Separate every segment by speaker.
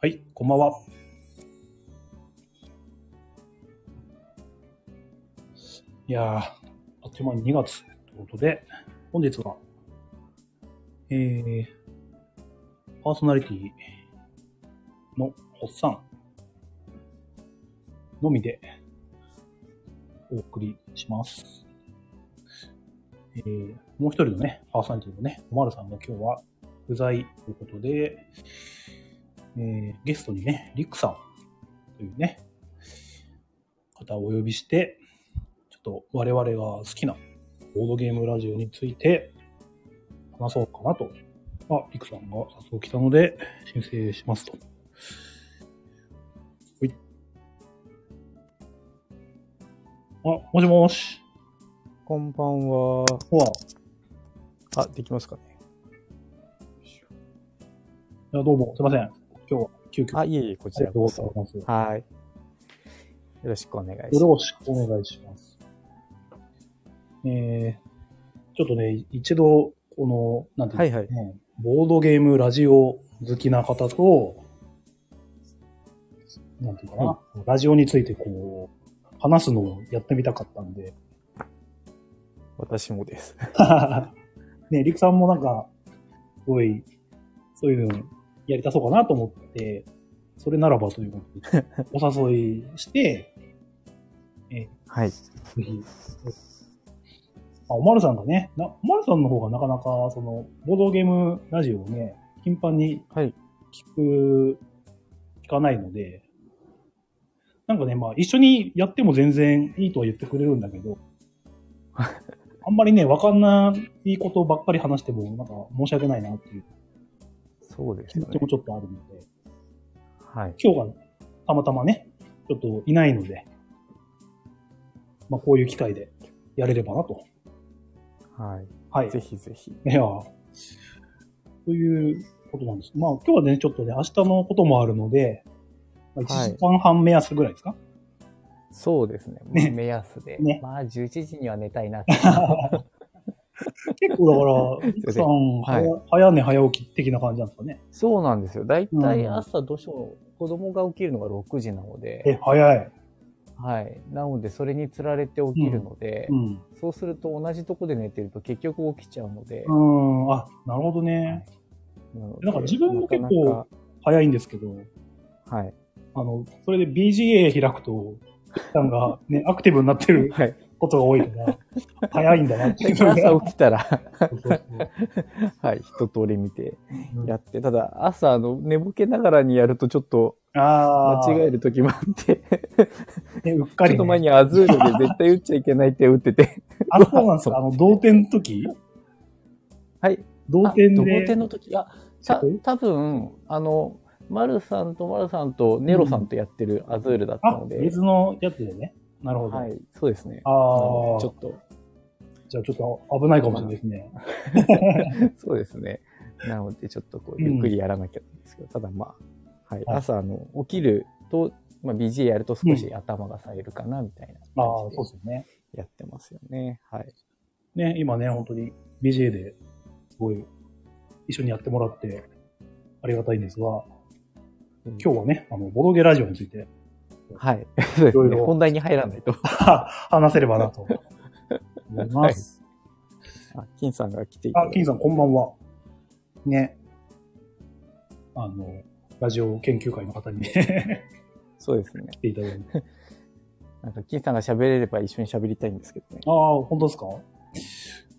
Speaker 1: はい、こんばんは。いやー、あっという間に2月ということで、本日は、えー、パーソナリティのおっさんのみでお送りします。えー、もう一人のね、パーソナリティのね、おまるさんが今日は不在ということで、えーゲストにね、リックさんというね、方をお呼びして、ちょっと我々が好きなボードゲームラジオについて話そうかなと。あ、リックさんが早速来たので申請しますと。ほい。あ、もしもし。
Speaker 2: こんばんは。
Speaker 1: ほら、い
Speaker 2: あ、できますかね。
Speaker 1: やどうも、すいません。今日は急遽。
Speaker 2: あ、
Speaker 1: あ
Speaker 2: いえいえ、こち
Speaker 1: り
Speaker 2: ら
Speaker 1: がとうご
Speaker 2: こそ。
Speaker 1: ざいます。よ
Speaker 2: はい。よろしくお願いしま
Speaker 1: ろしくお願いします。えー、ちょっとね、一度、この、なんて
Speaker 2: す。
Speaker 1: いうんですか
Speaker 2: はいはい。
Speaker 1: ねボードゲームラジオ好きな方と、なんていうかな、
Speaker 2: は
Speaker 1: ラジオについてこう、話すのをやってみたかったんで、
Speaker 2: 私もです。
Speaker 1: ね、りくさんもなんか、すごい、そういうのやりたそうかなと思って、それならばということで、お誘いして、
Speaker 2: はい。
Speaker 1: ぜひ。あ、おまるさんがね、なおまるさんの方がなかなか、その、ボードゲームラジオをね、頻繁に
Speaker 2: はい。
Speaker 1: 聞く、聞かないので、なんかね、まあ一緒にやっても全然いいとは言ってくれるんだけど、あんまりね、わかんないことばっかり話しても、なんか申し訳ないなっていう
Speaker 2: そうです
Speaker 1: 気
Speaker 2: よ
Speaker 1: 持
Speaker 2: ね
Speaker 1: ち。もちょっとあるので、
Speaker 2: はい。
Speaker 1: 今日がたまたまね、ちょっといないので、まあこういう機会でやれればなと。
Speaker 2: は
Speaker 1: はい
Speaker 2: い。。ぜひぜひ。
Speaker 1: いや、ということなんです。まあ今日はね、ちょっとね、明日のこともあるので、まあ
Speaker 2: は
Speaker 1: 1
Speaker 2: い
Speaker 1: 時間半目安ぐらいです か、
Speaker 2: そうですね。まあ
Speaker 1: ね
Speaker 2: 目安で。
Speaker 1: ね
Speaker 2: まあ、11時には寝たいなって。
Speaker 1: 結構だから、リ
Speaker 2: せ
Speaker 1: ク
Speaker 2: ん
Speaker 1: さん、
Speaker 2: はい
Speaker 1: 早早寝早起き的な感じなんですかね。
Speaker 2: そうなんですよ。だいたい
Speaker 1: うん
Speaker 2: 朝どうしても子供が起きるのが6時なので。
Speaker 1: え、早い。
Speaker 2: はい。なので、それにつられて起きるので
Speaker 1: う、ん。
Speaker 2: そうすると同じとこで寝てると結局起きちゃうので。
Speaker 1: うん。あ、なるほどね。なんか自分も結構早いんですけど、
Speaker 2: 構。はい。
Speaker 1: あの、それで BGA 開くと、リクさんが ね、アクティブになってる
Speaker 2: はい。
Speaker 1: ことが多いから、早いんだなっていうのが。
Speaker 2: 朝起きたら、
Speaker 1: そうそうそう
Speaker 2: はい、一通り見て
Speaker 1: うん
Speaker 2: やって、ただ朝、あの、寝ぼけながらにやるとちょっと
Speaker 1: ああ。
Speaker 2: 間違える時もあって、
Speaker 1: ね、うっか
Speaker 2: ちょ
Speaker 1: り、
Speaker 2: っと前
Speaker 1: ね。
Speaker 2: にアズール で絶対打っちゃいけないって打ってて、
Speaker 1: あ、そうなんです か。あの、同点の時
Speaker 2: はい。
Speaker 1: 同
Speaker 2: あ
Speaker 1: 点で。
Speaker 2: 同点の時、あ、た、多分あの、マルさんとマルさんとネロさんとやってるアズールだった
Speaker 1: あ
Speaker 2: の、で、
Speaker 1: 別のやつでね。なるほど。
Speaker 2: はい、そうですね。
Speaker 1: あ
Speaker 2: あ
Speaker 1: あ。
Speaker 2: ちょっと、
Speaker 1: じゃあちょっと危ないかもしれないですね。
Speaker 2: そうですね。なので、ちょっとこう、ゆっくりやらなきゃなんですけど、ただまあ、はい、
Speaker 1: はい
Speaker 2: 朝、あの、起きると、まあ、BGA やると少し
Speaker 1: う
Speaker 2: 頭が冴えるかな、みたいな
Speaker 1: ああ、そう
Speaker 2: 感
Speaker 1: です
Speaker 2: じ
Speaker 1: よね。
Speaker 2: でやってますよね。はい。
Speaker 1: ね、今ね、本当に BJ ですごい一緒にやってもらってありがたいんですが、今日はね、あの、ボドゲラジオについて
Speaker 2: はい。 そうです
Speaker 1: ろい
Speaker 2: ね。
Speaker 1: ろ
Speaker 2: 本題に入らないと。
Speaker 1: 話せればなと思い ます。
Speaker 2: あ、金さんが来ていた
Speaker 1: あ、
Speaker 2: だい
Speaker 1: 金
Speaker 2: て。
Speaker 1: さんこんばんは。ね。あの、ラジオ研究会の方にね、
Speaker 2: そうですね
Speaker 1: 来。ていただいて。
Speaker 2: なんか、金さんが喋れれば一緒に喋りたいんですけどね。
Speaker 1: ああ、本当ですか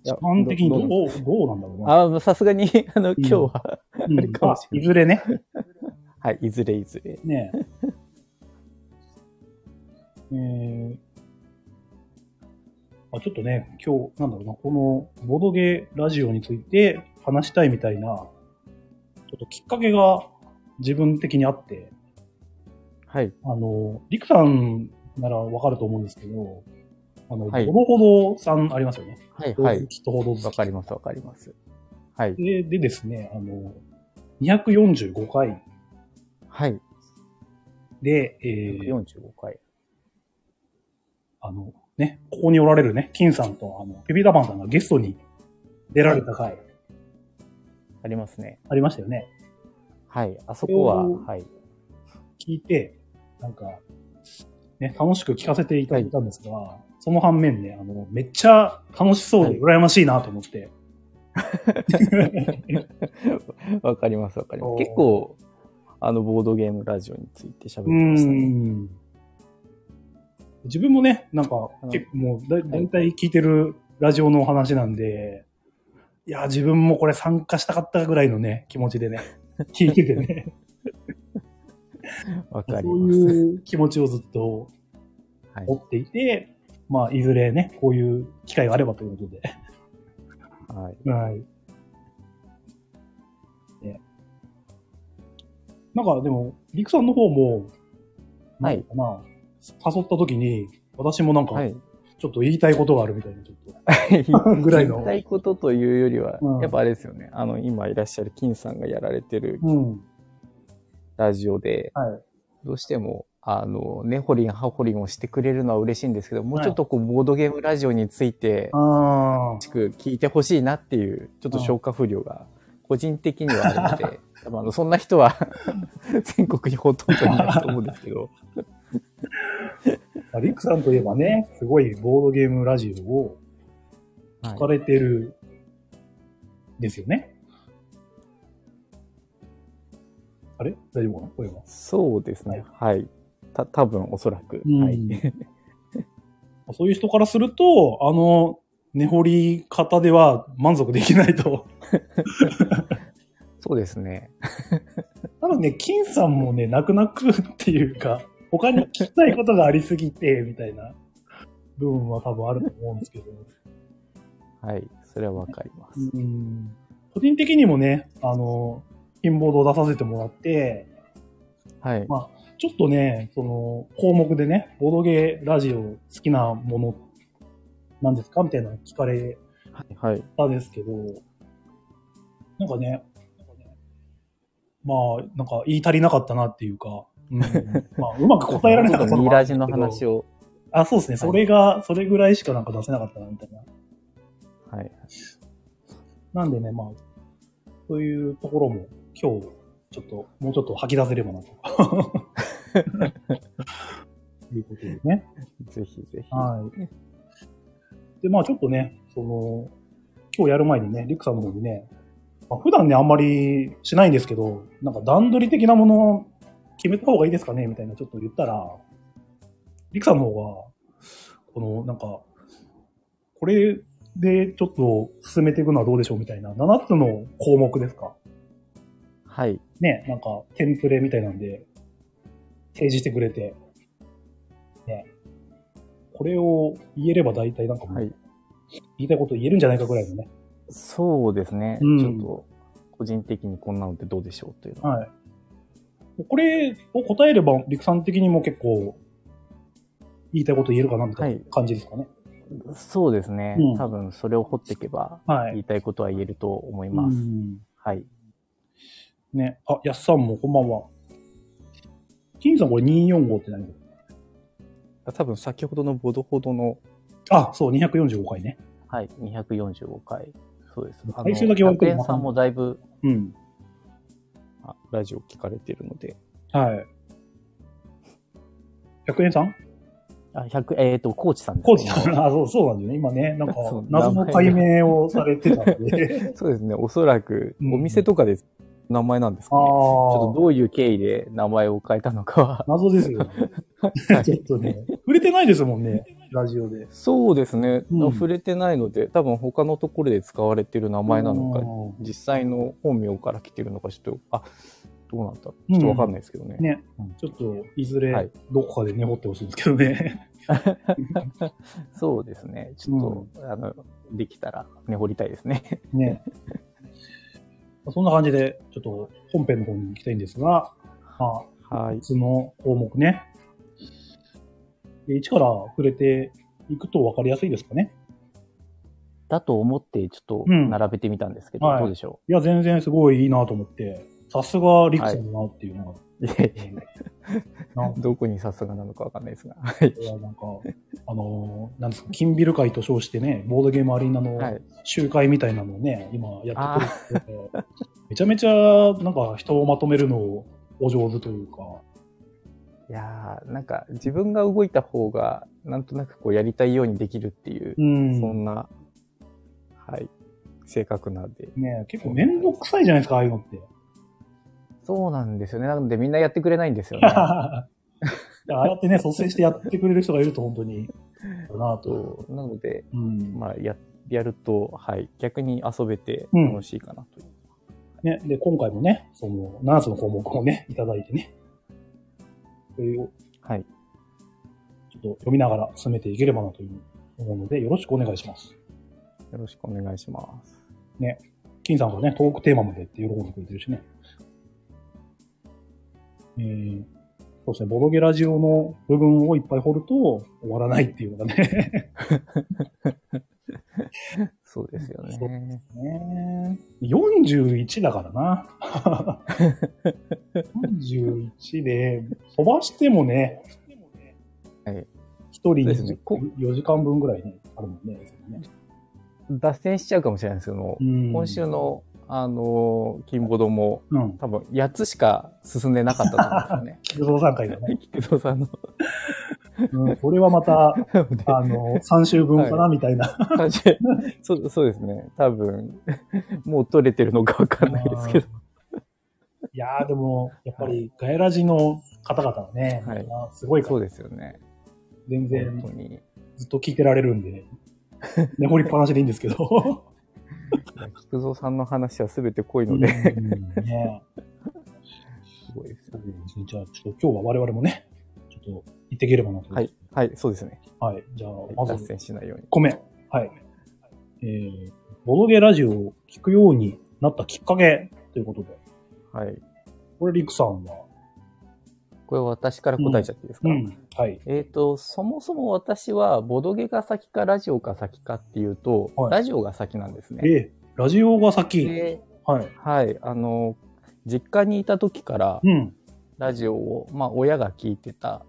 Speaker 2: いや
Speaker 1: 時間的にど
Speaker 2: ど
Speaker 1: う、どうなんだろうな。
Speaker 2: あ、さすがに、 あの、今日は、
Speaker 1: うん
Speaker 2: あれかもし
Speaker 1: あ
Speaker 2: れない
Speaker 1: いずれね。
Speaker 2: はい、いずれいずれ。
Speaker 1: ねえ。えーあ、ちょっとね、今日、なんだろうな、このボドゲラジオについて話したいみたいな、ちょっときっかけが自分的にあって、
Speaker 2: はい。
Speaker 1: あの、リクさんならわかると思うんですけど、あの、
Speaker 2: はい
Speaker 1: ほどほどさんありますよね。
Speaker 2: はい、はい。
Speaker 1: きっとほど
Speaker 2: わ
Speaker 1: 好き
Speaker 2: かります、わかります。はい。
Speaker 1: で。でですね、あの、245回
Speaker 2: はい。
Speaker 1: で、えー、
Speaker 2: 145回。
Speaker 1: あの、ね、ここにおられるね、金さんと、あの、ピピタパンさんがゲストに出られた回、
Speaker 2: ありますね。
Speaker 1: ありましたよね。
Speaker 2: はい。あそこは、
Speaker 1: うん
Speaker 2: はい。
Speaker 1: 聞いて、なんか、ね、楽しく聞かせていただいたんですが、その反面ね、あの、めっちゃ楽しそうで羨ましいなと思って。
Speaker 2: わかります、わかりま
Speaker 1: お
Speaker 2: す。
Speaker 1: ー
Speaker 2: 結構、あの、ボードゲームラジオについて喋って
Speaker 1: う
Speaker 2: ましたね。
Speaker 1: ん。自分もね、なんか、
Speaker 2: うん
Speaker 1: 結構もうだ、大体聞いてるラジオのお話なんで、いや、自分もこれ参加したかったぐらいのね、気持ちで ね、聞いててね、
Speaker 2: わ
Speaker 1: そ
Speaker 2: かり
Speaker 1: う
Speaker 2: ます。
Speaker 1: いう気持ちをずっと
Speaker 2: はい
Speaker 1: 持。っていて、まあ、いずれね、こういう機会があればということで。
Speaker 2: はい。
Speaker 1: はい。ねなんかでも、りくさんの方も、
Speaker 2: はい
Speaker 1: なんかな。誘った時に、私もなんか、
Speaker 2: はい。
Speaker 1: ちょっと言いたいことがあるみたいな、ちょっと。 ぐ
Speaker 2: ぐ
Speaker 1: らいの
Speaker 2: たいことというよりは、
Speaker 1: うん
Speaker 2: やっぱあれですよね。あの、今いらっしゃる金さんがやられてる
Speaker 1: うん。
Speaker 2: ラジオで、
Speaker 1: はい。
Speaker 2: どうしても、あの、根掘り葉掘りもしてくれるのは嬉しいんですけど、もうちょっとこう、ボードゲームラジオについて、
Speaker 1: あ
Speaker 2: 詳しく聞いてほしいなっていう、ちょっと消化不良が、個人的にはあるので、多分あのそんな 人は全国にほとんどいないと思うんですけど、
Speaker 1: あ。りくさんといえばね、すごいボードゲームラジオを聞か
Speaker 2: はい、
Speaker 1: れてる、ですよね。あれ大丈夫かな声は。
Speaker 2: そうですね。はい。た多分おそらく。
Speaker 1: うん
Speaker 2: はい。
Speaker 1: そういう人からすると、あの、根掘り方では満足できないと。
Speaker 2: そうですね。
Speaker 1: 多分ね、金さんもね、泣く泣くっていうか、他に聞きたいことがありすぎて、みたいな部分は多分あると思うんですけど。
Speaker 2: はい。それはわかります。
Speaker 1: うん。個人的にもね、あの、金ボードを出させてもらって、
Speaker 2: はい。
Speaker 1: ちょっとね、その、項目でね、ボードゲーラジオ好きなものなんですかみたいなの聞かれ
Speaker 2: はい。はい。
Speaker 1: ったですけど、なんかね、なんかねまあ、なんか言い足りなかったなっていうか、 うん、まあ、うまく答えられなかった
Speaker 2: ミ
Speaker 1: も
Speaker 2: ー
Speaker 1: あ
Speaker 2: ラ
Speaker 1: るんです
Speaker 2: ージ
Speaker 1: けど
Speaker 2: の話を。
Speaker 1: あ、そうですね。それが、それぐらいしかなんか出せなかったな、みたいな。
Speaker 2: はい。
Speaker 1: なんでね、まあ、そういうところも今日、ちょっと、もうちょっと吐き出せればなと。いうことですね。
Speaker 2: ぜひぜひ。
Speaker 1: はい。で、まあちょっとね、その、今日やる前にね、リクさんの方にね、まあ、普段ね、あんまりしないんですけど、なんか段取り的なものを決めた方がいいですかねみたいなちょっと言ったら、リクさんの方が、この、なんか、これでちょっと進めていくのはどうでしょうみたいな、7つの項目ですか
Speaker 2: はい。
Speaker 1: ね、なんか、テンプレみたいなんで、提示してくれて、ね、これを言えれば大体なんかもう
Speaker 2: はい。
Speaker 1: 言いたいこと言えるんじゃないかぐらいのね。
Speaker 2: そうですね。
Speaker 1: うん
Speaker 2: ちょっと、個人的にこんなのってどうでしょうというのは。
Speaker 1: はい。これを答えれば、陸さん的にも結構、言いたいこと言えるかなみたい
Speaker 2: は
Speaker 1: ない感じですかね。
Speaker 2: そうですね。
Speaker 1: うん
Speaker 2: 多分、それを掘っていけば、
Speaker 1: はい。
Speaker 2: 言いたいことは言えると思います。
Speaker 1: うん
Speaker 2: はい。
Speaker 1: ね。あ、やっさんもこんばんは。金さんこれ245って何
Speaker 2: 多分、先ほどのボドほどの、
Speaker 1: あ、そう、245回ね。
Speaker 2: はい、245回。そうです。あ
Speaker 1: 回数だけは
Speaker 2: の、楽園さんもだいぶ、
Speaker 1: うん。
Speaker 2: あラジオ聞かれてるので、
Speaker 1: はい。100円さん
Speaker 2: あ、100、えっ、と、コーチさんです
Speaker 1: コ
Speaker 2: ね
Speaker 1: ーチさん、 あ、そう、そうなんだよね。今ね、なんか
Speaker 2: そう、
Speaker 1: 謎の解明をされてたん で。
Speaker 2: そうですね。おそらく、
Speaker 1: うん
Speaker 2: お店とかで名前なんです
Speaker 1: あ
Speaker 2: かね。ちょっと
Speaker 1: あ、
Speaker 2: どういう経緯で名前を変えたのか は。
Speaker 1: 謎ですよ、ね。
Speaker 2: はい
Speaker 1: ちょっとね、触れてないですもんね、ラジオで。
Speaker 2: そうですね。
Speaker 1: うん
Speaker 2: 触れてないので、多分他のところで使われてる名前なのか、実際の本名から来てるのか、ちょっと、あ、どうなんだちょっとわかんないですけどね。
Speaker 1: うんね
Speaker 2: うん
Speaker 1: ちょっと、いず
Speaker 2: は
Speaker 1: れ
Speaker 2: い、
Speaker 1: どこかで根掘ってほしいんですけど ね。
Speaker 2: そうですね。ちょっと、あの、できたら、ね、掘りたいですね。
Speaker 1: ね。そんな感じで、ちょっと本編の方に行きたいんですが、ま
Speaker 2: は
Speaker 1: あ、
Speaker 2: い。
Speaker 1: その項目ね。で一から触れていくと分かりやすいですかね。
Speaker 2: だと思って、ちょっと、
Speaker 1: うん
Speaker 2: 並べてみたんですけど、
Speaker 1: はい
Speaker 2: どうでしょ
Speaker 1: いや、全然すごいいいなと思って、さすがリクさんだなっていうのが、
Speaker 2: ういやいや
Speaker 1: なんか、
Speaker 2: どこにさすがなのかわかんないですが。はい。
Speaker 1: なんかあのーなんですか、金ビル会と称してね、ボードゲームアリーナの
Speaker 2: はい。
Speaker 1: 集会みたいなのをね、今やってくれてて、めちゃめちゃなんか人をまとめるのお上手というか、
Speaker 2: いやー、なんか自分が動いた方が、なんとなくこうやりたいようにできるっていう、
Speaker 1: うん。
Speaker 2: そんな、はい、性格なんで。
Speaker 1: ね結構めんどくさいじゃないですか、ああいうのって。
Speaker 2: そうなんですよね。なのでみんなやってくれないんですよ ね。
Speaker 1: あ あやってね、率先してやってくれる人がいると本当に、だなと。
Speaker 2: そうなので、
Speaker 1: うん。
Speaker 2: まあや、やると、はい、逆に遊べて
Speaker 1: うん
Speaker 2: 楽しいかなとい
Speaker 1: ね、
Speaker 2: う。
Speaker 1: で、今回もね、その、7つの項目をね、いただいてね。それを
Speaker 2: はい。
Speaker 1: ちょっと読みながら進めていければなという思うので、よろしくお願いします。
Speaker 2: よろしくお願いします。
Speaker 1: 金さんからね、トークテーマまでって喜んでくれてるしね。えー、そうですね、ボロゲラジオの部分をいっぱい掘ると終わらないっていうのがね。
Speaker 2: そうですよ
Speaker 1: そう
Speaker 2: ね。
Speaker 1: ね41だからな。41で、飛ばしてもね、
Speaker 2: はい
Speaker 1: 一人
Speaker 2: ですねこ
Speaker 1: 4時間分ぐらいね、あるもんね。
Speaker 2: 脱線しちゃうかもしれないですけども、今
Speaker 1: 今
Speaker 2: 週、の、あのー、金ボドも、
Speaker 1: うん、
Speaker 2: 多分8つしか進んでなかったと思うんです
Speaker 1: 菊蔵さん会が
Speaker 2: よ
Speaker 1: ね。
Speaker 2: ね。菊蔵さんの。
Speaker 1: うん、これはまた、
Speaker 2: なので
Speaker 1: あの、3週分かな、みたいな。
Speaker 2: 感じで そうそうですね。多分、 もう取れてるのかわかんないですけど。
Speaker 1: うんいやー、でも、やっぱり、ガヤラジの方々はね、
Speaker 2: はい
Speaker 1: すごいか
Speaker 2: そ
Speaker 1: ら
Speaker 2: うですよね。
Speaker 1: 全
Speaker 2: 本当
Speaker 1: 然、
Speaker 2: に。
Speaker 1: ずっと聞いてられるんで、ね、掘りっぱなしでいいんですけど。
Speaker 2: 菊蔵さんの話は全て濃いので、
Speaker 1: うんね
Speaker 2: すごいです
Speaker 1: そ
Speaker 2: よね。
Speaker 1: うですねじゃあ、ちょっと今日は我々もね、ちょっと行っていければなと。
Speaker 2: はい。。はい、そうですね。
Speaker 1: はい。じゃあ、ま
Speaker 2: 脱
Speaker 1: ず、
Speaker 2: 線しないように。
Speaker 1: 1個目。はい。えー、ボドゲラジオを聞くようになったきっかけということで、
Speaker 2: はい。
Speaker 1: これ、リクさんは、
Speaker 2: これ私から答えちゃっていいですか、
Speaker 1: うん。はい。
Speaker 2: えっ、と、そもそも私は、ボドゲが先かラジオが先かっていうと、
Speaker 1: はい
Speaker 2: ラジオが先なんですね。
Speaker 1: えー、ラジオが先。
Speaker 2: で、
Speaker 1: はい。
Speaker 2: はい、あの、実家にいた時から、
Speaker 1: うん。
Speaker 2: ラジオを、まあ、親が聞いてた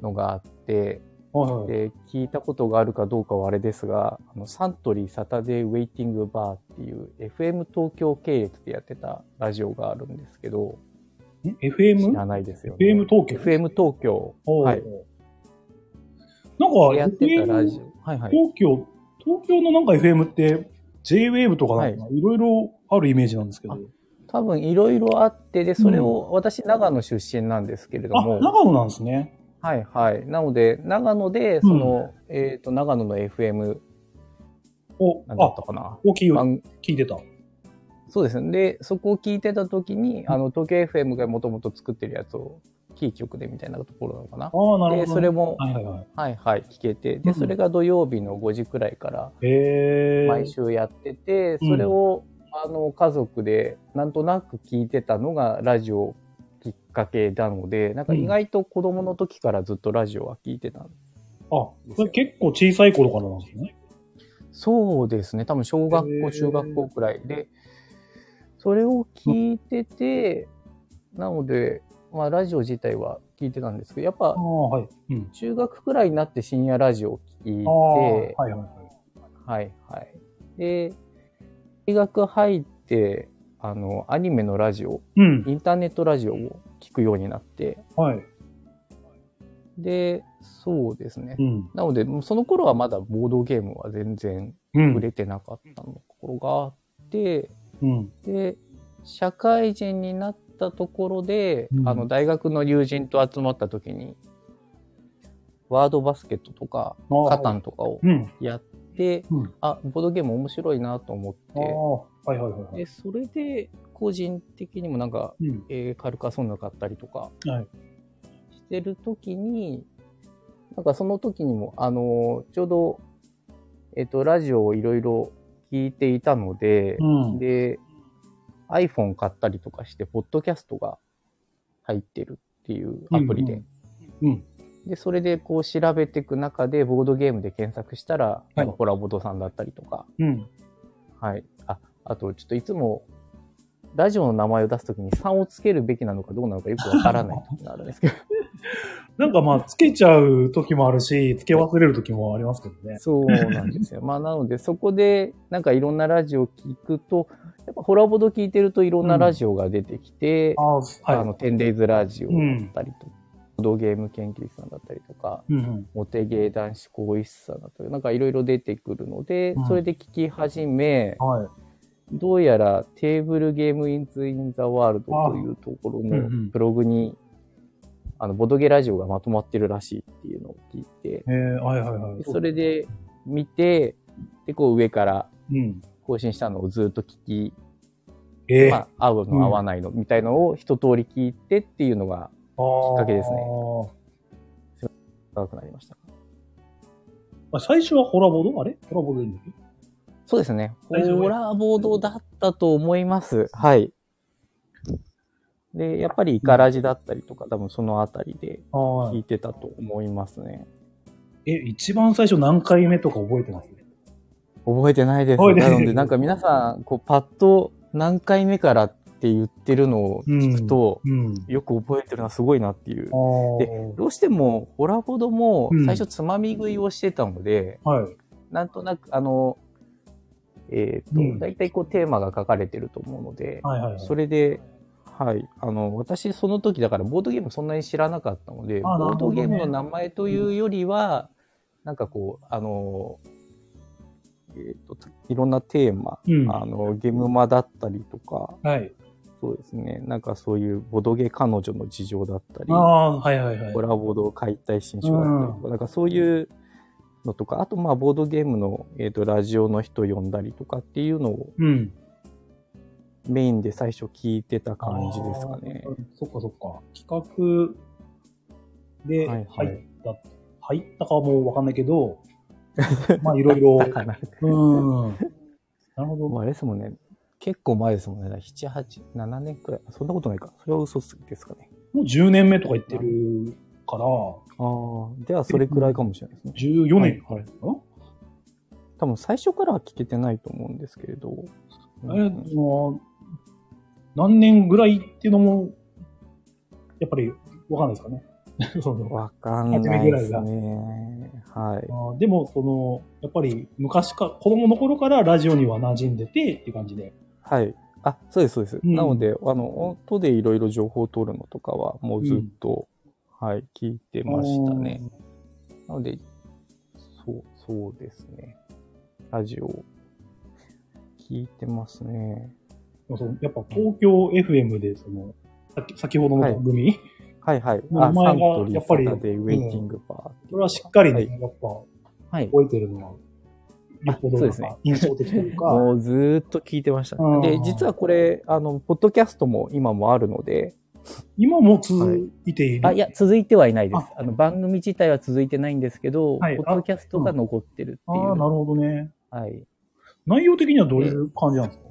Speaker 2: のがあって、
Speaker 1: はいはい。
Speaker 2: で、聞いたことがあるかどうかはあれですが、あのサントリーサタデーウェイティングバーっていう FM 東京系列でやってたラジオがあるんですけど、
Speaker 1: ん FM?
Speaker 2: 知らないですよね。
Speaker 1: FM 東京
Speaker 2: FM 東京
Speaker 1: おー
Speaker 2: はい
Speaker 1: なんか、FM
Speaker 2: でやってたラジオ。はいはい。
Speaker 1: 東京、東京のなんか FM って、JWAVE とかなんか、いろいろあるイメージなんですけど。
Speaker 2: あ多分いろいろあって、で、それを、私、長野出身なんですけれど
Speaker 1: あ、
Speaker 2: も、
Speaker 1: 長野なんですね。
Speaker 2: はいはい。なので、長野で、その、えっ、と、長野の FM、
Speaker 1: お、
Speaker 2: なんだ
Speaker 1: あ
Speaker 2: った、かな。
Speaker 1: 大きいよ
Speaker 2: 番
Speaker 1: 聞いてた。
Speaker 2: そうですね。で、そこを聞いてた時に、あの、東京 FM がもともと作ってるやつを、キー局でみたいなところなのかな。
Speaker 1: ああ、なるほど、ね。
Speaker 2: で、それも、
Speaker 1: はいはいはい。
Speaker 2: はいはい、聞けて、
Speaker 1: うん
Speaker 2: で、それが土曜日の5時くらいから
Speaker 1: へえ。
Speaker 2: 毎週やってて、
Speaker 1: うん
Speaker 2: それを、あの、家族でなんとなく聞いてたのがラジオきっかけなので、なんか
Speaker 1: うん
Speaker 2: 意外と子供の時からずっとラジオは聞いてた。
Speaker 1: あ、それ結構小さい頃からなんですね。
Speaker 2: そうですね。多分小学
Speaker 1: へー
Speaker 2: 校、中学校くらいで、それを聞いてて、なので、まあラジオ自体は聞いてたんですけど、やっ
Speaker 1: あ
Speaker 2: ぱ
Speaker 1: あ、はい。うん。
Speaker 2: 中学くらいになって深夜ラジオを聞い
Speaker 1: ああ、はい
Speaker 2: て、
Speaker 1: はいはい。
Speaker 2: はいはい。で、大学入って、あの、アニメのラジオ、
Speaker 1: うん。
Speaker 2: インターネットラジオを聞くようになって、
Speaker 1: はい。
Speaker 2: で、そうですね
Speaker 1: う。ん。
Speaker 2: なので、その頃はまだボードゲームは全然
Speaker 1: う
Speaker 2: 触
Speaker 1: ん。
Speaker 2: れてなかったの頃があって、
Speaker 1: うん。
Speaker 2: で、社会人になったところで、
Speaker 1: うん
Speaker 2: あの、大学の友人と集まった時に、ワードバスケットとか、
Speaker 1: ああ
Speaker 2: カタンとかを
Speaker 1: うん。
Speaker 2: やって、
Speaker 1: うん
Speaker 2: あ、ボードゲーム面白いなと思っ
Speaker 1: あ
Speaker 2: て
Speaker 1: あ、、はいはいはいはい。
Speaker 2: でそれで個人的にもなんか、
Speaker 1: うん。
Speaker 2: えーカルカソンヌ買ったりとか
Speaker 1: はい
Speaker 2: してる時に、なんかその時にもあのーちょうど、えっとラジオをいろいろ聞いていたので
Speaker 1: う、ん。
Speaker 2: で iPhone 買ったりとかしてポッドキャストが入ってるっていうアプリで、
Speaker 1: うんうん。
Speaker 2: でそれでこう調べていく中でボードゲームで検索したら、
Speaker 1: い
Speaker 2: ホラボドさんだったりとか
Speaker 1: うん。
Speaker 2: はい。あ、あと、ちょっといつも、ラジオの名前を出すときに3をつけるべきなのかどうなのかよくわからない時があるん ですけど。
Speaker 1: なんかまあ、つけちゃう時もあるし、つけ忘れる時もありますけどね。
Speaker 2: そうなんです よ。まあ、なので、そこで、なんかいろんなラジオ聞くと、やっぱホラボド聞いてるといろんなラジオが出てきて、
Speaker 1: ああ、
Speaker 2: あ
Speaker 1: は
Speaker 2: の、テンデイズラジオだったりとドゲーム研究室さんだったりとか、
Speaker 1: うんうん。
Speaker 2: モテゲー男子更衣室さんだったり、なんかいろいろ出てくるので
Speaker 1: うん、
Speaker 2: それで聞き始め、
Speaker 1: はい。
Speaker 2: どうやらテーブルゲームインツインザワールドというとこ
Speaker 1: ああ
Speaker 2: ろ
Speaker 1: うんうん
Speaker 2: のブログに、あの、ボドゲラジオがまとまってるらしいっていうのを聞いて、
Speaker 1: えー、はいはいはい。
Speaker 2: でそれで見て、で、こう上から
Speaker 1: うん。
Speaker 2: 更新したのをずっと聞き、
Speaker 1: えー、
Speaker 2: まあ、合う
Speaker 1: うん
Speaker 2: の合わないのみたいのを一通り聞いてっていうのが
Speaker 1: あー
Speaker 2: きっかけですね長くなりました。
Speaker 1: あ最初はホラボードあれホラボードでいいんだっけ
Speaker 2: そうですね。ホ
Speaker 1: 大丈夫
Speaker 2: ラーボードだったと思います。はい。で、やっぱりイカラジだったりとか、多分そのあたりで
Speaker 1: は
Speaker 2: 聞いてたと思いますね。
Speaker 1: い。え、一番最初何回目とか覚えてます
Speaker 2: 覚えてないです。
Speaker 1: 覚えてな
Speaker 2: ないので、なんか皆さん、こう、パッと何回目からって言ってるのを聞くと、
Speaker 1: うん。
Speaker 2: よく覚えてるのはすごいなっていう
Speaker 1: あ。ー
Speaker 2: どうしても、ホラボードも
Speaker 1: うん
Speaker 2: 最初つまみ食いをしてたので、
Speaker 1: はい。
Speaker 2: なんとなく、あの、えっ、
Speaker 1: うん
Speaker 2: と、大体こうテーマが書かれてると思うので、
Speaker 1: はいはいはい。
Speaker 2: それで、はい。あの、私、その時、だから、ボードゲームそんなに知らなかったので、
Speaker 1: あなる
Speaker 2: ボー
Speaker 1: ほど
Speaker 2: ド
Speaker 1: ね
Speaker 2: ゲームの名前というよりは、なんかこう、あの、えっ、と、いろんなテーマ、
Speaker 1: うん。
Speaker 2: あの、ゲームマだったりとか、
Speaker 1: はい。
Speaker 2: そうですね、なんかそういう、ボドゲ彼女の事情だったり
Speaker 1: あ、あ、はいはいはい
Speaker 2: コ。ラボード解体新書だったりとか、なんかそういうのとか、あと、まあ、ボードゲームの、えっ、と、ラジオの人呼んだりとかっていうのを
Speaker 1: うん。
Speaker 2: メインで最初聞いてた感じですかね
Speaker 1: あ。ー。そっかそっか。企画で
Speaker 2: は
Speaker 1: 入
Speaker 2: い
Speaker 1: った、
Speaker 2: はい
Speaker 1: 入ったかはもうわかんないけど、 まあいろいろ。
Speaker 2: だから
Speaker 1: うん。なるほど。
Speaker 2: まあ、あれですもんね。結構前ですもんね。7、8、7年くらい。そんなことないか。それは嘘ですかね。
Speaker 1: もう10年目とか言ってるから、
Speaker 2: ああ。では、それくらいかもしれないですね。
Speaker 1: 14年かかるの
Speaker 2: 多分、最初からは聞けてないと思うんですけれど。
Speaker 1: か
Speaker 2: う
Speaker 1: な、
Speaker 2: ん
Speaker 1: えーと何年ぐらいっていうのも、やっぱりわかんないですかね。 その
Speaker 2: わかんないです
Speaker 1: 初
Speaker 2: ね。はい。
Speaker 1: あーでも、その、やっぱり昔から、子供の頃からラジオには馴染んでてっていう感じで。
Speaker 2: はい。あ、そうです、そうです。
Speaker 1: うん
Speaker 2: なので、あの、音でいろいろ情報を取るのとかは、もうずっと、はい、聞いてましたね。なので、そう、そうですね。ラジオ、聞いてますね。
Speaker 1: あー。そのやっぱ東京 FM で、その、さっき先ほどの番組、
Speaker 2: はいはい。
Speaker 1: 名前がやっぱり
Speaker 2: サントリーサタデーウェイティングバー、
Speaker 1: それはしっかりね、
Speaker 2: はい
Speaker 1: やっぱ
Speaker 2: はい。
Speaker 1: 覚えてるのは、よっぽど
Speaker 2: そう
Speaker 1: なん
Speaker 2: ですね
Speaker 1: か印象的というか、
Speaker 2: もうずーっと聞いてました
Speaker 1: うん。
Speaker 2: で、実はこれ、あの、ポッドキャストも今もあるので、
Speaker 1: 今も続いている。
Speaker 2: あ、いや、続いてはいないです
Speaker 1: あ。
Speaker 2: あの、番組自体は続いてないんですけど、
Speaker 1: はい
Speaker 2: ポッドキャストが残ってるって
Speaker 1: あ
Speaker 2: い
Speaker 1: ー
Speaker 2: う。
Speaker 1: なるほどね。
Speaker 2: はい。
Speaker 1: 内容的にはどういう感じなんですか、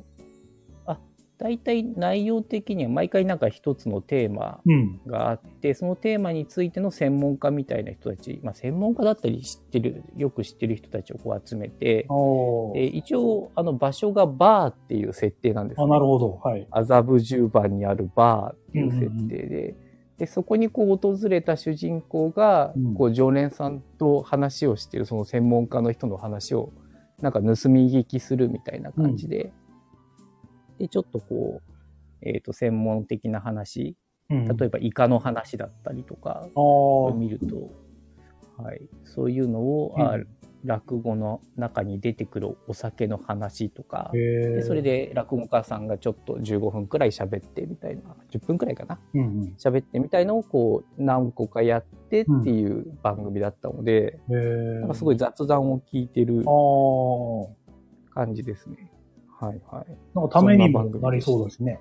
Speaker 2: 大体内容的には毎回なんか一つのテーマ
Speaker 1: うん。
Speaker 2: があって、そのテーマについての専門家みたいな人たち、まあ専門家だったり知ってる、よく知ってる人たちをこう集めて、
Speaker 1: あー
Speaker 2: で一応、あの場所がバーっていう設定なんです
Speaker 1: あ、
Speaker 2: ね
Speaker 1: なるほど。はい。
Speaker 2: 麻布十番にあるバーっていう設定で、でそこにこう訪れた主人公が、
Speaker 1: うん
Speaker 2: こう常連さんと話をしてるその専門家の人の話をなんか盗み聞きするみたいな感じで、でちょっとこう、えー、と専門的な話
Speaker 1: うん、
Speaker 2: 例
Speaker 1: え
Speaker 2: えばイカの話だったりとか
Speaker 1: ば。あ
Speaker 2: を
Speaker 1: あ、
Speaker 2: 見ると、はい、そういうのを、
Speaker 1: う
Speaker 2: あ
Speaker 1: ん
Speaker 2: 落語の中に出てくるお酒の話とか。
Speaker 1: へ
Speaker 2: で
Speaker 1: え。
Speaker 2: それ。で落語家さんがちょっと15分くらい喋ってみたいな10分くらいかな
Speaker 1: うんうん。
Speaker 2: 喋ってみたいのをこう何個かやってっていう番組だったので、
Speaker 1: へえ。
Speaker 2: なんかすごい雑談を聞いてる
Speaker 1: ああ。
Speaker 2: 感じですね。はいはい。
Speaker 1: なんかためにもなりそうだしね。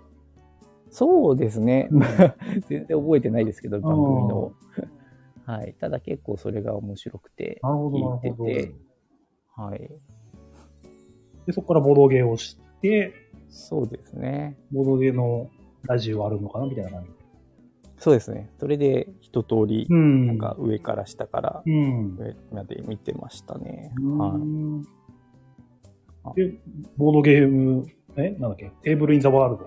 Speaker 2: そうですね。
Speaker 1: うん
Speaker 2: 全然覚えてないですけど、番組の。はい。ただ結構それが面白くて、
Speaker 1: なるほど、なる
Speaker 2: 聞いて
Speaker 1: ほど。
Speaker 2: て。はい。
Speaker 1: で、そこからボドゲをして、
Speaker 2: そうですね。
Speaker 1: ボドゲのラジオあるのかなみたいな感じ。
Speaker 2: そうですね。それで一通り、
Speaker 1: ん
Speaker 2: なんか、上から下から
Speaker 1: うん。
Speaker 2: 上まで見てましたね。はい。
Speaker 1: はい。で、ボードゲーム、えなんだっけテーブルインザワール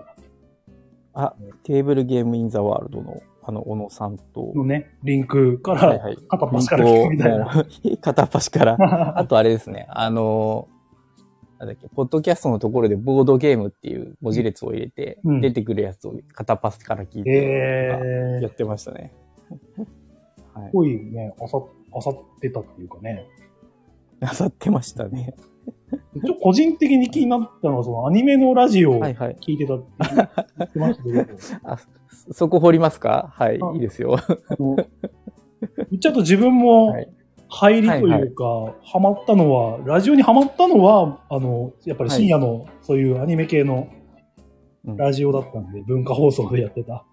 Speaker 2: あ、テーブルゲームインザワールドの、あの、小野さんと
Speaker 1: ド、のね、リンクか
Speaker 2: はい
Speaker 1: ら
Speaker 2: はい。
Speaker 1: 片っ端から聞くみたいな。
Speaker 2: もう 片っ端から。あ
Speaker 1: あ
Speaker 2: とあれですね、あの、なんだっけ、ポッドキャストのところでボードゲームっていう文字列を入れて、
Speaker 1: うん
Speaker 2: 出てくるやつを片っ端から聞いて、
Speaker 1: え
Speaker 2: やってましたね。はい。
Speaker 1: ごいね、あさ、あさってたっていうかね。
Speaker 2: なさってましたね。
Speaker 1: ちょっと個人的に気になったのは、そのアニメのラジオを
Speaker 2: はいはい。
Speaker 1: 聞いてた って言ってましたけど、
Speaker 2: あ、そそこ掘りますかはい
Speaker 1: あ。
Speaker 2: いいですよ。
Speaker 1: あの、言っちゃうと自分も
Speaker 2: はい
Speaker 1: 入りというか、ハマったのは、ラジオにハマったのは、あの、やっぱり深夜の、そういうアニメ系の
Speaker 2: うん
Speaker 1: ラジオだったんで、文化放送でやってた。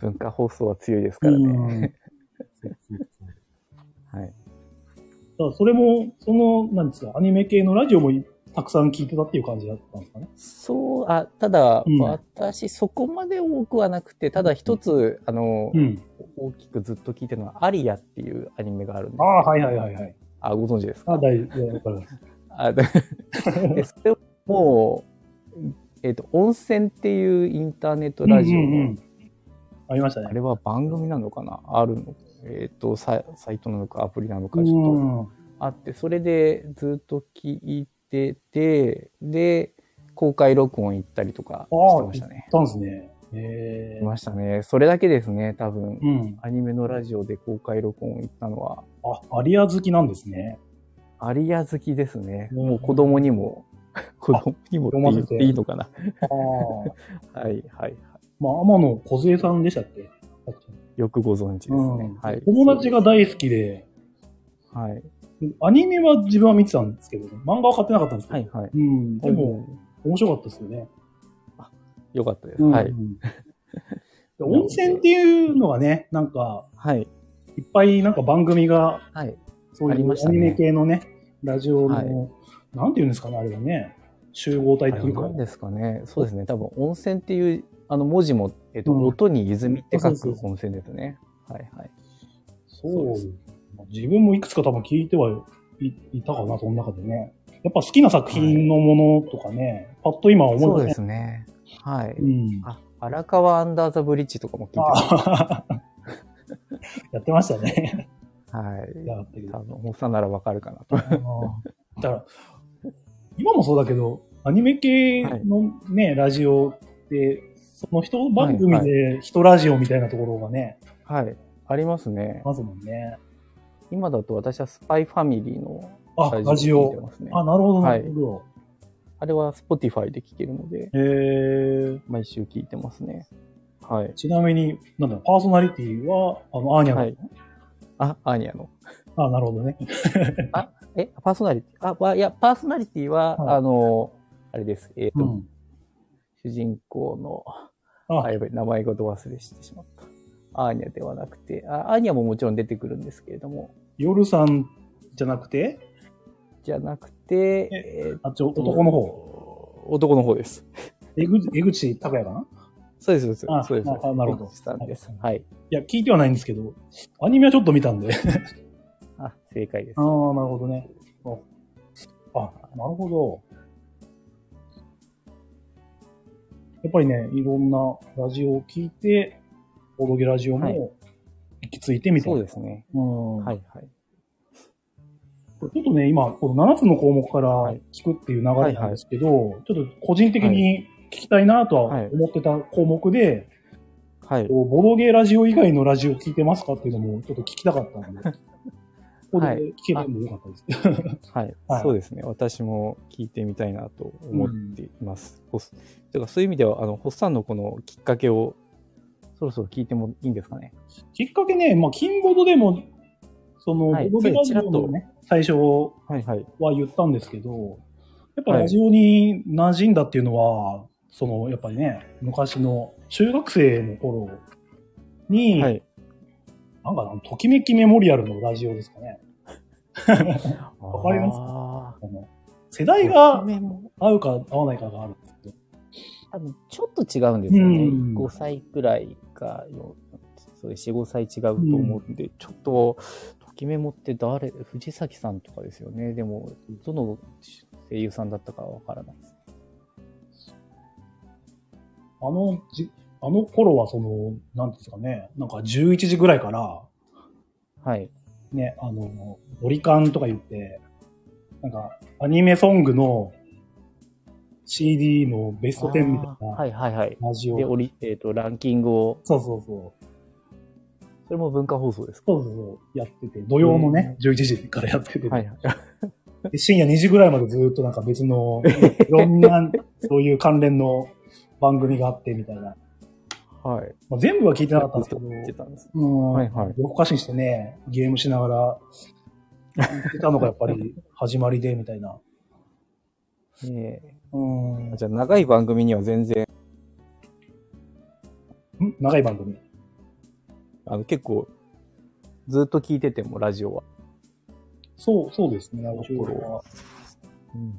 Speaker 2: 文化放送は強いですからね。
Speaker 1: うん
Speaker 2: はい。
Speaker 1: だからそれも、その、なんですか、アニメ系のラジオもたくさん聞いてたっていう感じだったんですかね。
Speaker 2: そう、あ、ただ、
Speaker 1: うん
Speaker 2: 私、そこまで多くはなくて、ただ一つ、あの、
Speaker 1: ん。
Speaker 2: 大きくずっと聞いてるのは、アリアっていうアニメがあるんです
Speaker 1: あ
Speaker 2: よ。
Speaker 1: あ、はいはいはいはい。
Speaker 2: あ、ご存知ですか
Speaker 1: ああ、大丈夫。わかります
Speaker 2: あ ででそれをもう、えっ、と、温泉っていうインターネットラジオの、
Speaker 1: うんうんうんありました
Speaker 2: あ
Speaker 1: ね。
Speaker 2: れは番組なのかなあるのえっ、とサ、サイトなのかアプリなのか
Speaker 1: う
Speaker 2: ちょっ
Speaker 1: ん。は
Speaker 2: とあって、それでずっと聞いてて、で、公開録音行ったりとかしてましたね。
Speaker 1: いたんですね。え
Speaker 2: い
Speaker 1: え
Speaker 2: ましたね。それだけですね、多分。
Speaker 1: うん。
Speaker 2: アニメのラジオで公開録音行ったのは、
Speaker 1: あ、アリア好きなんですね。
Speaker 2: アリア好きですね。
Speaker 1: うん
Speaker 2: もう子供にも、子供にもって言っていいのかな。
Speaker 1: ああ。
Speaker 2: はいはいはい。
Speaker 1: まあ、天野小杉さんでしたっけ
Speaker 2: よくご存知ですね。はい。
Speaker 1: 友達が大好きで、
Speaker 2: はい。
Speaker 1: アニメは自分は見てたんですけど、漫画は買ってなかったんですけど、
Speaker 2: はいはい。
Speaker 1: うん。でも、、面白かったですよね。
Speaker 2: よかったです。
Speaker 1: うん
Speaker 2: はい。。
Speaker 1: で温泉っていうのがね、なんか、
Speaker 2: はい。
Speaker 1: いっぱいなんか番組が、
Speaker 2: はい。
Speaker 1: そう
Speaker 2: あり
Speaker 1: いう
Speaker 2: まし
Speaker 1: ア
Speaker 2: た
Speaker 1: ニ
Speaker 2: ね
Speaker 1: メ系のね、ラジオの、
Speaker 2: はい
Speaker 1: なんていうんですかね、あれはね、集合体っていうか。
Speaker 2: 何ですかね。そうですね。多分、温泉っていう、あの文字も、えっと、
Speaker 1: うん
Speaker 2: 音に泉って書
Speaker 1: そうそう
Speaker 2: く
Speaker 1: そ
Speaker 2: 温泉ですね。はいはい。
Speaker 1: そう
Speaker 2: そう
Speaker 1: 自分もいくつか多分聞いてはいいたかな、その中でね。やっぱ好きな作品のものとかね、パッと今思い
Speaker 2: そう
Speaker 1: 出
Speaker 2: で
Speaker 1: せ
Speaker 2: すね。はい。
Speaker 1: うん。
Speaker 2: あ、荒川アンダーザブリッジとかも聞いてま
Speaker 1: あやってましたね。
Speaker 2: す。はい。
Speaker 1: やがってる
Speaker 2: 多分、おさんならわかるかなと。
Speaker 1: あのだから、今もそうだけど、アニメ系のね、ラジオって、その人番組で人ラジオみたいなところがね、
Speaker 2: はい。ありますね。
Speaker 1: ありますもんね。
Speaker 2: 今だと私はスパイファミリーの
Speaker 1: あ、ラジ
Speaker 2: 聞いて
Speaker 1: オ。
Speaker 2: ますね。
Speaker 1: あ、なるほど、な
Speaker 2: はい
Speaker 1: るほど。
Speaker 2: あれは Spotify で聞けるので、
Speaker 1: えー、
Speaker 2: 毎週聞いてますね。はい。
Speaker 1: ちなみに、なんだろう、パーソナリティは、あの、アーニャの、
Speaker 2: はい。あ、アーニャの。
Speaker 1: あ、なるほどね。
Speaker 2: え、パーソナリティあ、わいや、パーソナリティは、
Speaker 1: はい
Speaker 2: あの、あれです。えっ、と、
Speaker 1: うん。
Speaker 2: 主人公の、
Speaker 1: あ
Speaker 2: あ、やばい、名前ごと忘れしてしまった。アーニャではなくて、あアーニャももちろん出てくるんですけれども、
Speaker 1: 夜さんじゃなくて、
Speaker 2: じゃなくて、えー
Speaker 1: あ、ちょ、男の方。
Speaker 2: 男の方です。
Speaker 1: 江口江口拓也かな
Speaker 2: そうです、そう
Speaker 1: あ
Speaker 2: です。そうです
Speaker 1: ああなるほど
Speaker 2: 江口さんです。はい。
Speaker 1: いや、聞いてはないんですけど、アニメはちょっと見たんで。
Speaker 2: あ、正解です
Speaker 1: ああ。、なるほどね。あ、なるほど。やっぱりね、いろんなラジオを聞いて、ボドゲラジオ
Speaker 2: はい
Speaker 1: も行き着いてみたい
Speaker 2: そ
Speaker 1: な。
Speaker 2: うですね。
Speaker 1: うん
Speaker 2: はい、はい。
Speaker 1: ちょっとね、今、この7つの項目から
Speaker 2: はい
Speaker 1: 聞くっていう流れなんですけど、ちょっと個人的に聞きたいなとは
Speaker 2: はい
Speaker 1: 思ってた項目で、
Speaker 2: はい。
Speaker 1: こうボドゲラジオ以外のラジオ聞いてますかっていうのもちょっと聞きたかったん で、ここで
Speaker 2: はい
Speaker 1: 聞けばもよかったです。
Speaker 2: はい、
Speaker 1: はい
Speaker 2: そうですね。私も聞いてみたいなと思っています。ホスだからそういう意味では、あの、ホッサンのこのきっかけを、そろそろ聞いてもいいんですかね。
Speaker 1: きっかけね、まあ、金ボードでも、その、
Speaker 2: はい
Speaker 1: ボードゲラジオのね、最初は
Speaker 2: はいはい。
Speaker 1: 言ったんですけど、やっぱ
Speaker 2: はい
Speaker 1: ラジオに馴染んだっていうのは、その、やっぱりね、昔の中学生の頃に、
Speaker 2: はい。
Speaker 1: なんかあの、ときめきメモリアルのラジオですかね。
Speaker 2: わ
Speaker 1: かります
Speaker 2: か
Speaker 1: あの世代が
Speaker 2: も
Speaker 1: 合うか合わないかがあるんですけど。
Speaker 2: 多分ちょっと違うんですよね。
Speaker 1: うん
Speaker 2: 5歳くらいか、よそう4、5歳違うと思うんで、ちょっと、ときめもって誰、藤崎さんとかですよね。でも、どの声優さんだったかわからないです。
Speaker 1: あの、じあの頃はその、なんですかね、なんか11時ぐらいから、
Speaker 2: はい。
Speaker 1: ね、あの、ドリカンとか言って、なんか、アニメソングの CD のベスト10みたい
Speaker 2: あー
Speaker 1: な
Speaker 2: はいはいはい。
Speaker 1: ラジオ。
Speaker 2: で、オリ、えっ、と、ランキングを
Speaker 1: そうそうそ
Speaker 2: それも文化放送ですか
Speaker 1: そうそうそう、やってて、土曜のね、11時からやってて、
Speaker 2: はいはい。
Speaker 1: で深夜2時ぐらいまでずっとなんか別の、いろんな、そういう関連の番組があってみたいな。
Speaker 2: はい。
Speaker 1: まあ、全部は聞いてなかったんですけ
Speaker 2: ずっ
Speaker 1: ど
Speaker 2: と、見てたんです。
Speaker 1: うん、
Speaker 2: はいはい。
Speaker 1: 夜更かしにしてね、ゲームしながら、聞いてたのがやっぱ り始まりで、みたいな。
Speaker 2: ねえ
Speaker 1: うん。
Speaker 2: じゃあ長い番組には全然、
Speaker 1: ん長い番組。
Speaker 2: あの結構、ずっと聞いててもラジオは。
Speaker 1: そう、そうですね、長いは。
Speaker 2: うん。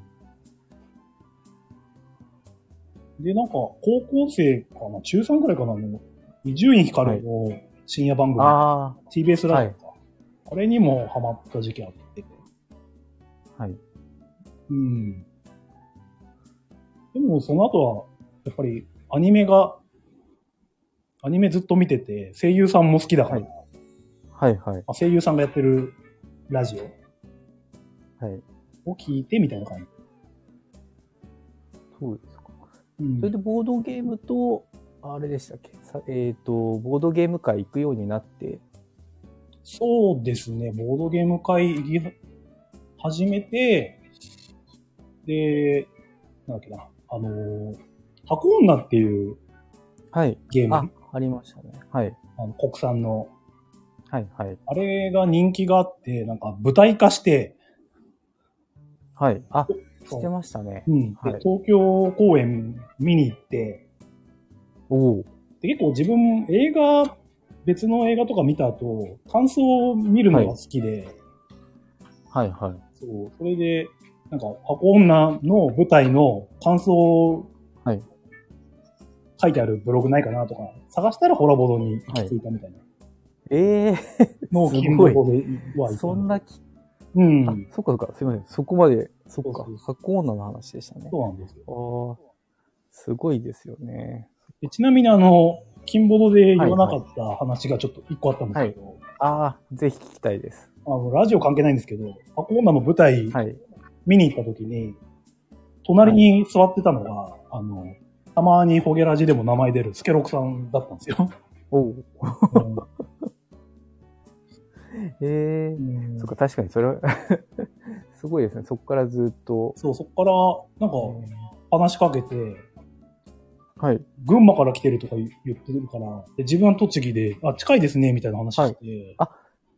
Speaker 1: で、なんか、高校生かな、中3くらいかな、の、伊集院光の深夜番組、
Speaker 2: あ
Speaker 1: TBS ラジオか、これにもハマった時期あって。
Speaker 2: あ。はい。
Speaker 1: うん。でも、その後は、やっぱり、アニメが、アニメずっと見てて、声優さんも好きだから、
Speaker 2: はいはいはい。
Speaker 1: あ声優さんがやってるラジ
Speaker 2: はい。
Speaker 1: オを聞いてみたいな感じ。
Speaker 2: そうですか。
Speaker 1: うん
Speaker 2: それでボードゲームと、あれでしたっけさえっ、と、ボードゲーム会行くようになって、
Speaker 1: そうですね、ボードゲーム会行き始めて、で、なんだっけな、あのー箱女っていう
Speaker 2: はい。
Speaker 1: ゲーム、
Speaker 2: あ
Speaker 1: あ、
Speaker 2: ありましたね。はい。
Speaker 1: の国産の、
Speaker 2: はいはい。
Speaker 1: あれが人気があって、なんか舞台化して、
Speaker 2: はい。あ、
Speaker 1: そう
Speaker 2: してましたね
Speaker 1: う。んで
Speaker 2: はい
Speaker 1: 東京公演見に行って、
Speaker 2: おお。
Speaker 1: で結構自分映画、別の映画とか見た後、感想を見るのが好きで、
Speaker 2: はいはい。
Speaker 1: そう、それで、なんか、箱女の舞台の感想を、
Speaker 2: はい
Speaker 1: 書いてあるブログないかなとか、探したらホラボドに行き着いたみたいな。
Speaker 2: ええ
Speaker 1: のを
Speaker 2: すごい
Speaker 1: 金のボドはいた
Speaker 2: そんなき、
Speaker 1: うん
Speaker 2: あ、。そっかそっか、すいません。そこまで、そっ
Speaker 1: そう
Speaker 2: か
Speaker 1: そう、
Speaker 2: 箱女の話でしたね。
Speaker 1: そうなんですよ。
Speaker 2: ああ、すごいですよね。
Speaker 1: でちなみにあの、金ボドで言わなかった話がちょっと一個あったんですけど、
Speaker 2: ああ、ぜひ聞きたいです。
Speaker 1: あの、ラジオ関係ないんですけど、箱女の舞台
Speaker 2: はい。
Speaker 1: 見に行った時に、隣に座ってたのが、あの、たまにホゲラジでも名前出るスケロクさんだったんですよ。
Speaker 2: おお。
Speaker 1: うん
Speaker 2: ええそっか、確かにそれは、 すごいですね。そこからずっと。
Speaker 1: そう、そこから、なんか、話しかけて、
Speaker 2: はい。
Speaker 1: 群馬から来てるとか言言ってるから、で自分は栃木で、あ、近いですね、みたいな話して、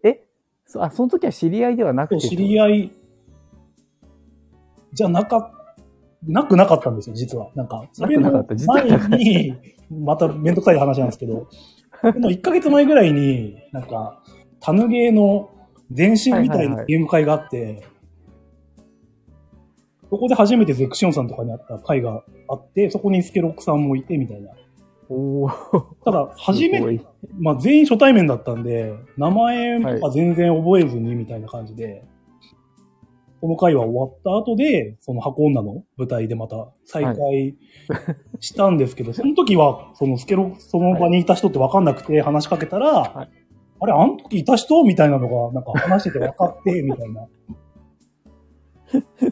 Speaker 2: えそあ、その時は知り合いではなく
Speaker 1: そう知
Speaker 2: て。
Speaker 1: り合い、じゃなか、なくなかったんですよ、実は。なんか、それ
Speaker 2: なく
Speaker 1: の
Speaker 2: なかった実は
Speaker 1: 前に、まためんどくさい話なんですけど、でも1ヶ月前ぐらいに、なんか、タヌゲーの前身みたい
Speaker 2: はいはいは
Speaker 1: ないゲーム会があって、そこで初めてゼクシオンさんとかに会った会があって、そこにスケロックさんもいてみたいな。
Speaker 2: おお。
Speaker 1: ただ、初め
Speaker 2: すごい
Speaker 1: て、まあ全員初対面だったんで、名前とか全然覚えずにみたいな感じで、この回は終わった後で、その箱女の舞台でまた再会したんですけど、 その時は、そのスケロ、その場にいた人ってわかんなくて話しかけたら、
Speaker 2: い
Speaker 1: あれ、あの時いた人みたいなのが、なんか話してて分かって、みたいな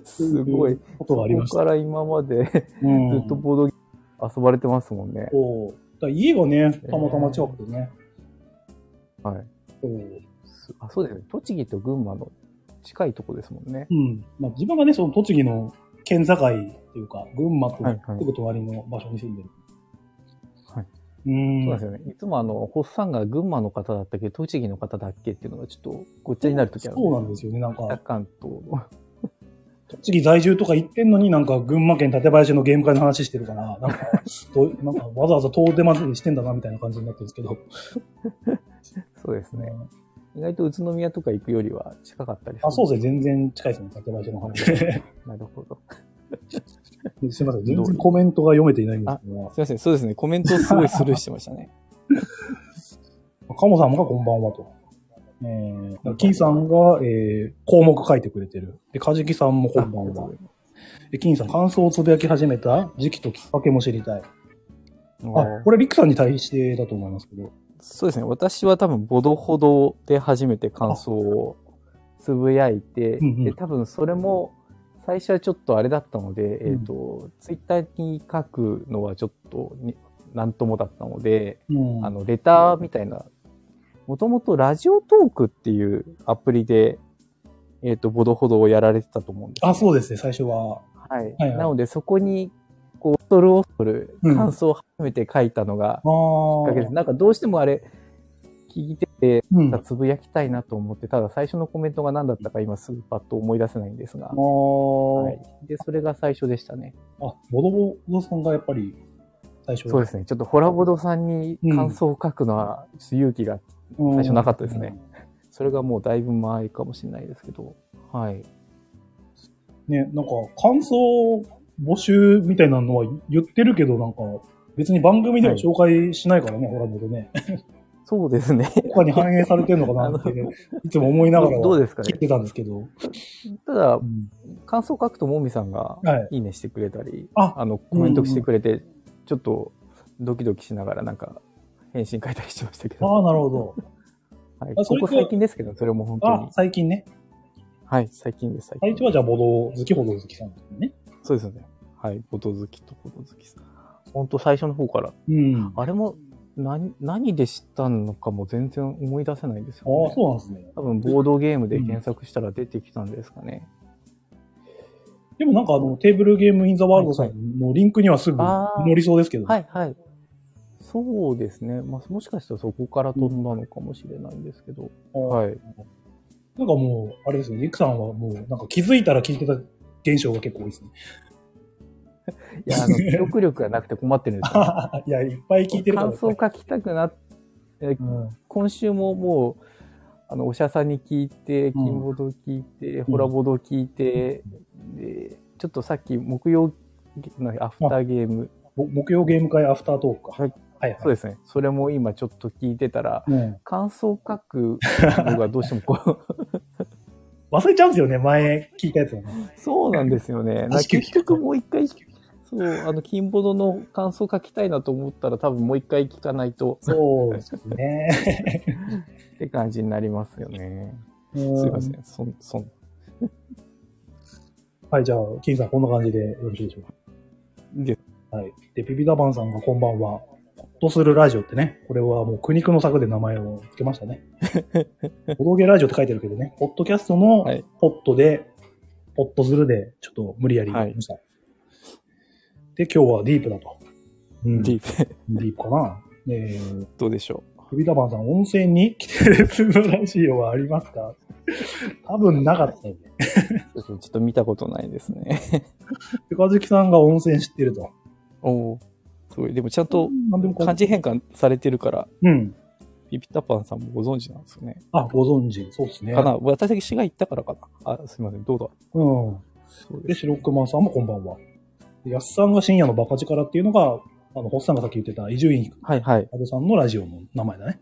Speaker 2: すごい。
Speaker 1: ことがありまし
Speaker 2: そこ
Speaker 1: た。
Speaker 2: から今まで
Speaker 1: う
Speaker 2: ず
Speaker 1: ん
Speaker 2: っとボードゲーム遊ばれてますもんね。
Speaker 1: そうだから家がね、たまたま近くてね。
Speaker 2: はい。
Speaker 1: そう
Speaker 2: すあ、そうですね。栃木と群馬の近いとこですもんね。
Speaker 1: うん。まあ、自分がね、その栃木の県境っていうか、群馬と
Speaker 2: はいはい
Speaker 1: すぐ隣の場所に住んでる。
Speaker 2: はい。
Speaker 1: うーん。
Speaker 2: そうですよね。いつもあの、ホッサンが群馬の方だったけど、栃木の方だっけっていうのがちょっとごっちゃになるときある
Speaker 1: そうなんですすよね。なん
Speaker 2: よ。
Speaker 1: か、
Speaker 2: 関東の。
Speaker 1: 栃木在住とか言ってんのになんか群馬県館林のゲーム会の話してるから、 なんか、どうなんかわざわざ遠出までしてんだなみたいな感じになってるんですけど。
Speaker 2: そうですね。意外と宇都宮とか行くよりは近かったり
Speaker 1: あ、そうですすね。全然近いですね。館林の 話。す
Speaker 2: る。なるほど。
Speaker 1: みません。全然コメントが読めていないんですけど
Speaker 2: す。いません。そうですね。コメントをすごいスルーしてましたね。
Speaker 1: カモさんがこんばんはと。えー、キーさんが、えー、項目書いてくれてる。で、カジキさんも こ
Speaker 2: あ
Speaker 1: んば
Speaker 2: あり
Speaker 1: ん
Speaker 2: がと
Speaker 1: は
Speaker 2: うご。ざいます
Speaker 1: で、金さん、感想をつぶやき始めた時期ときっかけも知りたい。あ、
Speaker 2: あ
Speaker 1: これ、リクさんに対してだと思いますけど。
Speaker 2: そうですね。私は多分、ボドほどで初めて感想をつぶやいて、
Speaker 1: うんうん
Speaker 2: で、多分それも、最初はちょっとあれだったので、
Speaker 1: ん
Speaker 2: えっ、と、ツイッターに書くのはちょっとに、なんともだったので、
Speaker 1: うん。
Speaker 2: あの、レターみたいなもともとラジオトークっていうアプリで、えっ、と、ボドほどをやられてたと思うんです、
Speaker 1: あ、そうですね、最初は。
Speaker 2: はい。
Speaker 1: はいはい
Speaker 2: なので、そこに、こう、恐る恐る
Speaker 1: うん
Speaker 2: 感想を初めて書いたの
Speaker 1: ああ
Speaker 2: がきっかけです。なんかどうしてもあれ、聞いてて、
Speaker 1: うん。あ
Speaker 2: つぶやきたいなと思って、ただ最初のコメントが何だったか今すぐパッと思い出せないんですが
Speaker 1: あ、。
Speaker 2: はい。で、それが最初でしたね。
Speaker 1: あ、ボドボドさんがやっぱり最初。
Speaker 2: そうですね。ちょっとホラボドさんに感想を書くのはちょっと勇気が、
Speaker 1: うん
Speaker 2: 最初なかったですね。それがもうだいぶ前かもしれないですけど、はい。
Speaker 1: ね、なんか感想募集みたいなのは言ってるけど、なんか別に番組では紹介しないからね、ほら、ボドね。
Speaker 2: そうですね。
Speaker 1: 他に反映されてるのかなって、いつも思いながら
Speaker 2: どうですか
Speaker 1: 聞い
Speaker 2: ね。
Speaker 1: てたんですけ ど。
Speaker 2: ただ
Speaker 1: う、ん
Speaker 2: 感想書くともみさんが
Speaker 1: はい。
Speaker 2: いいねしてくれたり、
Speaker 1: あ
Speaker 2: あの、コメントしてくれて、ちょっとドキドキしながらなんか返信書いたりしてましたけど、
Speaker 1: ああ、なるほど。
Speaker 2: はい、
Speaker 1: あ
Speaker 2: こ
Speaker 1: それ
Speaker 2: こ
Speaker 1: と
Speaker 2: 最近ですけど、それも本当
Speaker 1: あ
Speaker 2: に、。
Speaker 1: 最近ね。
Speaker 2: はい、最近です、最
Speaker 1: 最
Speaker 2: 近。
Speaker 1: 初はじゃあ、ボド好きほど好きさんですね。
Speaker 2: そうですよね。はい、こと好きとこと好きさん。本当最初の方から。
Speaker 1: うん。ああ、
Speaker 2: あれも何、何で知ったのかも全然思い出せないんですよ、ね。
Speaker 1: そうなんですね。
Speaker 2: 多分、ボードゲームで検索したら出てきたんですかね。
Speaker 1: でもなんかあの、テーブルゲームインザワールドさんのリンクにはすぐ
Speaker 2: あー
Speaker 1: 乗りそうですけど。
Speaker 2: はいはい。そうですね。まあ、もしかしたらそこから飛んだのかもしれないんですけど。
Speaker 1: あー
Speaker 2: はい。
Speaker 1: なんかもう、あれですね、リクさんはもう、なんか気づいたら聞いてた現象が結構多いですね。
Speaker 2: いや、あの、記憶力がなくて困ってるん ですよ。
Speaker 1: いや、いっぱい聞いてるから。
Speaker 2: 感想書きたくなっ
Speaker 1: うん
Speaker 2: 今週ももう、あの、おしゃさんに聞いて、
Speaker 1: うん
Speaker 2: 金ボード聞いて、ホラボード聞いて、で、ちょっとさっき木曜のアフターゲーム、
Speaker 1: も木曜ゲーム会アフタートークか。
Speaker 2: はい。
Speaker 1: はいはい。
Speaker 2: そうですね。それも今ちょっと聞いてたら、
Speaker 1: うん
Speaker 2: 感想書くのがどうしてもこう、
Speaker 1: 忘れちゃうんですよね、前聞いたやつはね。
Speaker 2: そうなんですよね。なんか
Speaker 1: 確かに
Speaker 2: 結局もう一回、そう、あの、金ボードの感想書きたいなと思ったら多分もう一回聞かないと
Speaker 1: そうですね。
Speaker 2: って感じになりますよね。
Speaker 1: す
Speaker 2: すいませ。ん。そん、そん、
Speaker 1: はい、じゃあ、金さん、こんな感じでよろしいでしょうか。
Speaker 2: で
Speaker 1: はい。で、ピピダバンさんがこんばんは。ほっとするラジオってね、これはもう苦肉の策で名前を付けました ね。おどげラジオって書いてるけどね、ポッドキャストの
Speaker 2: はい
Speaker 1: ポットで、ポットするで、ちょっと無理やりやりました。で、今日はディープだと。うん
Speaker 2: ディープ、
Speaker 1: ディープかな。えー、
Speaker 2: どうでしょう。
Speaker 1: 首田番さん、温泉に来てる素晴らしいよはありますか多分なかったよね。
Speaker 2: ちょっと見たことないですね。
Speaker 1: で、かずきさんが温泉知ってると。
Speaker 2: おおー、すごい。でもちゃんと
Speaker 1: なんでも
Speaker 2: 漢字変換されてるから、
Speaker 1: うん。
Speaker 2: ピピタパンさんもご存知なんですよね。
Speaker 1: あ、ご存知。そうですね。
Speaker 2: かな私だけ市が行ったからかなあ、すいません。どうだ
Speaker 1: うん。
Speaker 2: そう
Speaker 1: で、
Speaker 2: です。
Speaker 1: 白熊さんもこんばんは。でやっさんが深夜のバカ力っていうのが、あの、ホッさんがさっき言ってた伊集院
Speaker 2: はいはい。
Speaker 1: 阿部さんのラジオの名前だね。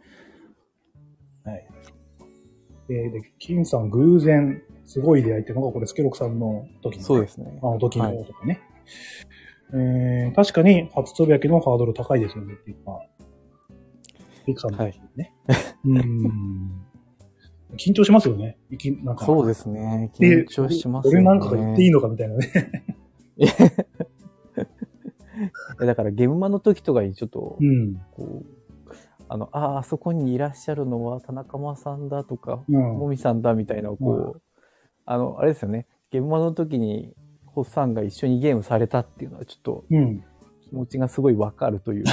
Speaker 1: はい。で、で金さん偶然、すごい出会いっていうのが、これ、スケロクさんの時の
Speaker 2: そうですね
Speaker 1: あ。の時のとかね。えー確かに初つぶやきのハードル高いですよねっていうか、リクさんの話ね。うーん。緊張しますよね。いきなんか
Speaker 2: そうですね。緊張します
Speaker 1: 俺
Speaker 2: よね。
Speaker 1: なんかが言っていいのかみたいなね。
Speaker 2: えだから、ゲームマの時とかにちょっと
Speaker 1: う、ん。
Speaker 2: こう、あの、ああ、あそこにいらっしゃるのは田中間さんだとか、
Speaker 1: うん
Speaker 2: もみさんだみたいな、こう、あの、あれですよね。ゲームマの時に、ホッさんが一緒にゲームされたっていうのは、ちょっと
Speaker 1: うん。
Speaker 2: 気持ちがすごいわかるという。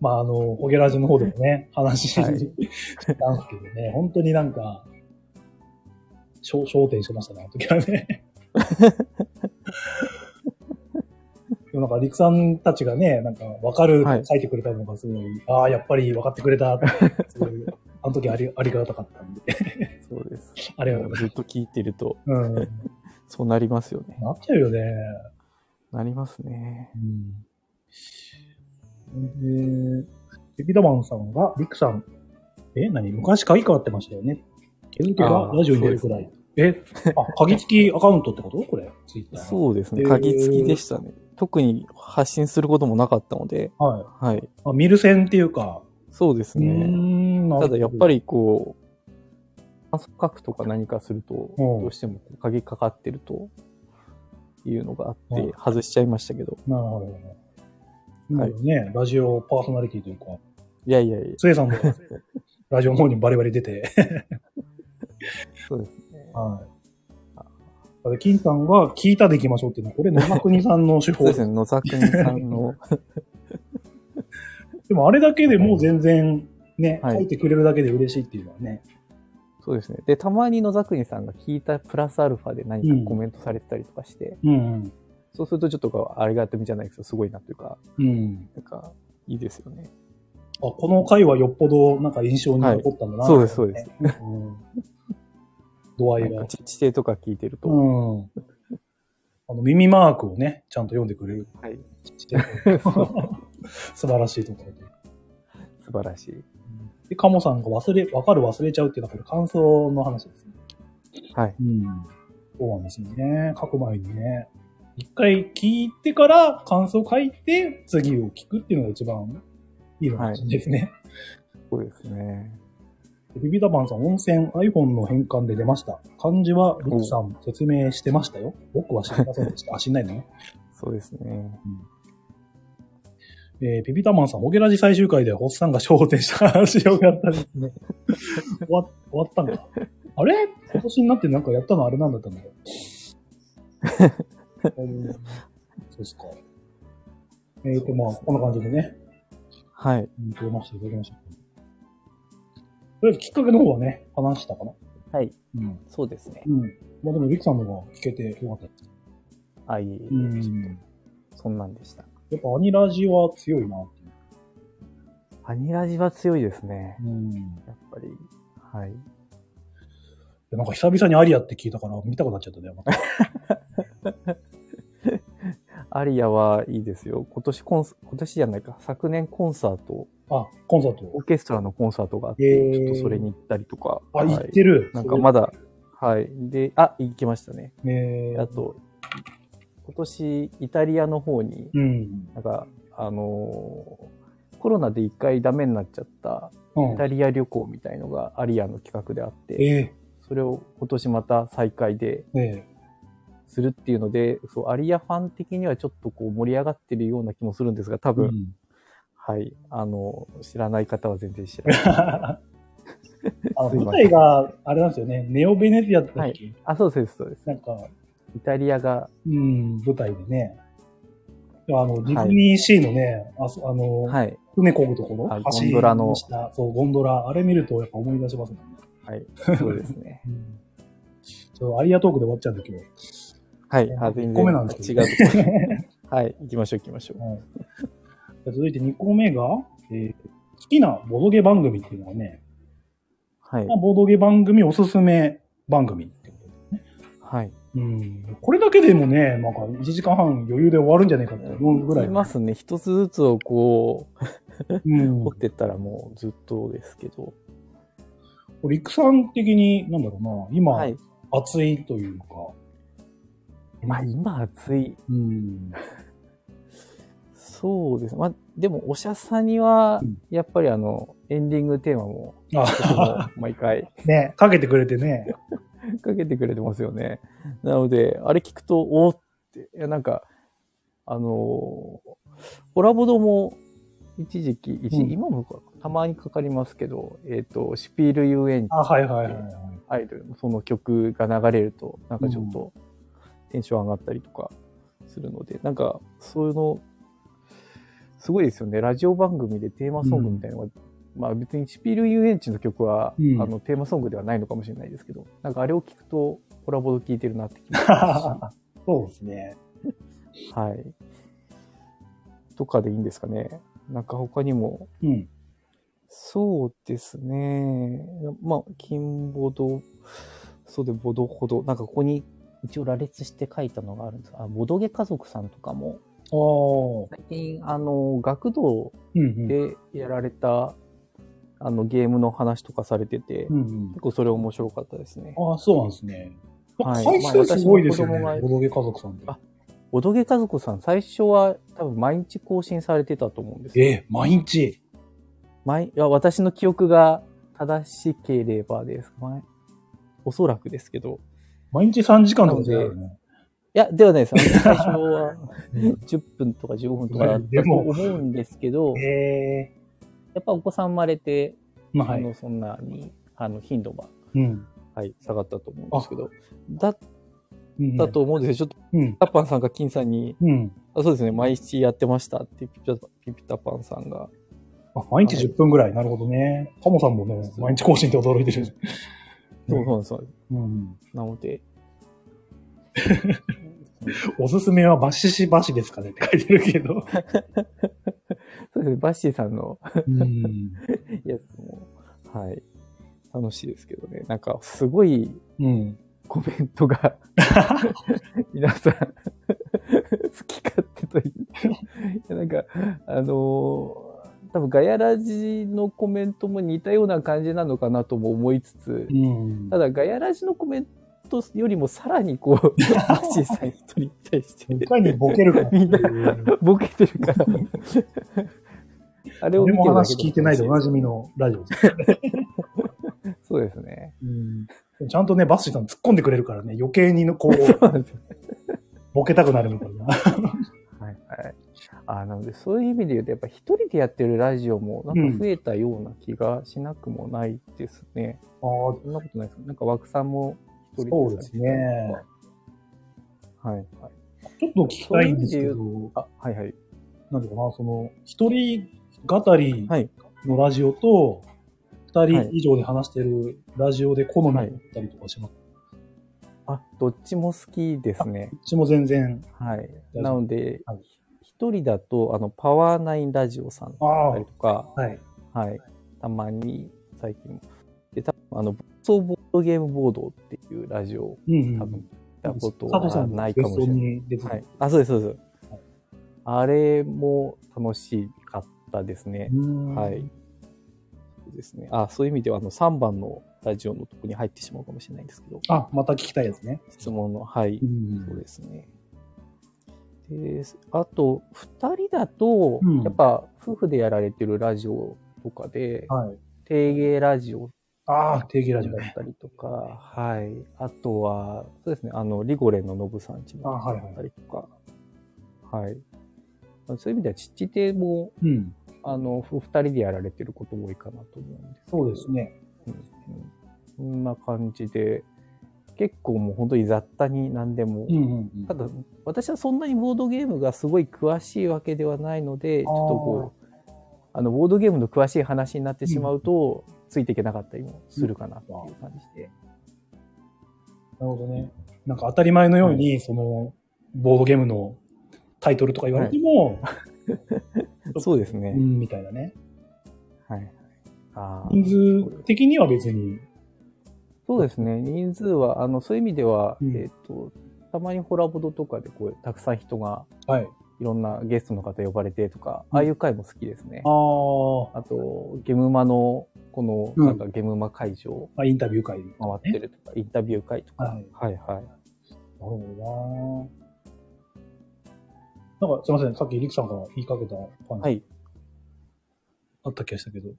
Speaker 1: まあ、あの、ホゲラジの方でもね、話した
Speaker 2: は
Speaker 1: ん
Speaker 2: い
Speaker 1: ですけどね、本当になんか、焦焦点してましたね、あの時は ね。でもなんか、陸さんたちがね、なんか、わかる、
Speaker 2: はい
Speaker 1: 書いてくれたのがすごい、ああ、やっぱり分かってくれた、すごい、あの時ありありがたかったんで、
Speaker 2: そう です。
Speaker 1: ありがとうござい
Speaker 2: ずっと聞いてると、
Speaker 1: ます。うん。
Speaker 2: そうなりますよね。
Speaker 1: なっちゃうよね。
Speaker 2: なりますね。
Speaker 1: うん。で、ビビダマンさんが、リクさん、え、何昔鍵変わってましたよね。気づけば
Speaker 2: あー
Speaker 1: ラジオに出るくらい。え、あ、鍵付きアカウントってことこれ、ツイッター。
Speaker 2: そうです
Speaker 1: え
Speaker 2: ね。
Speaker 1: ー
Speaker 2: 鍵付きでしたね。特に発信することもなかったので、
Speaker 1: はい。
Speaker 2: はい。
Speaker 1: あ、見る線っていうか。
Speaker 2: そうです
Speaker 1: うー
Speaker 2: ね。
Speaker 1: ん、
Speaker 2: ただやっぱ
Speaker 1: り。
Speaker 2: りこう、観測書くとか何かすると、
Speaker 1: うん
Speaker 2: どうしても鍵かかってるというのがあっ
Speaker 1: うん
Speaker 2: て、外しちゃいましたけど、
Speaker 1: なるほどね。今のね、ラジオパーソナリティというか、
Speaker 2: いやいやいや、
Speaker 1: つえさんのラジオの方にバリバリ出て。
Speaker 2: そうですね。
Speaker 1: はい。で、金さんが聞いたでいきましょうっていうのは、これ野田国さんの手
Speaker 2: そう
Speaker 1: 法
Speaker 2: ですね、野沢国さ んの、
Speaker 1: でもあれだけでもう全然ね、
Speaker 2: はい
Speaker 1: 書いてくれるだけで嬉しいっていうのはね。
Speaker 2: そうですね。で、たまに野沢国さんが聞いたプラスアルファで何かコメントされてたりとかして、
Speaker 1: うん
Speaker 2: そうするとちょっとこうありがたみじゃないですけど、すごいなというか、
Speaker 1: うん。うん。
Speaker 2: なんか、いいですよね。
Speaker 1: あ、この回はよっぽどなんか印象に残ったんだな、
Speaker 2: そうです、そうです。
Speaker 1: す。うん、度合い
Speaker 2: なん
Speaker 1: が
Speaker 2: か。地地底とか聞いてると、
Speaker 1: うん。あの、耳マークをね、ちゃんと読んでく れる。
Speaker 2: はい、
Speaker 1: 素晴らしいところで。
Speaker 2: 素晴らしい。
Speaker 1: で、カモさんが忘れ、わかる忘れちゃうっていうのは、これ感想の話ですね。
Speaker 2: はい。
Speaker 1: うん。そうなんですよね。書く前にね。一回聞いてから感想書いて、次を聞くっていうのが一番いいのかもしれないですね。
Speaker 2: そうですね。
Speaker 1: ビビダバンさん、温泉 iPhone の変換で出ました。漢字はルクさん説明してましたよ。僕は知りませんでした。あ、知んないのね。
Speaker 2: そうですね。
Speaker 1: えー、ビビタマンさん、ホゲラジ最終回でホッサンが焦点した話をやったり、ね、終わ終わったんだ。あれ今年になってなんかやったのあれなんだったんだろ う。うんそうですか。えっ、と、まあ、こんな感じでね、
Speaker 2: はい。
Speaker 1: うん撮りましていただきましたけど。とりあえず、きっかけの方はね、話したかな。
Speaker 2: はい。
Speaker 1: うん。
Speaker 2: そうですね。
Speaker 1: うん。まあでも、リクさんの方が聞けてよかったです。
Speaker 2: あ、いえいえ、
Speaker 1: うん。
Speaker 2: そんなんでした。
Speaker 1: やっぱ、アニラジは強いなっていう。
Speaker 2: ハニラジは強いですね。
Speaker 1: うん。
Speaker 2: やっぱり。はい。
Speaker 1: でなんか久々にアリアって聞いたから見たくなっちゃったね、また。
Speaker 2: アリアはいいですよ。今年コンス、今年じゃないか。昨年コンサート、
Speaker 1: あ、コンサー
Speaker 2: オ
Speaker 1: ト。
Speaker 2: ーケストラのコンサートがあって、
Speaker 1: へー
Speaker 2: ちょっとそれに行ったりとか。
Speaker 1: あ、
Speaker 2: はい
Speaker 1: 行ってる。
Speaker 2: なんかまだ、はい。で、あ、行きましたね。
Speaker 1: それ。えー
Speaker 2: あと、今年イタリアの方に、
Speaker 1: うん。
Speaker 2: なんか、あのーコロナで一回ダメになっちゃった
Speaker 1: う
Speaker 2: イ
Speaker 1: ん。
Speaker 2: タリア旅行みたいのがアリアの企画であって、
Speaker 1: え
Speaker 2: それを今年また再開で
Speaker 1: ー、ね
Speaker 2: するっていうので、そう、アリアファン的にはちょっとこう盛り上がってるような気もするんですが、多
Speaker 1: え。う
Speaker 2: 分、
Speaker 1: ん。
Speaker 2: はい、あの、知らない方は全然知らない。
Speaker 1: あの
Speaker 2: すい
Speaker 1: 舞
Speaker 2: ません
Speaker 1: 台が、あれなんですよね、ネオベネズィアだったっけ、
Speaker 2: あ、そうです、そうです。
Speaker 1: なんか、
Speaker 2: イタリアが、
Speaker 1: うん、舞台でね。あの、ディズニーシーのね、あそあの、
Speaker 2: はい、
Speaker 1: 船漕ぐところ、
Speaker 2: あ
Speaker 1: 橋
Speaker 2: ゴンドラの
Speaker 1: 下そう、ゴンドラ。あれ見るとやっぱ思い出しますもんね。
Speaker 2: はい、そうです ね。
Speaker 1: うん。ちょっとアリアトークで終わっちゃうんだけど。
Speaker 2: はい、あ、全
Speaker 1: ご
Speaker 2: 然
Speaker 1: めんなんです
Speaker 2: 違
Speaker 1: け
Speaker 2: う
Speaker 1: ど
Speaker 2: とこはい、行きましょう、行きましょう。
Speaker 1: はい、じゃあ続いて2個目が、えー好きなボドゲ番組っていうのがね、
Speaker 2: はい
Speaker 1: まあ、、ボドゲ番組おすすめ番組ってこと
Speaker 2: はい。
Speaker 1: うん、これだけでもね、なんか1時間半余裕で終わるんじゃないかって思うぐらい。
Speaker 2: いますね。一つずつをこ
Speaker 1: うん
Speaker 2: う、掘。ってったらもうずっとですけど。
Speaker 1: これ、育さん的に、なんだろうな、今、
Speaker 2: はい。
Speaker 1: 熱いというか、
Speaker 2: まあ今暑い。
Speaker 1: うん。
Speaker 2: そうですね。まあでも、おしゃさには
Speaker 1: うん、
Speaker 2: やっぱりあの、エンディングテー マも、とて
Speaker 1: あ、
Speaker 2: も毎回
Speaker 1: ね、かけてくれてね。
Speaker 2: かけてくれてますよね。なので、あれ聞くと、おーって、いやなんか、あのーオラボドも、一時期、一
Speaker 1: うん
Speaker 2: 今もかたまにかかりますけど、えっ、と、シュピール遊園地
Speaker 1: あ、はいはいはい、はい。
Speaker 2: アイドルのその曲が流れると、なんかちょっとテンション上がったりとかするので、なんか、そういうの、すごいですよね。ラジオ番組でテーマソングみたいなのが、まあ別にシュピール遊園地の曲は、
Speaker 1: うん
Speaker 2: あのテーマソングではないのかもしれないですけど、なんかあれを聞くと、コラボで聴いてるなって気がしま
Speaker 1: そうですね。
Speaker 2: す。はい。とかでいいんですかね。なんか他にも、
Speaker 1: うん。
Speaker 2: そうですね。まあ、金ボド、そうで、ボドほど、なんかここに一応羅列して書いたのがあるんですあ、ボドゲ家族さんとかも、
Speaker 1: ああ。
Speaker 2: 最近、あの、学童
Speaker 1: うんうん。
Speaker 2: でやられた、あの、ゲームの話とかされてて、
Speaker 1: うんうん
Speaker 2: 結構それ面白かったですね。
Speaker 1: ああ、そうなんですね。
Speaker 2: はい
Speaker 1: 回数すごいですよね
Speaker 2: まあ私
Speaker 1: ボドゲ
Speaker 2: の子供が。
Speaker 1: 家族さんって。
Speaker 2: あボドゲ家族さん、最初は多分毎日更新されてたと思うんですよ
Speaker 1: ええ、毎日。
Speaker 2: 毎いや私の記憶が正しければです。前おそらくですけど、
Speaker 1: 毎日3時間とかじゃないよね。
Speaker 2: いや、ではないです。あの最初は10分とか15分とかだった
Speaker 1: で
Speaker 2: と
Speaker 1: も
Speaker 2: 思うんですけど、
Speaker 1: ええ
Speaker 2: やっぱお子さん生まれて、
Speaker 1: まあ、は
Speaker 2: あ
Speaker 1: い。
Speaker 2: のそんなにあの頻度は、
Speaker 1: うん。
Speaker 2: はい、下がったと思うんですけど、だっ
Speaker 1: うん
Speaker 2: たと、思うんですよ。ちょっと
Speaker 1: うん。
Speaker 2: タッパンさんが金さんに、
Speaker 1: うん。
Speaker 2: あそうですね、毎日やってましたってピピタピピタパンさんが。
Speaker 1: あ、毎日10分ぐらい。なるほどね。カモさんもね、毎日更新って驚いてる。
Speaker 2: そうそうそう。
Speaker 1: うん。
Speaker 2: なので、
Speaker 1: おすすめはバシシバシですかねって書いてるけど。
Speaker 2: そうですね、バッシーさんの
Speaker 1: うん。
Speaker 2: やつも、はい、楽しいですけどね。なんか、すごい
Speaker 1: うん。
Speaker 2: コメント が皆さん好き勝手といういやなんかあのー多分ガヤラジのコメントも似たような感じなのかなとも思いつつ
Speaker 1: うん
Speaker 2: た。だガヤラジのコメントよりもさらにこうマッシーさん一人に対して
Speaker 1: いかにボケるかってい
Speaker 2: みんな
Speaker 1: う。
Speaker 2: ボケてるから あれを
Speaker 1: 俺
Speaker 2: 見て
Speaker 1: も
Speaker 2: るだ
Speaker 1: 話
Speaker 2: け
Speaker 1: 聞いてないでおなじみのラジオです。
Speaker 2: そうですね
Speaker 1: うん。ちゃんとね、バッシーさん突っ込んでくれるからね、余計にこ
Speaker 2: そう
Speaker 1: う、
Speaker 2: なんですよ
Speaker 1: ボケたくなるみたいな。
Speaker 2: はいはい。あなので、そういう意味で言うと、やっぱ一人でやってるラジオも、なんか増えたような気がしなくもないですね。
Speaker 1: あー
Speaker 2: そんなことないですかなんか枠さんも一
Speaker 1: そ
Speaker 2: 人
Speaker 1: う
Speaker 2: で
Speaker 1: ですね。
Speaker 2: はいはい。
Speaker 1: ちょっと聞きたいんですけど、
Speaker 2: あ、はいはい。
Speaker 1: なんていうかな、その、一人語り
Speaker 2: はい
Speaker 1: のラジオと、二
Speaker 2: は
Speaker 1: 人
Speaker 2: い
Speaker 1: 以上で話してるラジオで好みだったりとかします。
Speaker 2: あ、どっちも好きですね。
Speaker 1: うちも全然、
Speaker 2: はい。なので
Speaker 1: はい、
Speaker 2: 一人だと、あの、パワーナインラジオさんだ
Speaker 1: ああ、
Speaker 2: った
Speaker 1: は
Speaker 2: りとか、
Speaker 1: い。
Speaker 2: はい。たまに、最近も。で、多分あの、暴走ボードゲームボードっていうラジオを
Speaker 1: うん、うん。
Speaker 2: 多分、聞いたこと
Speaker 1: 佐藤さ
Speaker 2: は
Speaker 1: んの
Speaker 2: ないかもしれな
Speaker 1: ゲス
Speaker 2: い。
Speaker 1: トに出て
Speaker 2: はい
Speaker 1: る。、
Speaker 2: あ、そうです、そうです。
Speaker 1: はい
Speaker 2: あれも楽しかったですね。
Speaker 1: うん
Speaker 2: はい。そうですね。あ、そういう意味では、あの、3番のラジオのとこに入ってしまうかもしれないんですけど、
Speaker 1: あ、また聞きたいですね。
Speaker 2: 質問の、はい、
Speaker 1: ん
Speaker 2: そうですね。で、あと、2人だと、
Speaker 1: うん
Speaker 2: やっぱ、夫婦でやられてるラジオとかで、
Speaker 1: はい。
Speaker 2: 定芸ラジオ
Speaker 1: ああ、定義
Speaker 2: だ
Speaker 1: ラ
Speaker 2: っ
Speaker 1: ジオね。
Speaker 2: たりとか、はい。あとは、そうですね、あの、リゴレンのノブさんちも
Speaker 1: あはいはい
Speaker 2: だったりとか、はい。そういう意味では、ちっちても、
Speaker 1: うん。
Speaker 2: あの、ふ二人でやられてること多いかなと思うんですけ
Speaker 1: そ
Speaker 2: ど
Speaker 1: うですね。
Speaker 2: うんうん。そんな感じで、結構もう本当に雑多に何でも、
Speaker 1: うんうんうん。
Speaker 2: ただ、私はそんなにボードゲームがすごい詳しいわけではないので、ちょっとこう、あの、ボードゲームの詳しい話になってしまうと、ついていけなかったりもするかなっていう感じで。
Speaker 1: なるほどね。なんか当たり前のように、その、ボードゲームのタイトルとか言われても、
Speaker 2: そうです
Speaker 1: う
Speaker 2: ね。
Speaker 1: ん、みたいなね。
Speaker 2: はい。あー
Speaker 1: 人数的には別に。
Speaker 2: そうですね。人数は、あの、そういう意味では、
Speaker 1: うん
Speaker 2: えっ、と、たまにホラボドとかで、こう、たくさん人が、
Speaker 1: はい。
Speaker 2: いろんなゲストの方呼ばれてとか、
Speaker 1: うん
Speaker 2: ああいう回も好きですね。
Speaker 1: あ
Speaker 2: あと、ゲムマの、この、
Speaker 1: うん
Speaker 2: なんかゲムマ会場
Speaker 1: あ、インタビュー会。なる
Speaker 2: 回ってるとか、インタビュー会とか。
Speaker 1: はい
Speaker 2: はいはい。
Speaker 1: ほどな。なんかすいません、さっきリクさんから言いかけた感じ、
Speaker 2: はい
Speaker 1: あった気がしたけど。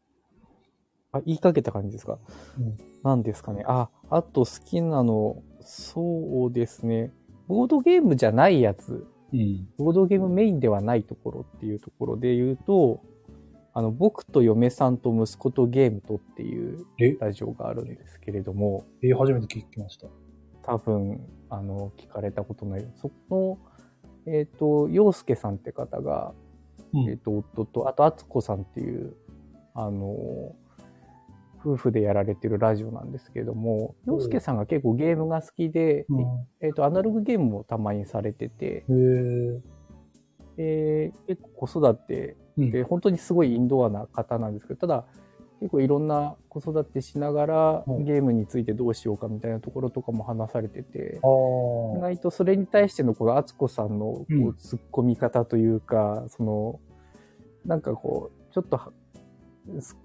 Speaker 2: あ、言いかけた感じですか。
Speaker 1: うん
Speaker 2: なんですかね。あ、あと好きなの、そうですね。ボードゲームじゃないやつ、
Speaker 1: うん。
Speaker 2: ボードゲームメインではないところっていうところで言うと、あの、僕と嫁さんと息子とゲームとっていう
Speaker 1: え
Speaker 2: ラジオがあるんですけれども、
Speaker 1: えー初めて聞きました。
Speaker 2: 多分あの聞かれたことないそこのえっ、と陽介さんって方が、
Speaker 1: うん
Speaker 2: えっと夫とあと敦子さんっていうあの夫婦でやられてるラジオなんですけれども
Speaker 1: うん
Speaker 2: 陽介さんが結構ゲームが好きで、
Speaker 1: うん。
Speaker 2: えっとアナログゲームもたまにされてて、
Speaker 1: へ
Speaker 2: で結構子育て
Speaker 1: え。
Speaker 2: で本当にすごいインドアな方なんですけどただ結構いろんな子育てしながら
Speaker 1: うん
Speaker 2: ゲームについてどうしようかみたいなところとかも話されてて、意
Speaker 1: ああ。
Speaker 2: 外とそれに対してのこの敦子さんのこう
Speaker 1: うん
Speaker 2: 突っ込み方というか、そのなんかこうちょっとは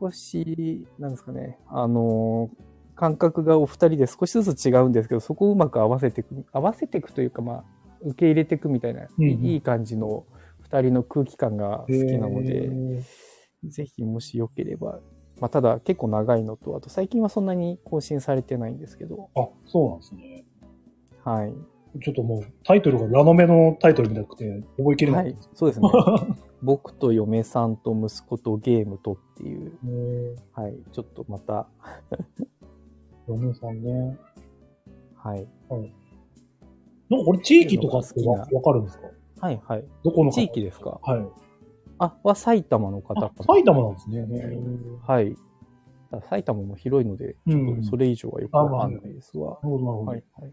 Speaker 2: 少しなんですかねあの感覚がお二人で少しずつ違うんですけどそこをうまく合わせていく合わせていくというかまあ受け入れていくみたいな、
Speaker 1: うんうん
Speaker 2: いい感じの二人の空気感が好きなの
Speaker 1: へ
Speaker 2: で、
Speaker 1: ー
Speaker 2: ぜひもしよければ、まあ、ただ結構長いのとあと最近はそんなに更新されてないんですけど
Speaker 1: あ、そうなんですね。
Speaker 2: はい。
Speaker 1: ちょっともうタイトルがラノベのタイトルみたくて覚えきれな。
Speaker 2: はいい、そう ですね。僕と嫁さんと息子とゲームとっていう、
Speaker 1: えー
Speaker 2: はい、ちょっとまた、
Speaker 1: 嫁さんね。
Speaker 2: はい、
Speaker 1: なんかこれ地域とかってわ
Speaker 2: 好き
Speaker 1: わかるんですか
Speaker 2: はい、はい。
Speaker 1: どこの方
Speaker 2: 地域ですか
Speaker 1: はい。
Speaker 2: あ、は埼玉の方
Speaker 1: あ
Speaker 2: か
Speaker 1: 埼玉なんですね。
Speaker 2: はい。だ埼玉も広いので、
Speaker 1: う
Speaker 2: ちょっ
Speaker 1: ん。
Speaker 2: と
Speaker 1: な
Speaker 2: そ
Speaker 1: る
Speaker 2: れ以上はよくわかんないですわ。
Speaker 1: ほど、なるほど。
Speaker 2: は
Speaker 1: あ
Speaker 2: い、はい。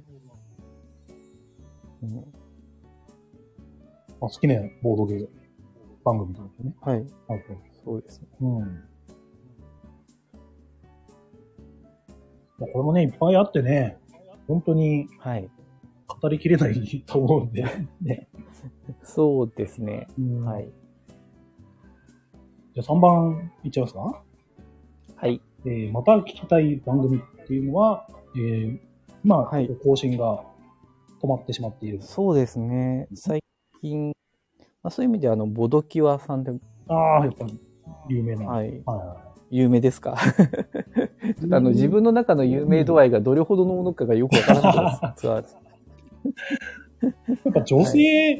Speaker 2: うん
Speaker 1: 好きなボードゲーム番組なんですね。
Speaker 2: はい、
Speaker 1: はいはい
Speaker 2: そうですね。
Speaker 1: うん。まあこれもね、いっぱいあってね、本当に
Speaker 2: はい。
Speaker 1: 語りきれない と思うんで。
Speaker 2: そうですね。
Speaker 1: うん
Speaker 2: はい。
Speaker 1: じゃあ3番いっちゃいますか、
Speaker 2: はい。
Speaker 1: えー、また聞きたい番組っていうのは、えー、まあ、
Speaker 2: はい
Speaker 1: 更新が止まってしまっている。
Speaker 2: そうですね。最近、まあ、そういう意味で、あの、ボドキワさんで、
Speaker 1: ああ、やっぱり有名な。
Speaker 2: はい、
Speaker 1: はいは
Speaker 2: 有名ですか ちょっとあの、
Speaker 1: うん
Speaker 2: 自分の中の有名度合いがどれほどのものかがよくわからなかったです。
Speaker 1: い、やっぱ女性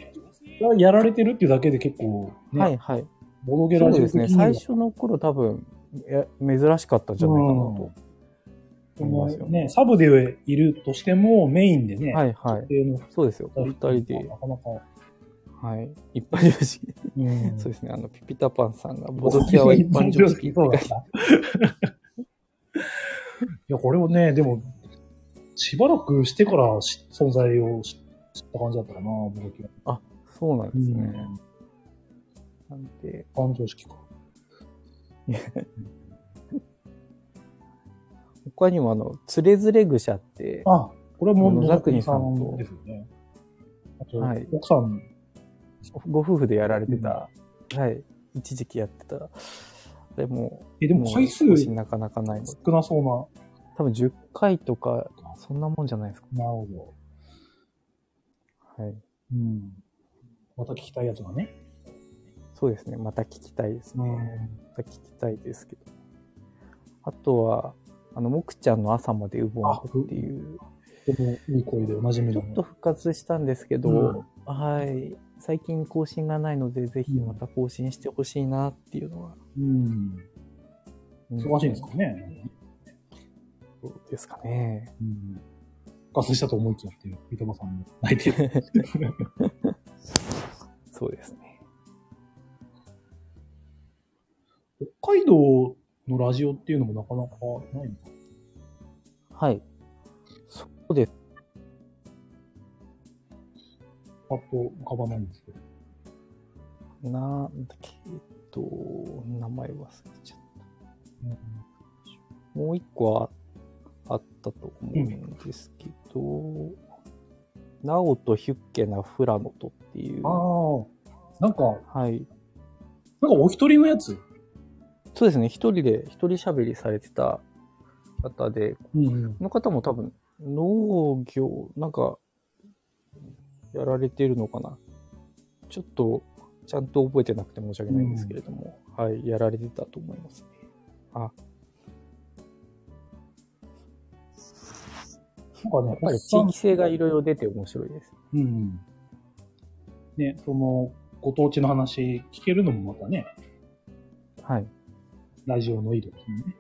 Speaker 1: がやられてるっていうだけで結構、ね、
Speaker 2: はい、はい。
Speaker 1: ボドゲ
Speaker 2: そ
Speaker 1: ラ
Speaker 2: う
Speaker 1: ジオ
Speaker 2: で
Speaker 1: 的
Speaker 2: すね。
Speaker 1: には
Speaker 2: 最初の頃多分、いや珍しかったんじゃないかなと思いますよ
Speaker 1: このね、サブでいるとしてもメインでね、
Speaker 2: はいはい。
Speaker 1: 家庭の
Speaker 2: そうですよ。お二人で、
Speaker 1: なかなか、
Speaker 2: はい。一般常識。
Speaker 1: うん
Speaker 2: そうですね。あの、ピピタパンさんが、ボドキアは一般常識って
Speaker 1: そう
Speaker 2: 書
Speaker 1: だ
Speaker 2: い
Speaker 1: ってた。いや、これをね、でも、しばらくしてからし存在を知知った感じだったかな、僕は。
Speaker 2: そうなんですね。
Speaker 1: うん
Speaker 2: なんで、
Speaker 1: 感情式か。
Speaker 2: 他にもあの、つれづれぐしゃって、
Speaker 1: あ、これはもう
Speaker 2: 野
Speaker 1: 野
Speaker 2: 田
Speaker 1: 国
Speaker 2: 国
Speaker 1: さ
Speaker 2: さんと
Speaker 1: んですよね。あと、
Speaker 2: はい
Speaker 1: 奥さん、
Speaker 2: ご夫婦でやられてた、はい。一時期やってた。でも、
Speaker 1: え、でも
Speaker 2: う
Speaker 1: 回数
Speaker 2: 少しなかなかないので。
Speaker 1: 少なそう
Speaker 2: 多分10回とか、そんなもんじゃないです
Speaker 1: な。なるほど。
Speaker 2: か。はい。
Speaker 1: うん。また聞きたいやつがね。
Speaker 2: そうですね。また聞きたいですね。
Speaker 1: うん。
Speaker 2: また聞きたいですけど。あとは、あの、もくちゃんの朝までうぼんこっていう、
Speaker 1: とてもいい声でおなじみ
Speaker 2: ち
Speaker 1: の
Speaker 2: ょっと復活したんですけど、はい。最近更新がないので、ぜひまた更新してほしいなっていうのは。
Speaker 1: うん。
Speaker 2: う
Speaker 1: 忙しいんですかね。
Speaker 2: そうですかね。
Speaker 1: うん。復活したと思いきやっていう、三笘さんも泣いて る。
Speaker 2: そうですね。
Speaker 1: 北海道のラジオっていうのもなかなかないのか
Speaker 2: はい。そうです。
Speaker 1: パッと浮かばないんですけど。
Speaker 2: なんだっけ、えっと、名前忘れちゃっ
Speaker 1: うん
Speaker 2: た。もう一個はあったと思うんですけど、ナオとヒュッケなフラノとっていう、は
Speaker 1: ああ、なんか、
Speaker 2: い。
Speaker 1: なんかお一人のやつ。
Speaker 2: そうですね、一人で、一人喋りされてた方で、
Speaker 1: うん、うん
Speaker 2: こ。の方も多分、農業、なんか、やられてるのかな。ちょっと、ちゃんと覚えてなくて申し訳ないんですけれども、はい、やられてたと思いますね。あ、
Speaker 1: なんかね、
Speaker 2: やっぱり地
Speaker 1: おっ
Speaker 2: 域性がいろいろ出て面白いです。
Speaker 1: さんうん。ね、その、ご当地の話聞けるのもまたね、
Speaker 2: はい。
Speaker 1: ラジオのいいとこですね。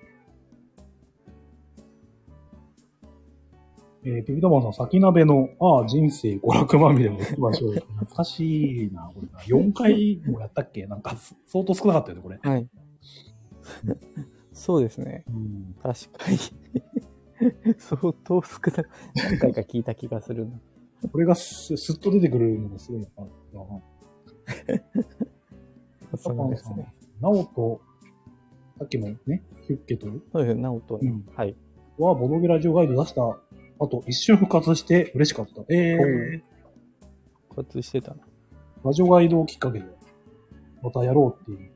Speaker 1: えー、ピピタマンさん、先鍋の、ああ、人生娯楽まみれを行きましょう。懐かしいな、これな。4回もやったっけなんか、相当少なかったよね、これ。
Speaker 2: はい。そうですね。
Speaker 1: うん。
Speaker 2: 確か に。相当少な、何回か聞いた気がするな。
Speaker 1: これがす、すっと出てくるのがすごいな。
Speaker 2: そうですね。
Speaker 1: なおと、さっきのね、ヒュッケと
Speaker 2: そうですね、ナオとね、
Speaker 1: うん
Speaker 2: はい。
Speaker 1: は、ボドゲラジオガイド出した後、一瞬復活して嬉しかった。えー、
Speaker 2: 復活してたな。
Speaker 1: ラジオガイドをきっかけで、またやろうっていう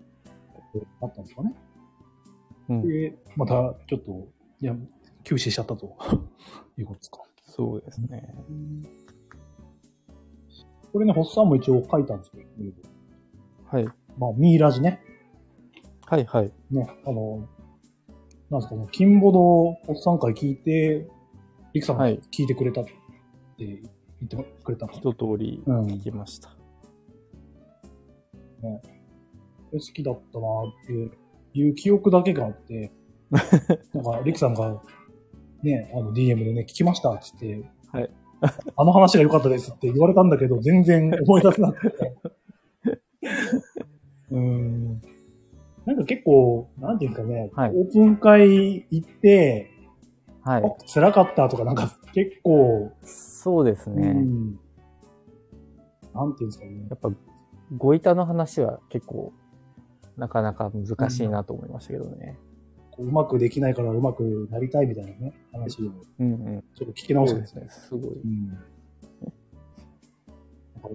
Speaker 1: ことだったんですかね。
Speaker 2: うん。
Speaker 1: で、またちょっと、いや、休止しちゃったと いうことですか。
Speaker 2: そうですね。
Speaker 1: これね、ホッサンも一応書いたんですけど、
Speaker 2: はい。
Speaker 1: まあ、ミイラジね。
Speaker 2: はいはい。
Speaker 1: ね、あの、なんですかね、金ボドホッサン会聞いて、リクさんが
Speaker 2: はい
Speaker 1: 聞いてくれたって言言ってくれたの。
Speaker 2: 一通り
Speaker 1: うん。
Speaker 2: 聞きました。
Speaker 1: 好きだったなーっていう記憶だけがあ って、なんか、リクさんが、ね、あの DM でね、聞きましたっつって、
Speaker 2: はい。
Speaker 1: あの話が良かったですって言われたんだけど、全然思い出せなく て。うん。なんか結構、なんていうんですかね、
Speaker 2: はい
Speaker 1: オープン会行って、
Speaker 2: はい。
Speaker 1: あ辛かったとか、なんか結構、
Speaker 2: そうですね。
Speaker 1: うん。なんていうんですかね。
Speaker 2: やっぱ、ご板の話は結構、なかなか難しいなと思いましたけどね。
Speaker 1: こううまくできないからうまくなりたいみたいなね、話を
Speaker 2: うんうん。
Speaker 1: ちょっと聞き直し
Speaker 2: そ
Speaker 1: て
Speaker 2: う
Speaker 1: で
Speaker 2: ですす
Speaker 1: ね。
Speaker 2: ね。すごい。
Speaker 1: うん。なんか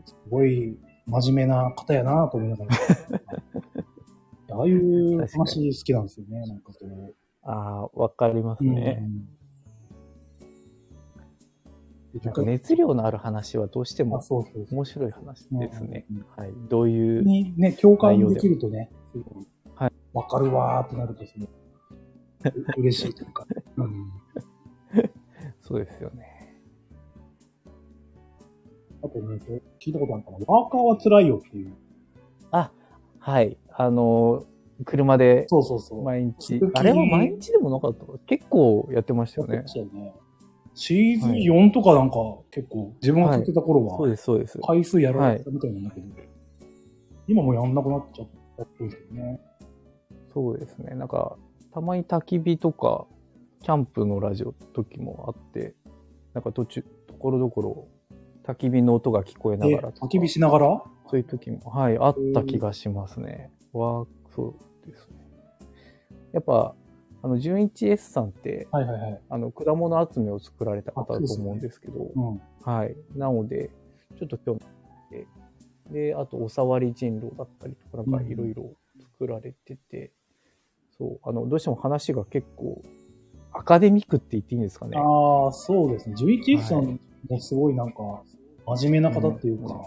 Speaker 1: すごい真面目な方やなと思いなが ら。ああいう話好きなんですよね、なんかこう。
Speaker 2: ああ、わかります
Speaker 1: う
Speaker 2: ね。
Speaker 1: んで
Speaker 2: なんか熱量のある話はどうして
Speaker 1: あ、
Speaker 2: も
Speaker 1: そうそうそう。
Speaker 2: 面白い話ですね
Speaker 1: うん。
Speaker 2: はい。どういう、
Speaker 1: にね、共感できるとね、
Speaker 2: はい
Speaker 1: わかるわーってなると、その、う嬉しいというか。うん
Speaker 2: そうですよね。
Speaker 1: あとね、聞いたことあるかな。ワーカーは辛いよっていう。
Speaker 2: はい。あの、車で
Speaker 1: そうそうそう。
Speaker 2: 毎日
Speaker 1: 好、き
Speaker 2: あれは毎日でもなかったか結構やってましたよね。
Speaker 1: そうだよね。シーズン4とかなんか結構、自分が聞いてた頃
Speaker 2: そう
Speaker 1: は、
Speaker 2: です、そうです。
Speaker 1: 回数やられてたみたいなんだけど、今もうやんなくなっちゃったっぽいですよね。
Speaker 2: そうですね。なんか、たまに焚き火とか、キャンプのラジオの時もあって、なんか途中、ところどころ、焚き火の音が聞こえな
Speaker 1: で、
Speaker 2: がらとか
Speaker 1: 焚き火しながら
Speaker 2: そういう時も、はい、あった気がしますね。わーそうですね。やっぱ、あの、11S さんって、
Speaker 1: はいはいはい。
Speaker 2: あの、果物集めを作られた方
Speaker 1: あそう
Speaker 2: だ
Speaker 1: です
Speaker 2: と
Speaker 1: ね
Speaker 2: 思うんですけど、
Speaker 1: うん。
Speaker 2: はい。なので、ちょっと興味があって、で、あと、おさわり人狼だったりとか、なん
Speaker 1: うん
Speaker 2: かいろいろ作られてて、そう、あの、どうしても話が結構、アカデミックって言っていいんですかね。
Speaker 1: ああ、そうですね。11さ
Speaker 2: は
Speaker 1: んもすごいなんか、真面目な方っていうか、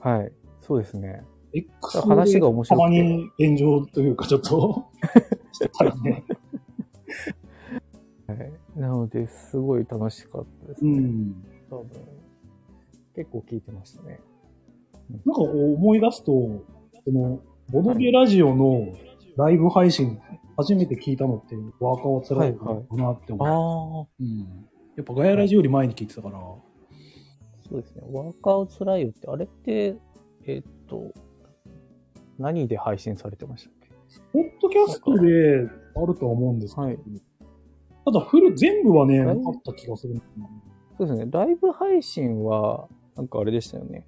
Speaker 2: はい。そうですね。
Speaker 1: X
Speaker 2: 話が面白くて
Speaker 1: たまに炎上というか、ちょっ と、してたらね。
Speaker 2: はい。なので、すごい楽しかったです
Speaker 1: う
Speaker 2: ね。
Speaker 1: ん。
Speaker 2: 多分、結構聞いてましたね。
Speaker 1: なんかこう思い出すと、この、ボドゲラジオのライブ配信、初めて聞いたのって、ワーカーは辛いかなって思う。
Speaker 2: ああ、そ
Speaker 1: うん、やっぱガヤラジより前に聞いてたから、
Speaker 2: うですね。ワーカーをつらいよって、あれって、えーっと、何で配信されてましたっ
Speaker 1: ポッドキャストであるとは思うんです
Speaker 2: け
Speaker 1: けど、
Speaker 2: はい。
Speaker 1: ただフル、全部はね、
Speaker 2: は
Speaker 1: ないかった気がするんだよね
Speaker 2: そうですね。ライブ配信は、なんかあれでしたよね。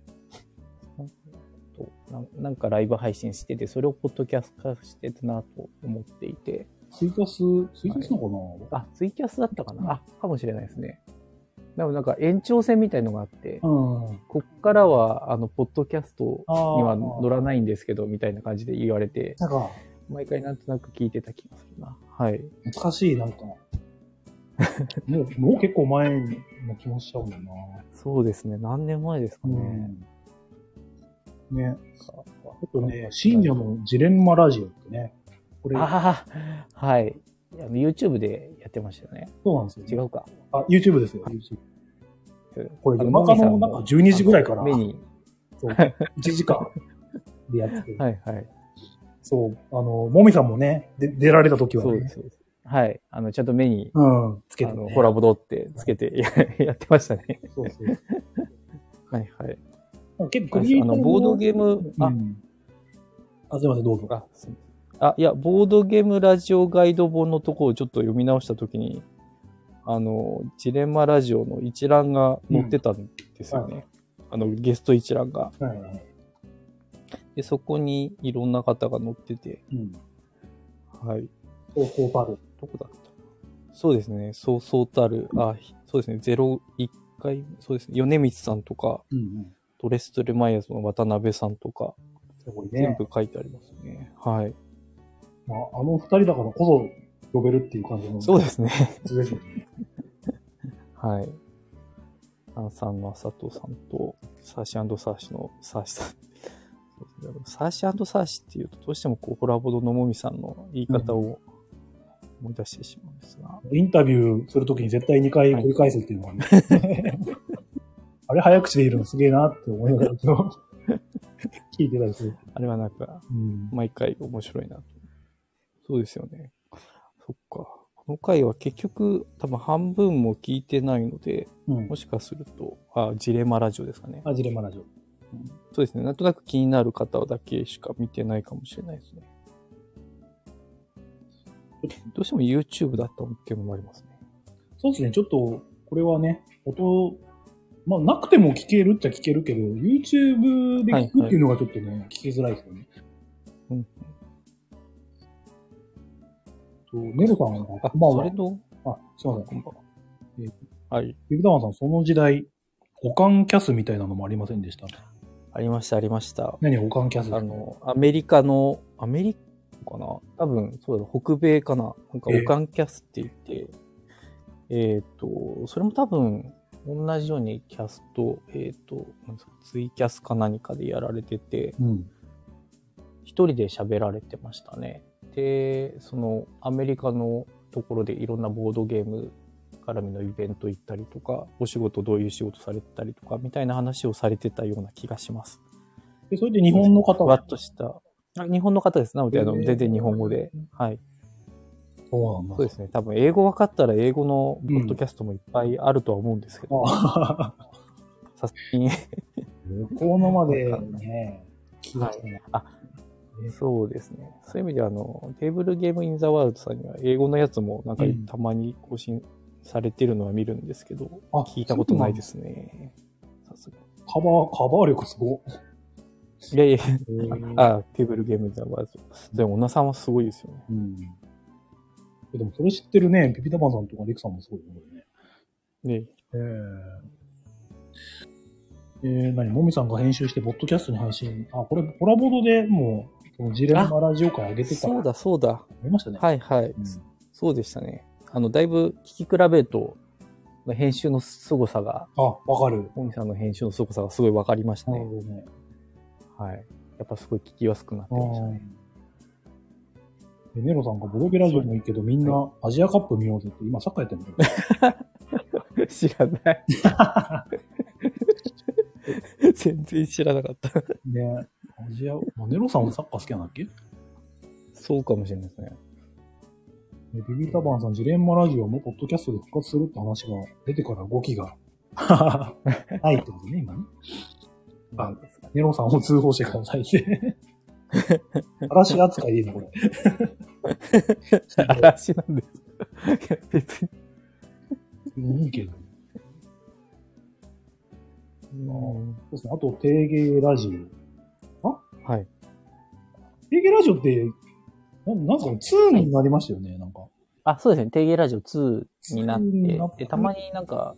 Speaker 2: なんかとなんなんかライブ配信してて、それをポッドキャスト化してたなと思っていて。
Speaker 1: ツイキャス、ツイキャスなのかな、
Speaker 2: あ、ツイキャスだったかなあ、かもしれないですね。でもなんか延長戦みたいのがあって、
Speaker 1: うん。
Speaker 2: こっからは、あの、ポッドキャスト
Speaker 1: ああ。
Speaker 2: には乗らないんですけど、みたいな感じで言われて、
Speaker 1: なんか、
Speaker 2: 毎回なんとなく聞いてた気がするな。はい。
Speaker 1: 懐かしい、なんか。もう、もう結構前な気もしちゃうんだよな。
Speaker 2: そうですね。何年前ですかね。
Speaker 1: うん、ね。
Speaker 2: なんか
Speaker 1: あとね、深夜のジレンマラジオってね、これ、
Speaker 2: ああ、はい。あの、YouTube でやってましたよね。
Speaker 1: そうなんですよ、
Speaker 2: 違うか。
Speaker 1: あ、YouTube ですよ、YouTube。これ、
Speaker 2: あ
Speaker 1: 夜
Speaker 2: の
Speaker 1: 中の
Speaker 2: モミさ
Speaker 1: なんか12時ぐらいから、
Speaker 2: 目に。
Speaker 1: そう1時 間でやってて、
Speaker 2: はいはい。
Speaker 1: そう、あの、もみさんもね、で出られた時は
Speaker 2: そ
Speaker 1: ね、
Speaker 2: うです。そうですはい。あの、ちゃんと目に、
Speaker 1: うん、つけ
Speaker 2: あ
Speaker 1: て、
Speaker 2: の、
Speaker 1: ね、
Speaker 2: コラボドってつけてや やってましたね。
Speaker 1: そうそう。なん
Speaker 2: はいはい。
Speaker 1: か結構クリエイ
Speaker 2: あ
Speaker 1: ター
Speaker 2: の、ボードゲーム、
Speaker 1: あ、
Speaker 2: あ
Speaker 1: う、んあ、すいません、どうぞ。
Speaker 2: あ、すいませんあ、いや、ボードゲームラジオガイド本のとこをちょっと読み直したときに、あの、ジレンマラジオの一覧が載ってたんですよね。あの、ゲスト一覧が。
Speaker 1: はいはいはい
Speaker 2: で、そこにいろんな方が載ってて、
Speaker 1: うん。
Speaker 2: はい。
Speaker 1: 投稿パル。
Speaker 2: どこだったそうですね、そうそうたる、あ、ひそうですね、ゼロ一回、そうですね、米光さんとか、
Speaker 1: うんうん。
Speaker 2: トレストレマイヤーズの渡辺さんとか、
Speaker 1: すごい
Speaker 2: 全
Speaker 1: ね。
Speaker 2: 部書いてありますね。はい。
Speaker 1: まあ、あの二人だからこそ呼べるっていう感じの
Speaker 2: そうですね。
Speaker 1: ですよね。
Speaker 2: はい。アンさんの佐藤さんと、サーシーサーシのサーシさん。 そうですねサーシーサーシっていうと、どうしてもこう、ホラボドのもみさんの言い方を思い出してしまうんですが。
Speaker 1: インタビューするときに絶対2回繰り返すっていうのがね、 あれ早口でいるのすげえなって思いながら、 聞いてたりする。
Speaker 2: あれはなんか、
Speaker 1: うん。
Speaker 2: 毎回面白いなと。そうですよね。そっか。この回は結局、多分半分も聞いてないので、
Speaker 1: うん
Speaker 2: も。しかすると、あ、ジレマラジオですかね。
Speaker 1: あ、ジレマラジオ。
Speaker 2: そうですね。なんとなく気になる方だけしか見てないかもしれない ですね。どうしても YouTube だったっていうのもありますね。
Speaker 1: そうですね、ちょっと、これはね、音、まあ、なくても聞けるっちゃ聞けるけど、YouTube で聞くっていうのがちょっとね、聞きづらいですよね。
Speaker 2: うん。
Speaker 1: と、ネルさんは、
Speaker 2: あ、
Speaker 1: まあ、
Speaker 2: それの、
Speaker 1: あ、すいません。
Speaker 2: こんばんは
Speaker 1: え。
Speaker 2: はい。
Speaker 1: ゆきたまさん、その時代、おかんキャスみたいなのもありませんでした。
Speaker 2: ありました、ありました。
Speaker 1: 何おかんキャス
Speaker 2: あ、の、アメリカの、アメリカかな多分、そうだろう、北米かななんか、
Speaker 1: ええ
Speaker 2: オカンキャスって言って、えっ、と、それも多分、同じようにキャスト、えっ、と、なんですかツイキャスか何かでやられてて、
Speaker 1: うん。
Speaker 2: 一人で喋られてましたね。で、そのアメリカのところでいろんなボードゲーム絡みのイベント行ったりとか、お仕事どういう仕事されてたりとか、みたいな話をされてたような気がします。
Speaker 1: で、それで日本の方は、
Speaker 2: わっとした。あ日本の方です。なので、あの、
Speaker 1: えー
Speaker 2: 全然日本語で。はい。
Speaker 1: そうなんだ。
Speaker 2: そうですね。多分、英語分かったら英語のポッドキャストもいっぱいあるとは思うんですけど、
Speaker 1: ああ
Speaker 2: さすがに。
Speaker 1: 向 こうのまでね、聞きましたね。
Speaker 2: そうですね。そういう意味では、あの、テーブルゲームインザワールドさんには、英語のやつも、なんか
Speaker 1: うん、
Speaker 2: たまに更新されてるのは見るんですけど、
Speaker 1: あ。
Speaker 2: 聞いたことないですすね。さすが
Speaker 1: カバー、カバー力すごっ。
Speaker 2: いやいや、
Speaker 1: あ、
Speaker 2: あ、テーブルゲームインザワールド。でも、小野さんはすごいですよね。
Speaker 1: うん。でもそれ知ってるね、ピピタパンさんとかリクさんもすごいよね。
Speaker 2: ね
Speaker 1: えええー、何もみさんが編集して、ポッドキャストに配信。あ、これ、コラボードでもう、このジレンマラジオ会上げてた。
Speaker 2: そう。だ、そうだ。
Speaker 1: 見ましたね。
Speaker 2: はいはい。
Speaker 1: うん
Speaker 2: そうでしたね。あの、だいぶ聞き比べると、編集の凄さが、
Speaker 1: あ、わかる。
Speaker 2: 小野さんの編集の凄さがすごい分かりました
Speaker 1: なる
Speaker 2: ね。
Speaker 1: ほどね。
Speaker 2: はい。やっぱすごい聞きやすくなってましたね。
Speaker 1: でネロさんがボドゲラジオもいいけど、みんなアジアカップ見ようぜって、今サッカーやってんの
Speaker 2: 知らない。全然知らなかった。
Speaker 1: ねアジア、まあネロさんはサッカー好きなんだっけ
Speaker 2: そうかもしれないですね。
Speaker 1: ねビビタバンさん、ジレンマラジオもポッドキャストで復活するって話が出てから動き がないってことね、今ね。あネロさんを通報してください って。嵐扱いでいいの、これ。
Speaker 2: 嵐なんです。いや、別に。
Speaker 1: いいけど。そう
Speaker 2: は
Speaker 1: ですね。あと、定芸ラジオ。
Speaker 2: い。
Speaker 1: 定芸ラジオって、なんなんすか、2になりましたよね、なんか。
Speaker 2: あ、そうですね。定芸ラジオ2にな
Speaker 1: 2になっ
Speaker 2: ってて、で、たまになんか、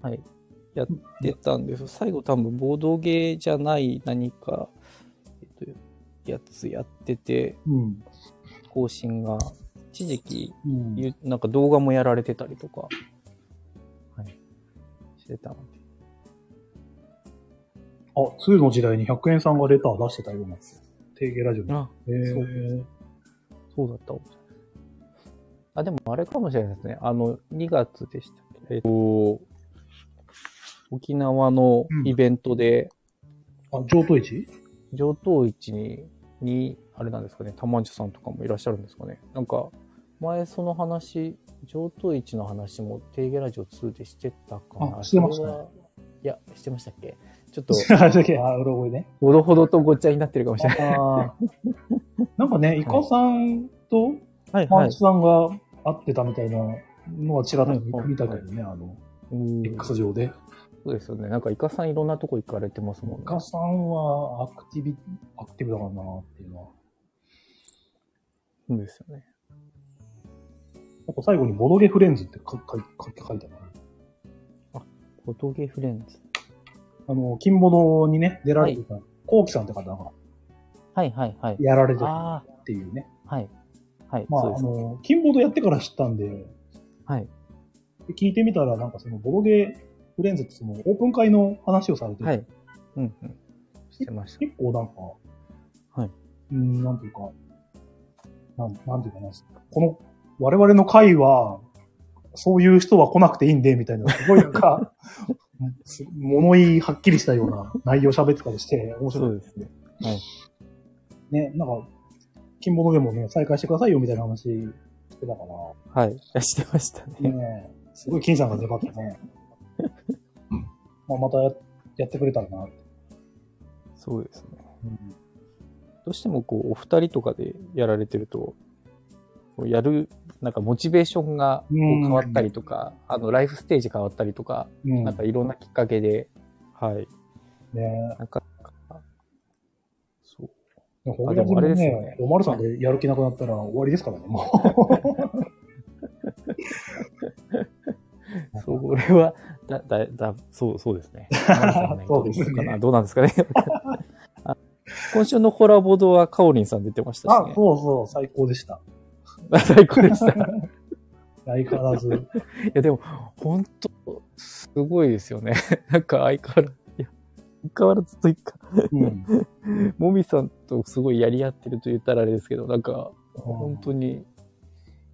Speaker 2: はい、やってたんですよ。最後多分、ボードゲーじゃない何か、えっと、やつやってて、
Speaker 1: うん。
Speaker 2: 更新が、一時期、
Speaker 1: うん
Speaker 2: ゆなんか動画もやられてたりとか、はい、してたので。
Speaker 1: あ、2の時代に100円さんがレター出してたような。定芸ラジオに。
Speaker 2: あ、
Speaker 1: へー
Speaker 2: そうそうだったかもしれないあ、でもあれかもしれないですね。あの、2月でしたっけえっと、沖縄のイベントで、
Speaker 1: あ、上都市
Speaker 2: 上等市に、に、あれなんですかね、玉内さんとかもいらっしゃるんですかね。なんか、前その話、上等市の話も、テーゲラジオ2でしてたかな。
Speaker 1: あしてましたね
Speaker 2: それはいや、してましたっけち ょっと、
Speaker 1: あ、だけ、あ、うろ覚えね。
Speaker 2: ほどほどとごっちゃになってるかもしれない。
Speaker 1: あーなんかね、イカさんと
Speaker 2: はい
Speaker 1: パンチさんが会ってたみたいなのはちらっと見たけどね、あの、
Speaker 2: うん、
Speaker 1: X 上で。
Speaker 2: そうですよね。なんか、イカさんいろんなとこ行かれてますもん
Speaker 1: イ
Speaker 2: ね。
Speaker 1: カさんはアクティビ、アクティブだからなっていうのは。
Speaker 2: そうですよね。
Speaker 1: なんか最後にボドゲフレンズって書書い書い書いてある
Speaker 2: フォトゲフレンズ。
Speaker 1: あの、金ボドにね、出られてた、コウキさんって方が
Speaker 2: はいはいはい。
Speaker 1: やられてた
Speaker 2: あ
Speaker 1: っていうね。
Speaker 2: あ、はい。はい、
Speaker 1: ま
Speaker 2: そ
Speaker 1: あ、
Speaker 2: うで
Speaker 1: あ
Speaker 2: す。
Speaker 1: の、金ボドやってから知ったんで、
Speaker 2: はい。
Speaker 1: で聞いてみたら、なんかそのボドゲフレンズってそのオープン会の話をされてて、
Speaker 2: はい。うんうん。してました。
Speaker 1: 結構なんか、
Speaker 2: はいう
Speaker 1: ーん、なんていうか、なん、なんていうかな、この、我々の会は、そういう人は来なくていいんで、みたいな、すごいなんか、 す物言いはっきりしたような内容喋ってたりして、面白い。
Speaker 2: うですね。はい。
Speaker 1: ね、なんか、金ボドでもね、再開してくださいよ、みたいな話してたか
Speaker 2: はい。 出してました
Speaker 1: ら、
Speaker 2: ね。
Speaker 1: ね、すごい金さんが出かった ね。まあ、またややってくれたらな、
Speaker 2: そうですね。どうしてもこう、お二人とかでやられてると、こうやる、なんかモチベーションがこう
Speaker 1: うん
Speaker 2: 変わったりとか、あの、ライフステージ変わったりとか、
Speaker 1: うん。
Speaker 2: なんかいろんなきっかけで、はい。
Speaker 1: ね
Speaker 2: なんか、そう。
Speaker 1: ほ
Speaker 2: あでもあれですよね
Speaker 1: おまるさんでやる気なくなったら終わりですからね、もう。
Speaker 2: それは、だ、だ、だ、そう、そうですね。
Speaker 1: そうですね
Speaker 2: かなどうなんですかね。 あ今週のコラボドはカオリンさん出てました し
Speaker 1: あ、
Speaker 2: ね。
Speaker 1: そうそう、最高でした。
Speaker 2: 最高でした。い
Speaker 1: 相変わらず。
Speaker 2: や、でも、本当すごいですよね。 なんか相変わらず、いや、相変わらずというか、
Speaker 1: うん。
Speaker 2: もみさんとすごいやり合ってると言ったらあれですけど、なんか、本当に、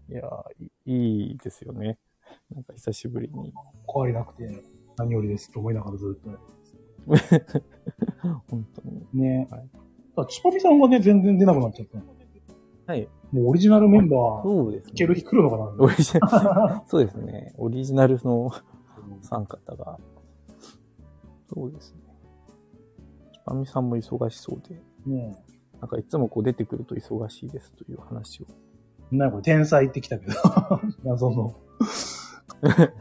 Speaker 2: いや、いいいですよね。なんか久しぶりに。
Speaker 1: 変わりなくて、何よりですと思いながらずっと。
Speaker 2: 本当に。
Speaker 1: ね。
Speaker 2: はい
Speaker 1: あチパミさんがね、全然出なくなっちゃったの
Speaker 2: はい。
Speaker 1: もうオリジナルメンバー、
Speaker 2: そうですね。
Speaker 1: いける日来るのか
Speaker 2: オ
Speaker 1: な
Speaker 2: リジナル そうですね。オリジナルのお三方が。そうですね。ちぱみさんも忙しそうで、
Speaker 1: ね
Speaker 2: なんかいつもこう出てくると忙しいですという話を。
Speaker 1: えなんかこれ天才ってきたけど、 謎の。
Speaker 2: わ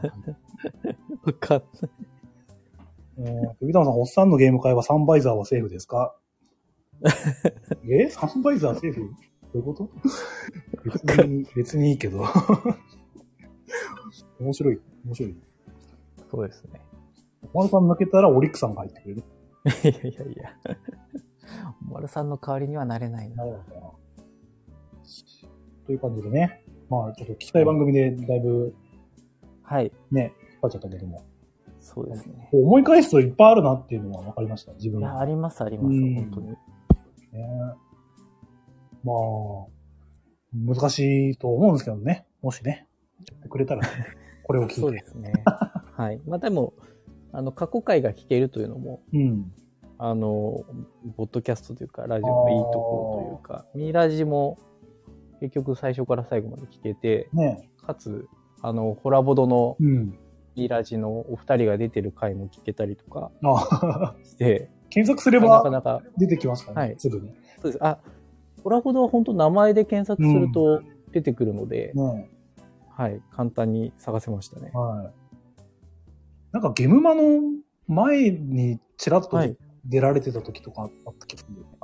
Speaker 2: かんない
Speaker 1: えー、ビタマさん、おっさんのゲーム会はサンバイザーはセーフですかえサンバイザーセーフどういうこと別に、別にいいけど。面白い、面白い。
Speaker 2: そうですね。
Speaker 1: おまるさん抜けたらオリックさんが入ってくれる。
Speaker 2: いやいやいや。 おまるさんの代わりにはなれないな。
Speaker 1: なるほどな。という感じでね。まあ、ちょっと聞きたい番組でだいぶ
Speaker 2: はい。
Speaker 1: ね、引っ張っちゃったけども。
Speaker 2: そうですね。
Speaker 1: 思い返すといっぱいあるなっていうのは分かりました、自分
Speaker 2: い
Speaker 1: で
Speaker 2: や、ありますあります。
Speaker 1: うん
Speaker 2: 本当に。
Speaker 1: ね。まあ、難しいと思うんですけどね。もしね、やってくれたら、 ね、これを
Speaker 2: そ
Speaker 1: 聞
Speaker 2: う
Speaker 1: いて。
Speaker 2: ですね。はい。まあでも、あの、過去回が聞けるというのも、
Speaker 1: うん。
Speaker 2: あの、ポッドキャストというか、ラジオのいいところというか、ミラジも結局最初から最後まで聞けて、
Speaker 1: ね
Speaker 2: かつ、あの、ホラボドの
Speaker 1: うん。
Speaker 2: ミラジのお二人が出てる回も聞けたりとか
Speaker 1: あ
Speaker 2: して、
Speaker 1: 検索すれ
Speaker 2: なか
Speaker 1: ば
Speaker 2: なか、
Speaker 1: 出てきますからね、
Speaker 2: はい
Speaker 1: すぐに。
Speaker 2: そうです。あ、ホラボドは本当名前で検索すると出てくるので、
Speaker 1: ね
Speaker 2: はい、簡単に探せましたね。
Speaker 1: はい。なんかゲムマの前にちらっと
Speaker 2: はい
Speaker 1: 出られてた時とかあった気がするんだよね。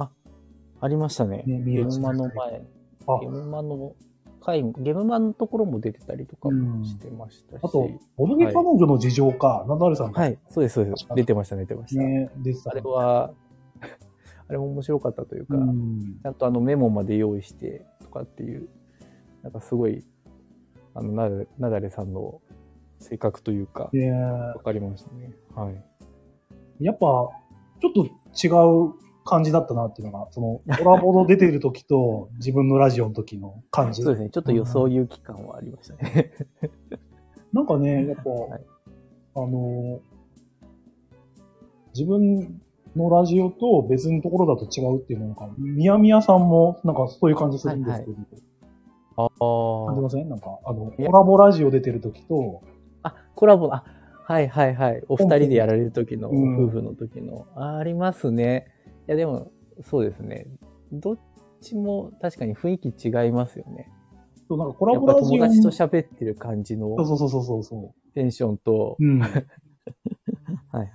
Speaker 2: ありましたね。
Speaker 1: ねミ
Speaker 2: ゲ
Speaker 1: ラ
Speaker 2: ム
Speaker 1: ジ
Speaker 2: マの前、
Speaker 1: あ
Speaker 2: ゲムマの回も、ゲムマのところも出てたりとかもしてましたし。
Speaker 1: あと、ボドゲ彼女の事情か、ナダルさんが
Speaker 2: はい、そうです、そうです。出てました、出てました。
Speaker 1: ね、出てた
Speaker 2: あ
Speaker 1: ね
Speaker 2: れは、 あれも面白かったというか、
Speaker 1: うん
Speaker 2: ちゃんとあのメモまで用意してとかっていう、なんかすごい、あの、なだなだれさんの性格というか、
Speaker 1: ね
Speaker 2: わかりましたね。はい。
Speaker 1: やっぱ、ちょっと違う感じだったなっていうのが、その、コラボの出てる時 と、自分のラジオの時の感じ。
Speaker 2: そうですね。ちょっと予想有機感はありましたね。
Speaker 1: なんかね、やっぱ、
Speaker 2: はい
Speaker 1: あのー、自分のラジオと別のところだと違うっていうのが、みやみやさんも、なんかそういう感じするんですけど、
Speaker 2: ああ
Speaker 1: 感じませんなんか、あの、
Speaker 2: いや
Speaker 1: コラボラジオ出てる時と、
Speaker 2: あ、コラボ、あ、はいはいはい。お二人でやられる時の、
Speaker 1: うん
Speaker 2: 夫婦の時の、あありますね。いや、でも、そうですね。どっちも確かに雰囲気違いますよね。
Speaker 1: そうなんかコラ
Speaker 2: やっ
Speaker 1: ボ
Speaker 2: ぱ
Speaker 1: ラジオ
Speaker 2: 友達と
Speaker 1: の、
Speaker 2: 喋ってる感じの
Speaker 1: そうそうそうそうそ
Speaker 2: テンションと
Speaker 1: う。、うん。
Speaker 2: はいはい。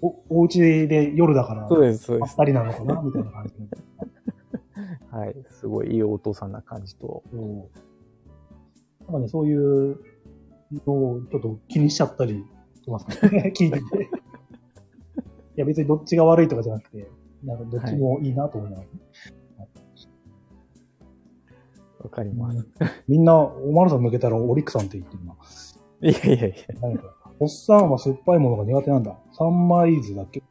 Speaker 1: お、お家で夜だから、
Speaker 2: そうです、そう
Speaker 1: あ
Speaker 2: で
Speaker 1: っ
Speaker 2: す。
Speaker 1: たりなのかなみたいな感じで。
Speaker 2: はい。すごいいいお父さんな感じと。
Speaker 1: そう。なんかね、そういうのをちょっと気にしちゃったりしてます ね。聞いてて。いや、別にどっちが悪いとかじゃなくて、なんかどっちもいいなと思いながら。
Speaker 2: わかります。
Speaker 1: みんな、おまるさん抜けたらオリックさんって言ってるな。
Speaker 2: いやいやいや。
Speaker 1: 何かおっさんは酸っぱいものが苦手なんだ。サンマイズだっけ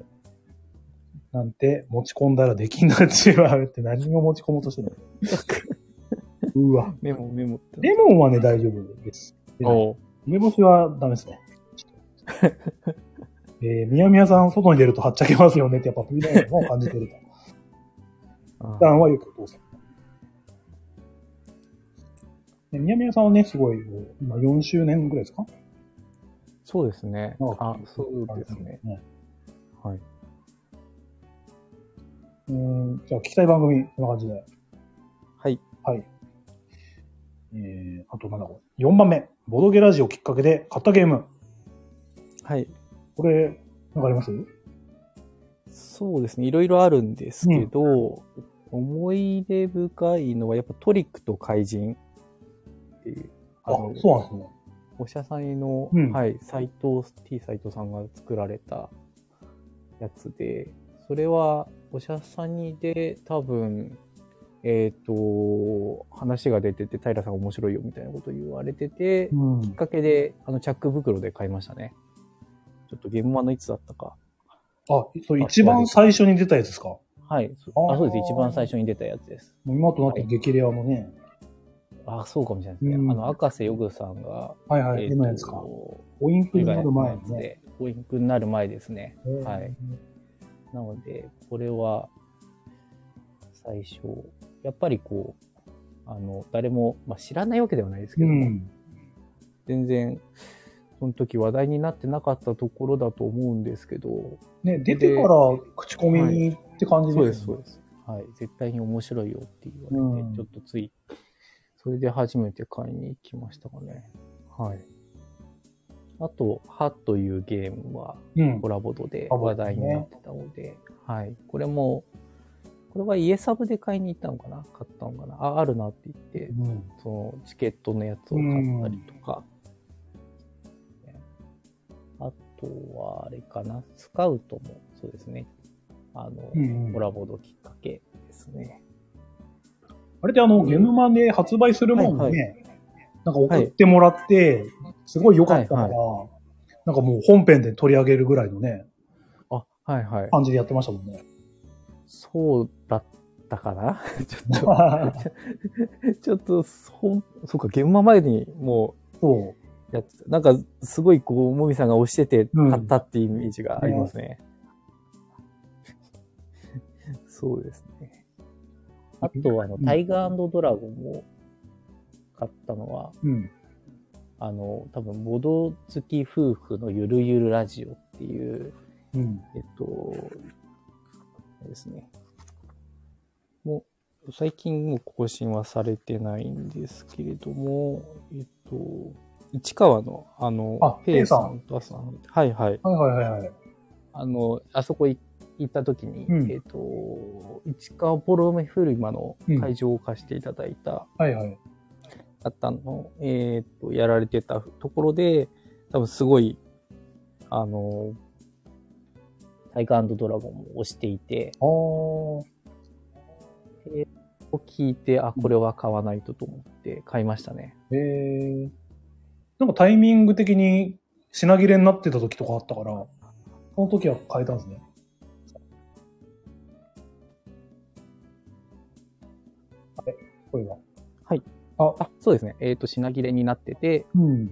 Speaker 1: なんて、持ち込んだらできんなっちまうって何を持 ち込もうとしてるのうわ。
Speaker 2: メモメモって。
Speaker 1: レモンはね、大丈夫です。
Speaker 2: おう
Speaker 1: 梅干しはダメですね。 えー、みやみやさん、外に出るとはっちゃけますよねって、やっぱ、みたいなのを感じてると。
Speaker 2: あ
Speaker 1: 普段はよくお父さん。でみやみやさんはね、すごい、もう今4周年ぐらいですか
Speaker 2: そうですね
Speaker 1: なん。か
Speaker 2: あ、そうですね。。はい。
Speaker 1: うん、じゃあ聞きたい番組、こんな感じで。
Speaker 2: はい。
Speaker 1: はい。えー、あとなんだこれ。4番目。ボドゲラジオきっかけで買ったゲーム。
Speaker 2: はい。
Speaker 1: これ、なんかあります
Speaker 2: そうですね。いろいろあるんですけど、思い出深いのはやっぱトリックと怪人っていう、
Speaker 1: あ、
Speaker 2: あの
Speaker 1: そうなんですね。
Speaker 2: おしゃさんの、
Speaker 1: うん
Speaker 2: はい、斎藤、T 斎藤さんが作られたやつで、それは、おしゃさんにで、多分、えっ、と、話が出てて、平さん面白いよみたいなこと言われてて、き
Speaker 1: うん。
Speaker 2: っかけで、あの、チャック袋で買いましたね。ちょっと現場のいつだったか。
Speaker 1: あ、そう、一番最初に出たやつですかも
Speaker 2: はい。そ
Speaker 1: あー
Speaker 2: あ、そうです。一番最初に出たやつです。
Speaker 1: う今となっては激レアのね。
Speaker 2: あ、そうかもしれないですね。
Speaker 1: うん
Speaker 2: あの、赤瀬ヨグさんが、
Speaker 1: はいはい、絵、
Speaker 2: ーと
Speaker 1: のやつか。おインクになる前に
Speaker 2: 絵のやつ
Speaker 1: ね。
Speaker 2: で、オインクになる前ですね。
Speaker 1: うん
Speaker 2: はい。なので、これは、最初、やっぱりこう、あの、誰も、まあ、知らないわけではないですけ
Speaker 1: う
Speaker 2: ども、
Speaker 1: ん。
Speaker 2: 全然、その時話題になってなかったところだと思うんですけど、
Speaker 1: ね、出てから口コミにって感じです
Speaker 2: そ
Speaker 1: よ
Speaker 2: う
Speaker 1: ね
Speaker 2: です、そうです。はい。絶対に面白いよって言われて、
Speaker 1: うん
Speaker 2: ちょっとつい、それで初めて買いに行きましたかね。はい。あと、はというゲームは、
Speaker 1: うん
Speaker 2: コ。ラボドで
Speaker 1: コラボ
Speaker 2: 話
Speaker 1: ドね
Speaker 2: 題になってたので、はい。これも、これは家サブで買いに行ったのかな買ったのかなあ、あるなって言って、
Speaker 1: うん
Speaker 2: そのチケットのやつを買ったりとか。あとは、あれかなスカウトも、そうですね。あの、
Speaker 1: うんうん
Speaker 2: コラボのきっかけですね。
Speaker 1: あれってあの、ゲムマで発売するもんね、
Speaker 2: はいは
Speaker 1: なんか送ってもらって、すごい良かったから、
Speaker 2: はい
Speaker 1: なんかもう本編で取り上げるぐらいのね、
Speaker 2: あ、はいはい。
Speaker 1: 感じでやってましたもんね。
Speaker 2: そうだったかな ちょっ
Speaker 1: そ
Speaker 2: と、ちょっと、ほんそうか、現場前にもう、
Speaker 1: う。
Speaker 2: やってたなんか、すごいこう、もみさんが押してて、
Speaker 1: うん
Speaker 2: 買ったっていうイメージがありますね。 そうですね。あと、あの、
Speaker 1: うん
Speaker 2: タイガードラゴンも買ったのは、
Speaker 1: うん。
Speaker 2: あの、多分、ボド好き夫婦のゆるゆるラジオっていう、
Speaker 1: うん。
Speaker 2: えっと、あれですね。もう、最近もう更新はされてないんですけれども、えっと、市川の、あの、
Speaker 1: あペイさん
Speaker 2: とあさん、はいはい。
Speaker 1: はいはいはいはい。
Speaker 2: あの、あそこい行った時に、
Speaker 1: うん
Speaker 2: えっと、市川ボロメフルマの会場を貸していただいた、
Speaker 1: はいはい。
Speaker 2: あったの、えーっと、やられてたところで、多分すごい、あの、タイガードラゴンを押していて、
Speaker 1: あー。
Speaker 2: を聞いて、あ、これは買わないとと思って買いましたね。
Speaker 1: えー。なんかタイミング的に品切れになってた時とかあったから、その時は変えたんですね。あれ声が。
Speaker 2: あ、そうですね。えっ、と、品切れになってて、
Speaker 1: うん。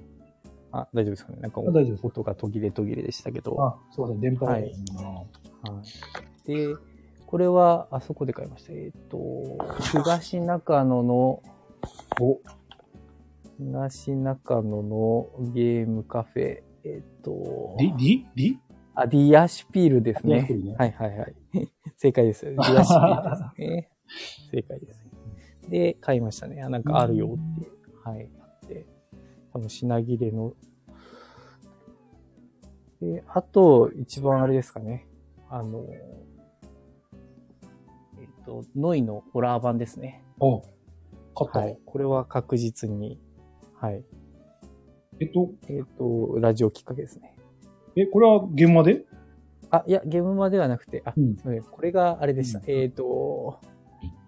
Speaker 2: あ、大丈夫ですかね。なんか
Speaker 1: あ大丈夫です
Speaker 2: 音が途切れ途切れでしたけど。は
Speaker 1: あ、そうだ、電波が、
Speaker 2: はいい、で、これは、あそこで買いました。えっ、と、東中野の、
Speaker 1: お、
Speaker 2: 東中野のゲームカフェ、えっ、と、
Speaker 1: リ、リ、リ
Speaker 2: あ、ディアシュピールです
Speaker 1: ディアシュピールね
Speaker 2: ねはいはい はい。正解です。ディアシュピールです。 ね。正解です。で、買いましたね。あなんかあるよって。はい。あって。多分品切れの。で、あと、一番あれですかね。あの、えっと、ノイのホラー版ですね。
Speaker 1: お、勝った、
Speaker 2: はい。これは確実に。はい。
Speaker 1: えっと、
Speaker 2: えっと、ラジオきっかけですね。
Speaker 1: え、これは現場で
Speaker 2: あ、いや、ゲームマではなくて、あ、
Speaker 1: うん
Speaker 2: すみません。これがあれでした。
Speaker 1: うん
Speaker 2: えっ、と、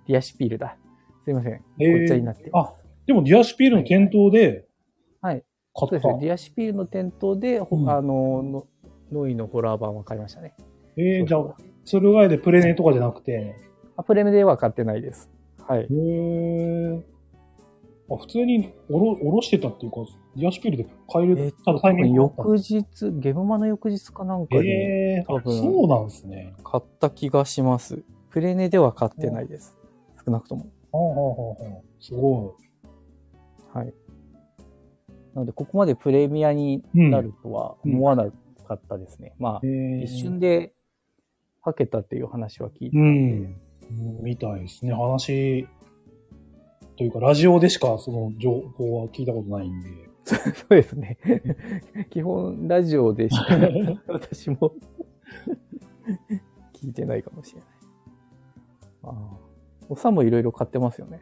Speaker 2: ディアシュピールだ。すいません。こ
Speaker 1: えー
Speaker 2: っちゃになって。
Speaker 1: あ、でもディアシュピールの店頭で、
Speaker 2: はい。
Speaker 1: 買
Speaker 2: そう
Speaker 1: っ
Speaker 2: です
Speaker 1: た。
Speaker 2: ね。ディアシュピールの店頭で、ほ
Speaker 1: うん
Speaker 2: あのの、ノイのホラー版は買いましたね。
Speaker 1: えー、じゃ
Speaker 2: そう
Speaker 1: あ
Speaker 2: そ、
Speaker 1: それ以外でプレネとかじゃなくて、
Speaker 2: あプレミでは買ってないです。はい
Speaker 1: へ。ー。あ普通におろおろしてたっていうか、ディアシュピールで買える、
Speaker 2: えっ
Speaker 1: 多分タイミングがあったん
Speaker 2: 翌
Speaker 1: で
Speaker 2: 日、ゲムマの翌日かなんか
Speaker 1: す
Speaker 2: に、
Speaker 1: ね。えー、
Speaker 2: 多
Speaker 1: あ
Speaker 2: 分
Speaker 1: そうなんですね。
Speaker 2: 買った気がします。プレネでは買ってないです。少なくとも。
Speaker 1: はあはあはあはあ。すご
Speaker 2: はい。なので、ここまでプレミアに
Speaker 1: い。うん
Speaker 2: なるとは思わなかったですね。ま
Speaker 1: え
Speaker 2: あ、
Speaker 1: ー、
Speaker 2: 一瞬でかけたっていう話は聞いてた
Speaker 1: うん
Speaker 2: で、
Speaker 1: ん。みたいですね。話、というか、ラジオでしかその情報は聞いたことないんで。
Speaker 2: そうですね。 基本、ラジオでしか私も聞いてないかもしれない。ああ。おさんもいろいろ買ってますよね。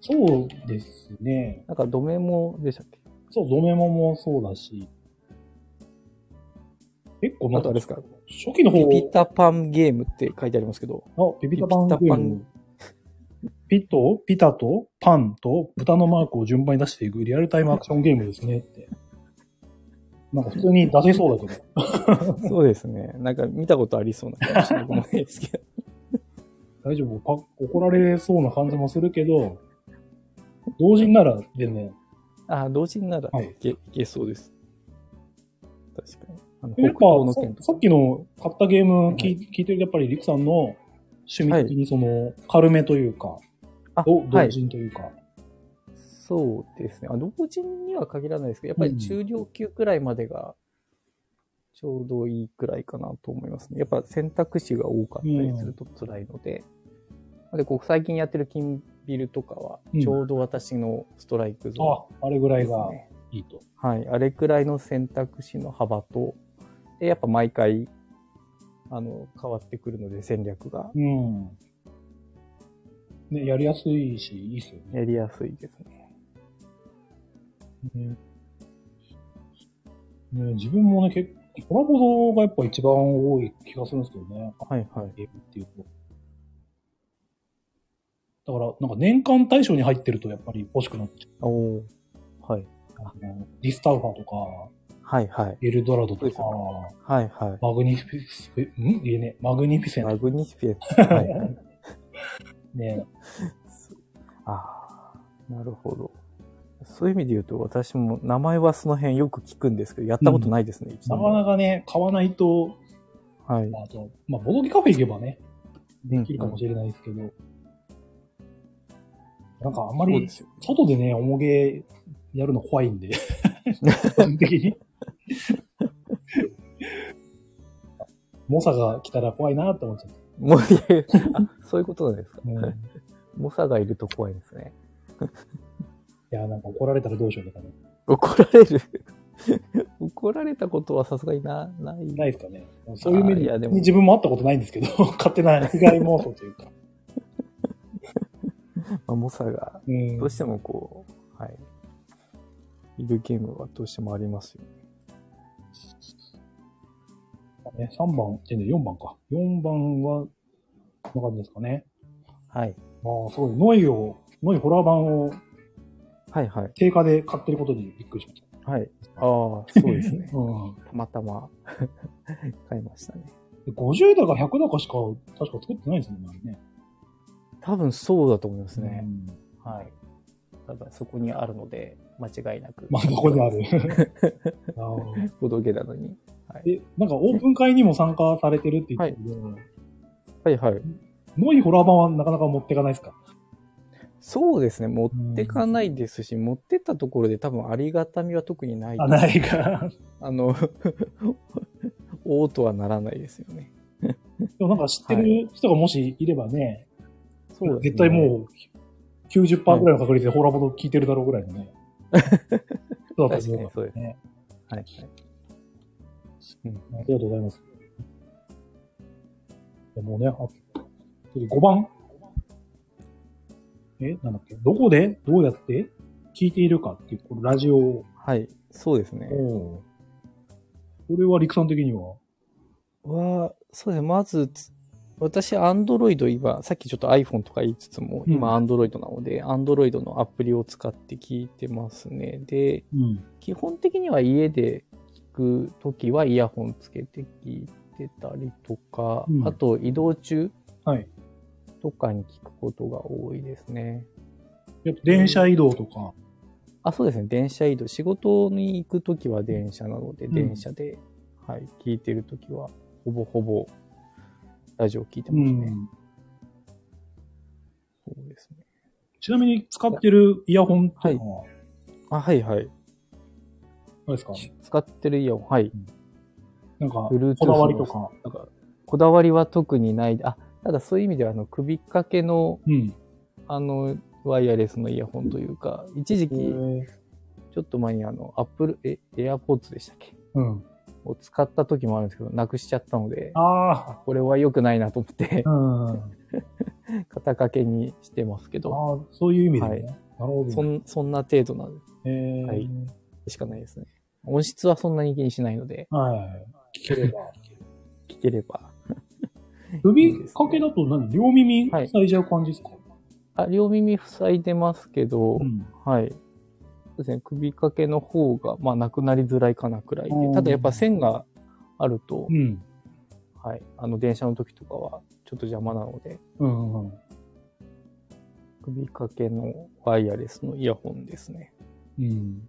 Speaker 1: そうですね。
Speaker 2: なんか、ドメモでしたっけ
Speaker 1: そう、ドメモもそうだし。結構な
Speaker 2: あ
Speaker 1: ん
Speaker 2: と
Speaker 1: か
Speaker 2: あれですか
Speaker 1: 初期の方
Speaker 2: ピピタパンゲームって書いてあります けど、
Speaker 1: あ、ピピタパンゲーム。ピと、ピタと、パンと、豚のマークを順番に出していくリアルタイムアクションゲームですねって。なんか普通に出せそうだけど。
Speaker 2: そうですね。なんか見たことありそうな感じもないですけど。
Speaker 1: 大丈夫パ怒られそうな感じもするけど、同時にならでね、
Speaker 2: ああ、同時になら
Speaker 1: はい
Speaker 2: いけ,、い、けそうです。確かに。あの
Speaker 1: やっぱ
Speaker 2: の件
Speaker 1: ささっきの買ったゲーム聞,、
Speaker 2: はい
Speaker 1: 聞いてるやっぱりリクさんの趣味的にその軽めというか、
Speaker 2: あ
Speaker 1: ど
Speaker 2: は
Speaker 1: 同
Speaker 2: い。
Speaker 1: 人というか。
Speaker 2: そうですね。あ同時には限らないですけど、やっぱ
Speaker 1: う
Speaker 2: り
Speaker 1: ん
Speaker 2: 中量級くらいまでがちょうどいいくらいかなと思いますね。やっぱ選択肢が多かったりすると辛いので。で、こう最近やってる金ビルとかは、
Speaker 1: うん
Speaker 2: ちょうど私のストライクゾーン。
Speaker 1: あ、あれぐらいが
Speaker 2: ですね
Speaker 1: いいと。
Speaker 2: はい。あれくらいの選択肢の幅と、で、やっぱ毎回、あの、変わってくるので戦略が
Speaker 1: うん。ね、やりやすいし、いいっすよね。
Speaker 2: やりやすいですね。
Speaker 1: ねね自分もね、結構、コラボ動画やっぱ一番多い気がするんですけどね。
Speaker 2: はいはい。
Speaker 1: ゲームっていうと。だから、なんか年間対象に入ってるとやっぱり欲しくなっちゃ
Speaker 2: おおはい。
Speaker 1: う、ね。ディスタウファーとか、
Speaker 2: はいはい。
Speaker 1: エルドラド
Speaker 2: そう
Speaker 1: と
Speaker 2: です
Speaker 1: か、
Speaker 2: よはいはい。
Speaker 1: マグニフィス、ん言えねえマグニフィセン
Speaker 2: マ
Speaker 1: ト
Speaker 2: グニフィエ ス。はいはい、
Speaker 1: ね。
Speaker 2: ああ、なるほど。そういう意味で言うと、私も名前はその辺よく聞くんですけど、やったことないですね、一
Speaker 1: な
Speaker 2: 度
Speaker 1: か
Speaker 2: も。
Speaker 1: なかね、買わないと、
Speaker 2: はい。
Speaker 1: あと、まあ、ボドゲカフェ行けばね、
Speaker 2: で
Speaker 1: できるかも
Speaker 2: し
Speaker 1: しれないですけど、なんかあんま
Speaker 2: れそう
Speaker 1: り
Speaker 2: ですよ。
Speaker 1: 外でね、重げやるの怖いんで、 基本的に。モサが来たら怖いなって思っちゃって。
Speaker 2: もう、いやいや あそういうことなんですか。
Speaker 1: うん、い
Speaker 2: 猛者がいると怖いですね。
Speaker 1: や、なんか怒られたらどうしようとかね。
Speaker 2: 怒られる 怒られたことはさすがにな、ない。
Speaker 1: ないですかね。そういう目
Speaker 2: あーいやで
Speaker 1: に
Speaker 2: も
Speaker 1: 自分も会ったことないんですけど、 勝手な被害妄想というか。
Speaker 2: まあ、猛者が、
Speaker 1: うん
Speaker 2: どうしてもこう、はい。いるゲームはどうしてもありますよ。
Speaker 1: ね、3番、えね4番か。4番は、こんな感じですかね。
Speaker 2: はい。
Speaker 1: ああ、すごい。ノイを、ノイホラー版を
Speaker 2: はいはい。
Speaker 1: 定価で買ってることにびっくりしまし
Speaker 2: はい。ああ、そうですね
Speaker 1: た。。うん。
Speaker 2: たまたま 買いましたね。
Speaker 1: 50だか100だかしか、確か作ってないんですよね、あれね。
Speaker 2: 多分そうだと思います
Speaker 1: う
Speaker 2: ね。
Speaker 1: ん。
Speaker 2: はい。ただそこにあるので、間違いなく。
Speaker 1: まあ、ここにあ る。あー
Speaker 2: ボドゲなのに。
Speaker 1: え、なんかオープン会にも参加されてるって言ってたけど、
Speaker 2: はいはい。
Speaker 1: ノイホラー版はなかなか持ってかないですか
Speaker 2: そうですね。持ってかないですし、持ってったところで多分ありがたみは特にない。
Speaker 1: あ、ないか。
Speaker 2: あの、 おうとはならないですよね。
Speaker 1: でもなんか知って
Speaker 2: は
Speaker 1: る人がもしいればね、
Speaker 2: そうですね
Speaker 1: 絶対もう90%ぐらいの確率でホラボド聞いてるだろうぐらいの ね。そうだった
Speaker 2: 確かにそうです
Speaker 1: ね。
Speaker 2: はいはい。
Speaker 1: ありがとうございます。でもうね、あ、次5番。え、なんだっけどこでどうやって聞いているかっていう、このラジオを。
Speaker 2: はい。そうですね。
Speaker 1: これは陸さん的には
Speaker 2: は、そうですね。まずつ、私、アンドロイド今、さっきちょっと iPhone とか言いつつも、
Speaker 1: うん
Speaker 2: 今、アンドロイドなので、アンドロイドのアプリを使って聞いてますね。で、
Speaker 1: うん。
Speaker 2: 基本的には家で聞くときはイヤホンつけて聞いてたりとか、
Speaker 1: うん
Speaker 2: あと移動中
Speaker 1: はい
Speaker 2: とかに聞くことが多いですね。
Speaker 1: やっぱ電車移動とか、
Speaker 2: あ、そうですね。電車移動。仕事に行くときは電車なので、
Speaker 1: うん
Speaker 2: 電車で、はい、聞いてるときは、ほぼほぼ、ラジオ聞いて
Speaker 1: う
Speaker 2: ますね。
Speaker 1: ん。
Speaker 2: そうですね。
Speaker 1: ちなみに使ってるイヤホンっていうのは、
Speaker 2: あ、はいはい。
Speaker 1: あれですか
Speaker 2: 使ってるイヤホン、はい。
Speaker 1: なんか、
Speaker 2: Bluetooth
Speaker 1: こだわりとか。
Speaker 2: なんか、こだわりは特にない。あ、ただそういう意味では、あの、首掛けの、
Speaker 1: うん。
Speaker 2: あの、ワイヤレスのイヤホンというか、一時期、ちょっと前にあの、アップル、え、エアポーツでしたっけ
Speaker 1: うん。
Speaker 2: を使った時もあるんですけど、なくしちゃったので、
Speaker 1: あ
Speaker 2: これは良くないなと思って
Speaker 1: あ、、うん。あ
Speaker 2: 肩掛けにしてますけ
Speaker 1: あ
Speaker 2: ど、、
Speaker 1: そういう意味でね。
Speaker 2: はい
Speaker 1: なるほど。
Speaker 2: そんそんな程度なん
Speaker 1: えー
Speaker 2: はいでしかないですね。音質はそんなに気にしないので、
Speaker 1: はい。聞ければ。
Speaker 2: 聞ければ。
Speaker 1: 首掛けだと何両耳
Speaker 2: はい
Speaker 1: 塞いじゃう感じですか、
Speaker 2: あ、両耳塞いでますけ
Speaker 1: う
Speaker 2: ど、
Speaker 1: ん。
Speaker 2: はい。そうですね、首掛けの方が、まあ、なくなりづらいかなくらい
Speaker 1: うん
Speaker 2: で、ただやっぱ線があると
Speaker 1: う、ん。
Speaker 2: はい、あの、電車の時とかは、ちょっと邪魔なので、
Speaker 1: うんうんうん。
Speaker 2: 首掛けのワイヤレスのイヤホンですね。
Speaker 1: うん。い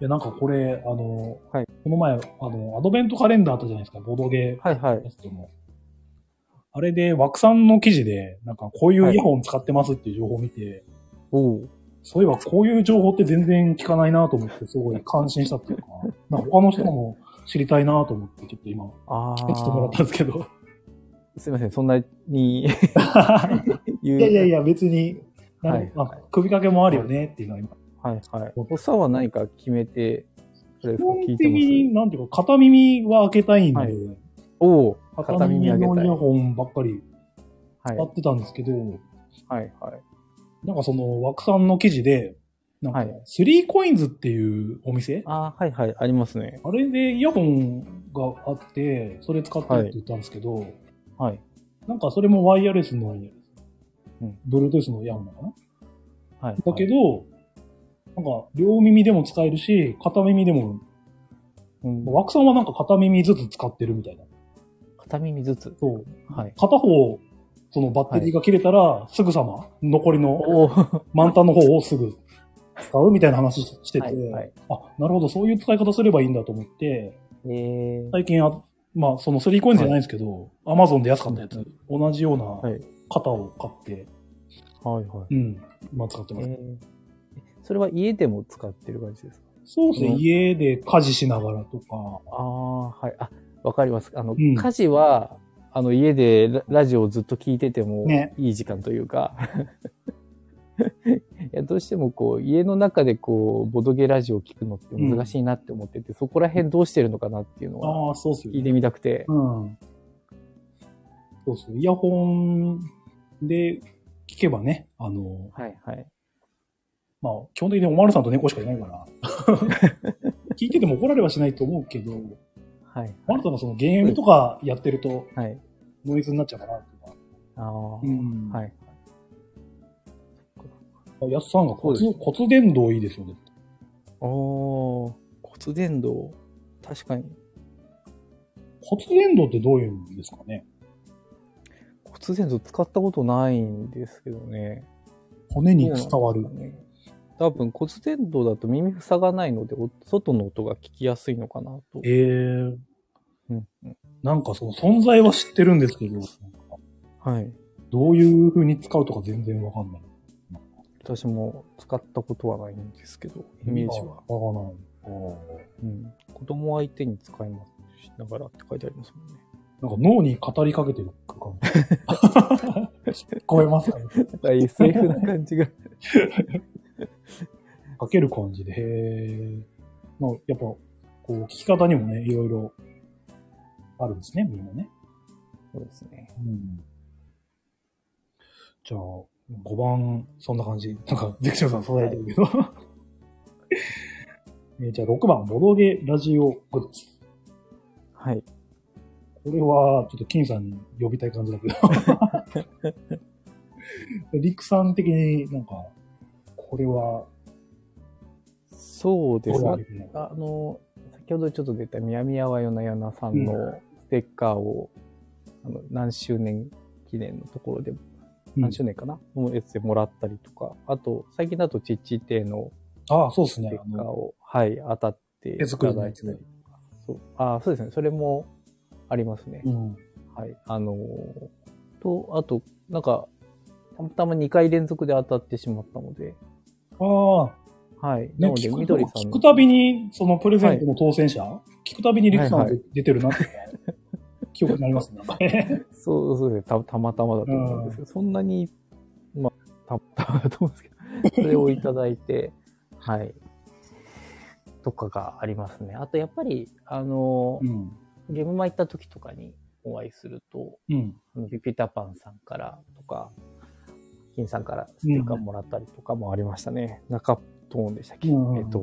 Speaker 1: や、なんかこれ、あの、
Speaker 2: はい
Speaker 1: この前、あの、アドベントカレンダーあったじゃないですか、ボードゲ
Speaker 2: はいは
Speaker 1: ー
Speaker 2: い
Speaker 1: や。つでも。あれで、枠さんの記事で、なんかこういうイヤホン使ってますっていう情報を見て、
Speaker 2: おう
Speaker 1: そういえばこういう情報って全然聞かないなと思って、すごい感心したっていうか、なんか他の人も知りたいなと思って、ちょっと今、
Speaker 2: あ
Speaker 1: 聞かせてもらったんですけど。
Speaker 2: あ、すいません、そんな に言う。
Speaker 1: いやいやいや、別に、な
Speaker 2: は
Speaker 1: ん
Speaker 2: い
Speaker 1: かあ首掛けもあるよねっていうのは今、
Speaker 2: はいはい。おさは何か決めて、あれ
Speaker 1: 基
Speaker 2: ですか
Speaker 1: 本
Speaker 2: 聞い
Speaker 1: 的
Speaker 2: てます
Speaker 1: に、なんていうか、片耳は開けたいんで、
Speaker 2: はいおう
Speaker 1: 片
Speaker 2: 片耳
Speaker 1: 耳
Speaker 2: 上げ
Speaker 1: の
Speaker 2: た
Speaker 1: イ
Speaker 2: い。
Speaker 1: ヤ
Speaker 2: はい
Speaker 1: ホンばっかり。買ってたんですけど、
Speaker 2: はいはい。
Speaker 1: なんかその、枠さんの記事で、なんか
Speaker 2: はい、
Speaker 1: スリーコインズっていうお店、
Speaker 2: あーはいはい、ありますね。
Speaker 1: あれでイヤホンがあって、それ使ってるって言ったんですけど、
Speaker 2: はい。
Speaker 1: なんかそれもワイヤレスの、
Speaker 2: うん
Speaker 1: ブルートゥースのイヤホンなのかな、
Speaker 2: はい。
Speaker 1: だけど、なんか両耳でも使えるし、片耳でも、
Speaker 2: うん
Speaker 1: 枠さんはなんか片耳ずつ使ってるみたいな。
Speaker 2: 片耳ずつ。
Speaker 1: そう。
Speaker 2: はい。
Speaker 1: 片方、そのバッテリーが切れたら、すぐさま、残りの
Speaker 2: おー
Speaker 1: 満タンの方をすぐ使うみたいな話してて、
Speaker 2: はいはい
Speaker 1: あ、なるほど、そういう使い方すればいいんだと思って、
Speaker 2: えー、
Speaker 1: 最近あ、まあ、その 3COINS じゃないんですけど、アマゾンで安かったやつ、同じよう
Speaker 2: は。
Speaker 1: ない型を買って、
Speaker 2: はいはい。
Speaker 1: うん、今使って
Speaker 2: え
Speaker 1: ます。
Speaker 2: ーそれは家でも使ってる感じですか
Speaker 1: そうですね、
Speaker 2: その
Speaker 1: 家で家事しながらとか、
Speaker 2: ああ、はい。あ、わかります。あの、
Speaker 1: ん
Speaker 2: 家事は、あの、家でララジオをずっと聞いてても
Speaker 1: ね、
Speaker 2: いい時間というか、 いやどうしてもこう、家の中でこう、ボドゲラジオを聞くのって難しいなって思ってて、そこら辺どうしてるのかなっていうのは、
Speaker 1: ああ、そうっすよ、
Speaker 2: 聞い
Speaker 1: ね。
Speaker 2: てみたくて。
Speaker 1: うん。そうっすねイヤホンで聞けばね、あの、
Speaker 2: はいはい。
Speaker 1: まあ、基本的におまるさんと猫しかいない から、聞いてても怒られはしないと思うけど、
Speaker 2: はい。
Speaker 1: マルタのそのゲームとかやってると
Speaker 2: はい。
Speaker 1: ノイズになっちゃうかなとか。
Speaker 2: ああ、
Speaker 1: ん
Speaker 2: はい。
Speaker 1: い。やすさんが骨
Speaker 2: そう、
Speaker 1: 骨伝導いいですよね。
Speaker 2: おー、骨伝導、確かに。
Speaker 1: 骨伝導ってどういうんですかね
Speaker 2: 骨伝導使ったことないんですけどね。
Speaker 1: 骨に伝わる。
Speaker 2: 多分骨伝導だと耳塞がないので、お外の音が聞きやすいのかなと。
Speaker 1: ええー。
Speaker 2: うん
Speaker 1: なんかその存在は知ってるんですけど、なんか
Speaker 2: はい。
Speaker 1: どういう風に使うとか全然わかんない。
Speaker 2: 私も使ったことはないんですけど、イメージは。
Speaker 1: あ。わかんない。あー
Speaker 2: うん。子供相手に使いますしながらって書いてありますもんね。
Speaker 1: なんか脳に語りかけてる感じ。聞こえますかね
Speaker 2: なんか SF な感じが。
Speaker 1: かける感じで、へえ。まあ、やっぱ、こう、聞き方にもね、いろいろあるんですね、みんなね。
Speaker 2: そうですね。
Speaker 1: うん。じゃあ、5番、そんな感じ。なんか、ゼクションさん支えてるけど。 えーじゃあ6番、ボドゲラジオグッズ。
Speaker 2: はい。
Speaker 1: これは、ちょっと金さんに呼びたい感じ だけど。リクさん的になんか、これは、
Speaker 2: そうです
Speaker 1: こ
Speaker 2: ね
Speaker 1: れ。はね
Speaker 2: あの、先ほどちょっと出た、みやみやはよなよなさんのステッカーを、あの、何周年記念のところで何周年かな、のやつでもらったりとか、あと、最近だとちっち亭の
Speaker 1: ああ、そうです
Speaker 2: ステ
Speaker 1: ね。あ
Speaker 2: ッカー
Speaker 1: の
Speaker 2: を、はい、当たってい
Speaker 1: 手作り
Speaker 2: た
Speaker 1: の
Speaker 2: だ
Speaker 1: や
Speaker 2: い
Speaker 1: つ
Speaker 2: て
Speaker 1: ね
Speaker 2: そうああ、そうですね。それもありますね。
Speaker 1: うん。
Speaker 2: はい。あのーと、あと、なんか、たまたま2回連続で当たってしまったので、
Speaker 1: ああ、
Speaker 2: はい。
Speaker 1: ね、
Speaker 2: なので、
Speaker 1: 聞く
Speaker 2: 緑さん
Speaker 1: 聞
Speaker 2: の
Speaker 1: くたびに、そのプレゼントの当選者、聞くたびにリクさん
Speaker 2: はい
Speaker 1: で
Speaker 2: は
Speaker 1: 出てるなって、 記憶になりますね。なんかね
Speaker 2: そうそうですねた。たまたまだと思うんですけど、そんなに、まあ、たたまたまだと思うんですけど、それをいただいて、 はい。とかがありますね。あと、やっぱり、あの
Speaker 1: う、ん。
Speaker 2: ゲームマ行った時とかにお会いすると、
Speaker 1: うん。
Speaker 2: あのピピタパンさんからとか、金さんからステッカーもらったりとかもありましたね。中トーンでしたっけ、
Speaker 1: うん
Speaker 2: えっと、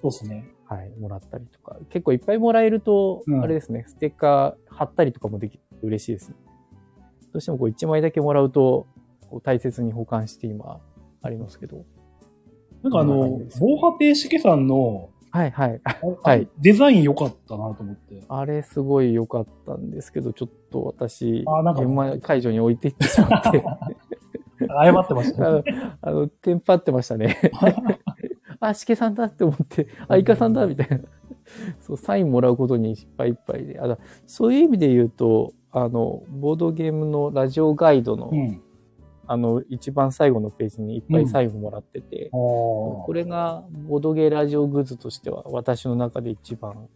Speaker 1: そうですね。
Speaker 2: はい、もらったりとか。結構いっぱいもらえると
Speaker 1: う、ん
Speaker 2: あれですね、ステッカー貼ったりとかもできると嬉しいですね。どうしてもこう1枚だけもらうと、こう大切に保管して今、ありますけど。
Speaker 1: なんかあ
Speaker 2: こんな感
Speaker 1: の
Speaker 2: じで、す
Speaker 1: 防波堤しげさんの、
Speaker 2: はいはい。 あ
Speaker 1: は
Speaker 2: はいい、
Speaker 1: デザイン良かったなと思って。
Speaker 2: あれすごい良かったんですけど、ちょっと私、
Speaker 1: あなんか
Speaker 2: 現場会場に置いていってしまって、
Speaker 1: 謝ってまし
Speaker 2: あ
Speaker 1: たね。
Speaker 2: の、あのテンパってました ね。あ、しけさんだって思って、あ、いかさんだみたいな。そう、サインもらうことにいっぱいいっぱいで。あだそういう意味で言うと、あの、ボードゲームのラジオガイドの、
Speaker 1: うん。
Speaker 2: あの、一番最後のページにいっぱ
Speaker 1: う
Speaker 2: い
Speaker 1: ん
Speaker 2: サインもらってて、
Speaker 1: こ
Speaker 2: これがボードゲーラジオグッズとしては、私の中で一番、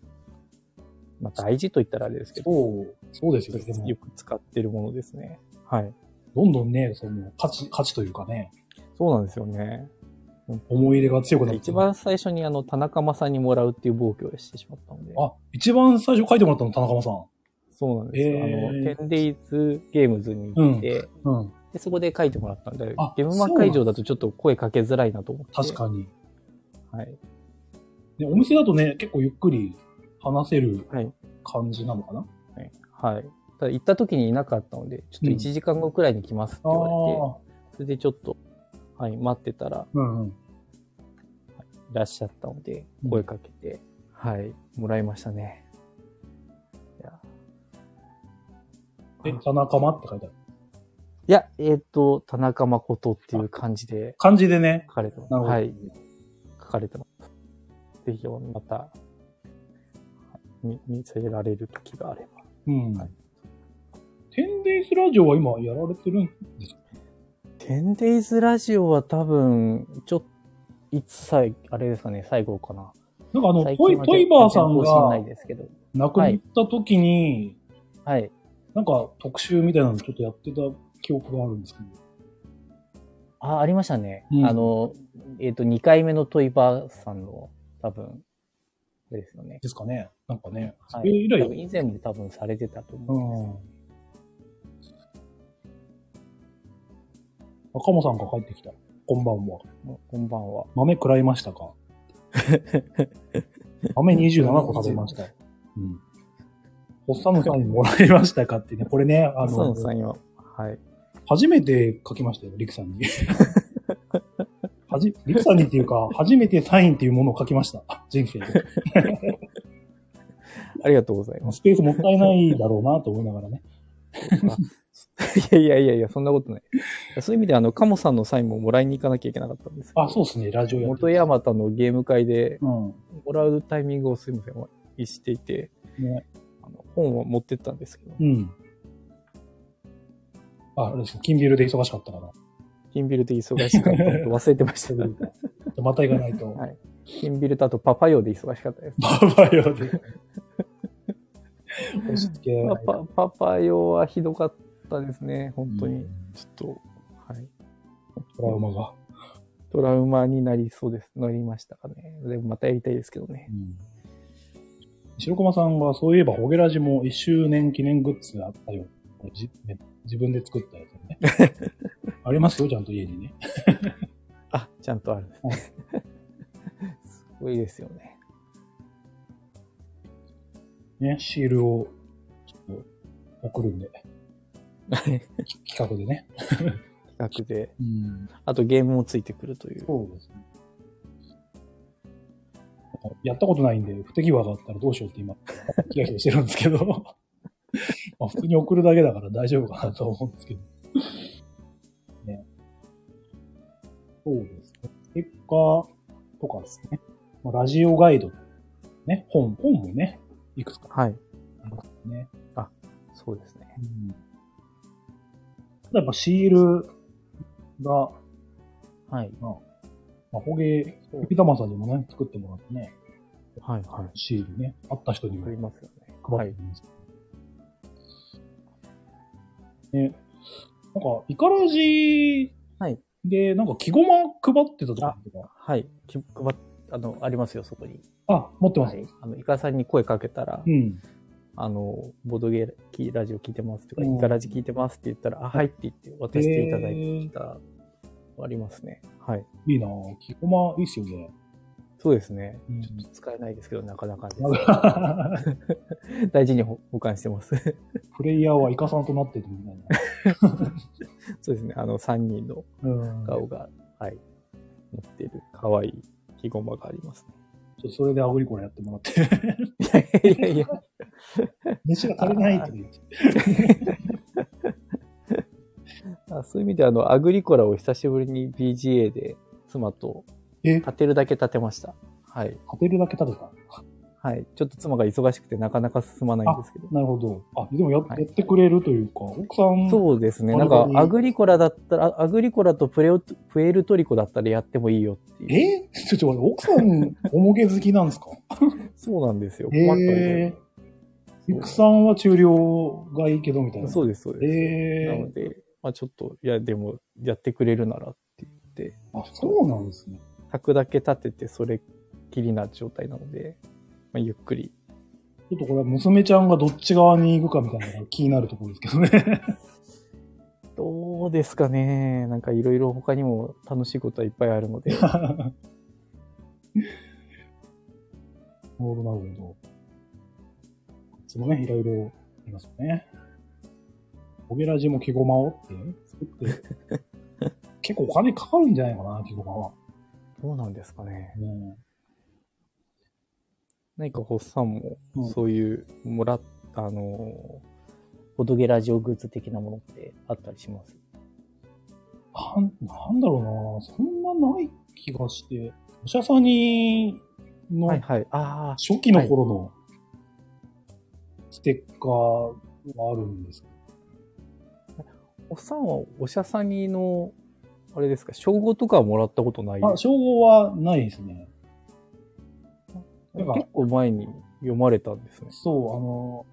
Speaker 2: まあ、大事と言ったらあれですけど、
Speaker 1: そう、そうですよね。でも
Speaker 2: よく使ってるものですね。はい。
Speaker 1: どんどんね、その、価値、価値というかね、
Speaker 2: そうなんですよね。
Speaker 1: 思い入れが強くなって。
Speaker 2: 一。番最初にあの田中間さんにもらうっていう暴挙をしてしまったので、
Speaker 1: あ、一番最初書いてもらったの、田中間さん。
Speaker 2: そうなんですよ。
Speaker 1: え
Speaker 2: あ
Speaker 1: ー
Speaker 2: の、テンデイズゲームズに行って、
Speaker 1: うん。
Speaker 2: でそこで書いてもらったんで
Speaker 1: あ、
Speaker 2: ゲームマン会場だとちょっと声かけづらいなと思って。
Speaker 1: 確かに。
Speaker 2: はい。
Speaker 1: ね、お店だとね、結構ゆっくり話せる
Speaker 2: はい。
Speaker 1: 感じなのかな。
Speaker 2: はい。はい、ただ行った時にいなかったので、ちょっと
Speaker 1: うん
Speaker 2: 1時間後くらいに来ますって言われて、それでちょっと、はい、待ってたら
Speaker 1: あー。うんうん。
Speaker 2: いらっしゃったので
Speaker 1: う、ん
Speaker 2: 声かけて、はい、もらいましたね。いや
Speaker 1: え、田中間って書いてある。
Speaker 2: いや、えっ、と、田中誠っていう感じで
Speaker 1: 漢字でね。
Speaker 2: 書かれてます。
Speaker 1: なるほど。
Speaker 2: はい、書かれてます。ぜひ、また、見、見せられる時があれば。
Speaker 1: うん。
Speaker 2: はい
Speaker 1: テンデイスラジオは今やられてるんですか
Speaker 2: テンデイズラジオは多分、ちょっと、いつさい、あれですかね、最後かな。
Speaker 1: なんかあの、
Speaker 2: 最
Speaker 1: トイ、
Speaker 2: 近は
Speaker 1: トイバーさん
Speaker 2: 全然更新ない
Speaker 1: が
Speaker 2: ですけど。
Speaker 1: 亡くなった時に、
Speaker 2: はい。
Speaker 1: なんか特集みたいなのちょっとやってた記憶があるんですけど。
Speaker 2: あ、ありましたね。
Speaker 1: うん
Speaker 2: あの、えっ、と、2回目のトイバーさんの、多分、あれですよね。
Speaker 1: ですかね。なんかね。そ
Speaker 2: は
Speaker 1: れ
Speaker 2: い。
Speaker 1: 以
Speaker 2: 多
Speaker 1: 来、
Speaker 2: 分以前も多分されてた
Speaker 1: う
Speaker 2: と思うんです
Speaker 1: ん。赤間さんが帰ってきた。こんばんは。
Speaker 2: けど、こんばんは。
Speaker 1: 豆食らいました か豆27個食べました。うん。おっさんのサインもらいましたかってね、これね、あ
Speaker 2: そう
Speaker 1: の
Speaker 2: です、ね、今。はい。
Speaker 1: 初めて書きましたよ、リクさんに。 はじ、リクさんにっていうか、初めてサインっていうものを書きました。人生で。
Speaker 2: ありがとうございます。
Speaker 1: スペースもったいないだろうなと思いながらね。
Speaker 2: いやいやいやいや、そんなことない。そういう意味で、あの、カモさんのサインももらいに行かなきゃいけなかったんですけど
Speaker 1: あ、そうですね、ラジオやって
Speaker 2: 元山田のゲーム会で
Speaker 1: うん。
Speaker 2: もらうタイミングをすみません、お会いしていて、
Speaker 1: ね。
Speaker 2: あの本を持ってったんですけど、
Speaker 1: うん。あ、あれですね、金ビルで忙しかったから。
Speaker 2: 金ビルで忙しかったのと 忘れてまし
Speaker 1: それ
Speaker 2: た
Speaker 1: で。また行かないと。
Speaker 2: はい金ビルとあとパパヨで忙しかったです。
Speaker 1: パパ用で。 押し付け合
Speaker 2: パ
Speaker 1: い
Speaker 2: パパパヨはひどかったですね、本当
Speaker 1: う
Speaker 2: に
Speaker 1: ん。
Speaker 2: ちょっと、はい。
Speaker 1: トラウマが。
Speaker 2: トラウマになりそうです。なりましたかね。でもまたやりたいですけどね。
Speaker 1: 白駒さんが、そういえば、ホゲラジも1周年記念グッズあったよ。これじね自分で作ったやつ ね。ありますよ、ちゃんと家にね。
Speaker 2: あ、ちゃんとあるんですね。すごいですよね。
Speaker 1: ね、シールを、ちょっと、送るんで、
Speaker 2: 企
Speaker 1: 企画でね。
Speaker 2: 画で。
Speaker 1: うん。
Speaker 2: あとゲームもついてくるという。
Speaker 1: そうですね。なんかやったことないんで、不手際があったらどうしようって今、 キラキラしてるんです けど。まあ普通に送るだけだから大丈夫かなと思うんですけど。そうですね。ステッカーとかですね。まあラジオガイド。ね、本、本もね、いくつか
Speaker 2: はい。
Speaker 1: ありますよね。
Speaker 2: そうですね。
Speaker 1: うん。ただやっぱシールが、
Speaker 2: はい。
Speaker 1: まあ、ほげ、ピタマンさんにもね、作ってもらってね、
Speaker 2: はい、はい。
Speaker 1: シールね、あった人にも
Speaker 2: ありますよね。
Speaker 1: 配ってるんですけどね、なんか、イカラジ
Speaker 2: はい
Speaker 1: で、なんか、木ごま配ってたとかとか、
Speaker 2: はい。き配っあの、ありますよ、そこに。
Speaker 1: あ、持ってま
Speaker 2: は
Speaker 1: す。
Speaker 2: い。あの、イカさんに声かけたら、
Speaker 1: うん。
Speaker 2: あの、ボードゲーラジオ聞いてますとか、
Speaker 1: うん
Speaker 2: イカラジ聞いてますって言ったら、あ、はいって言って渡していただいた、ありますね。はい。
Speaker 1: いいなぁ。木ごまいいっすよね。
Speaker 2: そうですね。
Speaker 1: うん
Speaker 2: ちょっと使えないですけど、なかなかです
Speaker 1: なんか
Speaker 2: 大事に保保管してます。
Speaker 1: プレイヤーはイカさんとなっててみたいな。
Speaker 2: そうですね。あの、3人の
Speaker 1: うん。ちょ
Speaker 2: 顔が、はい、持っている、可愛い木駒がありますね。
Speaker 1: っとそれでアグリコラやってもらって。
Speaker 2: いやいやいや、
Speaker 1: 飯が足りないとか言って。
Speaker 2: あそういう意味で、あの、アグリコラを久しぶりに BGA で妻と
Speaker 1: え
Speaker 2: 立てるだけ立てました。はい。
Speaker 1: 勝てるだけ食べた。
Speaker 2: はい。ちょっと妻が忙しくてなかなか進まないんですけど。
Speaker 1: なるほど。あ、でもや,、
Speaker 2: はい
Speaker 1: やってくれるというか、奥さん。
Speaker 2: そうですね。
Speaker 1: 我
Speaker 2: なん
Speaker 1: 々
Speaker 2: か、アグリコラだったら、あアグリコラとプレオプエルトリコだったらやってもいいよってい
Speaker 1: え
Speaker 2: う。
Speaker 1: ちょ、ちょ、奥さん、おもげ好きなんですか
Speaker 2: そうなんですよ。
Speaker 1: えー
Speaker 2: 困ったね
Speaker 1: ゆくさんは中量がいいけど、みたいな。
Speaker 2: そううです、そうです。
Speaker 1: え
Speaker 2: なので、まあちょっと、いや、でも、やってくれるならって言って、
Speaker 1: あ、そうなんですね。
Speaker 2: 炊くだけ立てて、それっきりな状態なので、まあ、ゆっくり。
Speaker 1: ちょっとこれは娘ちゃんがどっち側に行くかみたいなのが気になるところですけど ね。
Speaker 2: どうですかねなんかいろいろ他にも楽しいことはいっぱいある ので。
Speaker 1: なるほど、なるほど。いつもね、いろいろありますよね。オゲラジもケゴマをって作って、 結構お金かかるんじゃないかな、ケゴマは。
Speaker 2: どうなんですかね
Speaker 1: ね
Speaker 2: 何かホッさんも
Speaker 1: うん、
Speaker 2: そういう、もらっ、あのー、ボドゲラジオグッズ的なものってあったりします
Speaker 1: なんなんだろうな、そんなない気がして、おしゃさにの
Speaker 2: はいはい。ああ、
Speaker 1: 初期の頃のステッカーがあるんですけど
Speaker 2: ホッさんはおしゃさにの、あれですか、称号とかはもらったことない
Speaker 1: あ、称号はないですね。なんか
Speaker 2: 結構前に読まれたんですね。
Speaker 1: そう、あの、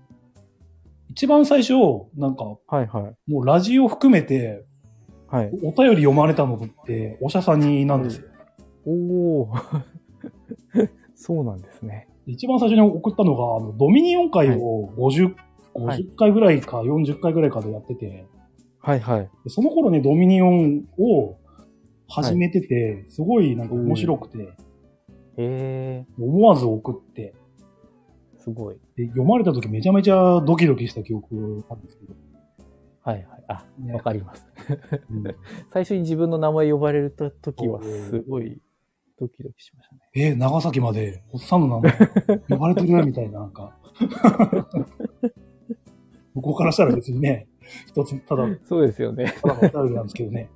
Speaker 1: 一番最初、なんか、
Speaker 2: はいはい。
Speaker 1: もうラジオ含めて、
Speaker 2: はい。
Speaker 1: お便り読まれたのって、おしゃさになんですよ。
Speaker 2: おお。 そうなんですね。
Speaker 1: 一番最初に送ったのが、あのドミニオン会を50、
Speaker 2: はい
Speaker 1: 50回ぐらいか40回ぐらいかでやってて、
Speaker 2: はいはい。
Speaker 1: でその頃ね、ドミニオンを始めてて、すごいなんか面白くて、
Speaker 2: へえ、
Speaker 1: 思わず送って、
Speaker 2: すごい。
Speaker 1: で読まれた時めちゃめちゃドキドキした記憶なんですけど。
Speaker 2: はいはい。あ、
Speaker 1: ね
Speaker 2: わかります。
Speaker 1: うん
Speaker 2: 最初に自分の名前呼ばれた時はすごいドキドキしましたね。
Speaker 1: えー長崎まで、おっさんの名前、呼ばれてるみたいな、なんか。 向こうからしたら別にね、一つ、ただ、
Speaker 2: そうですよね。
Speaker 1: ただのお便りなんですけどね。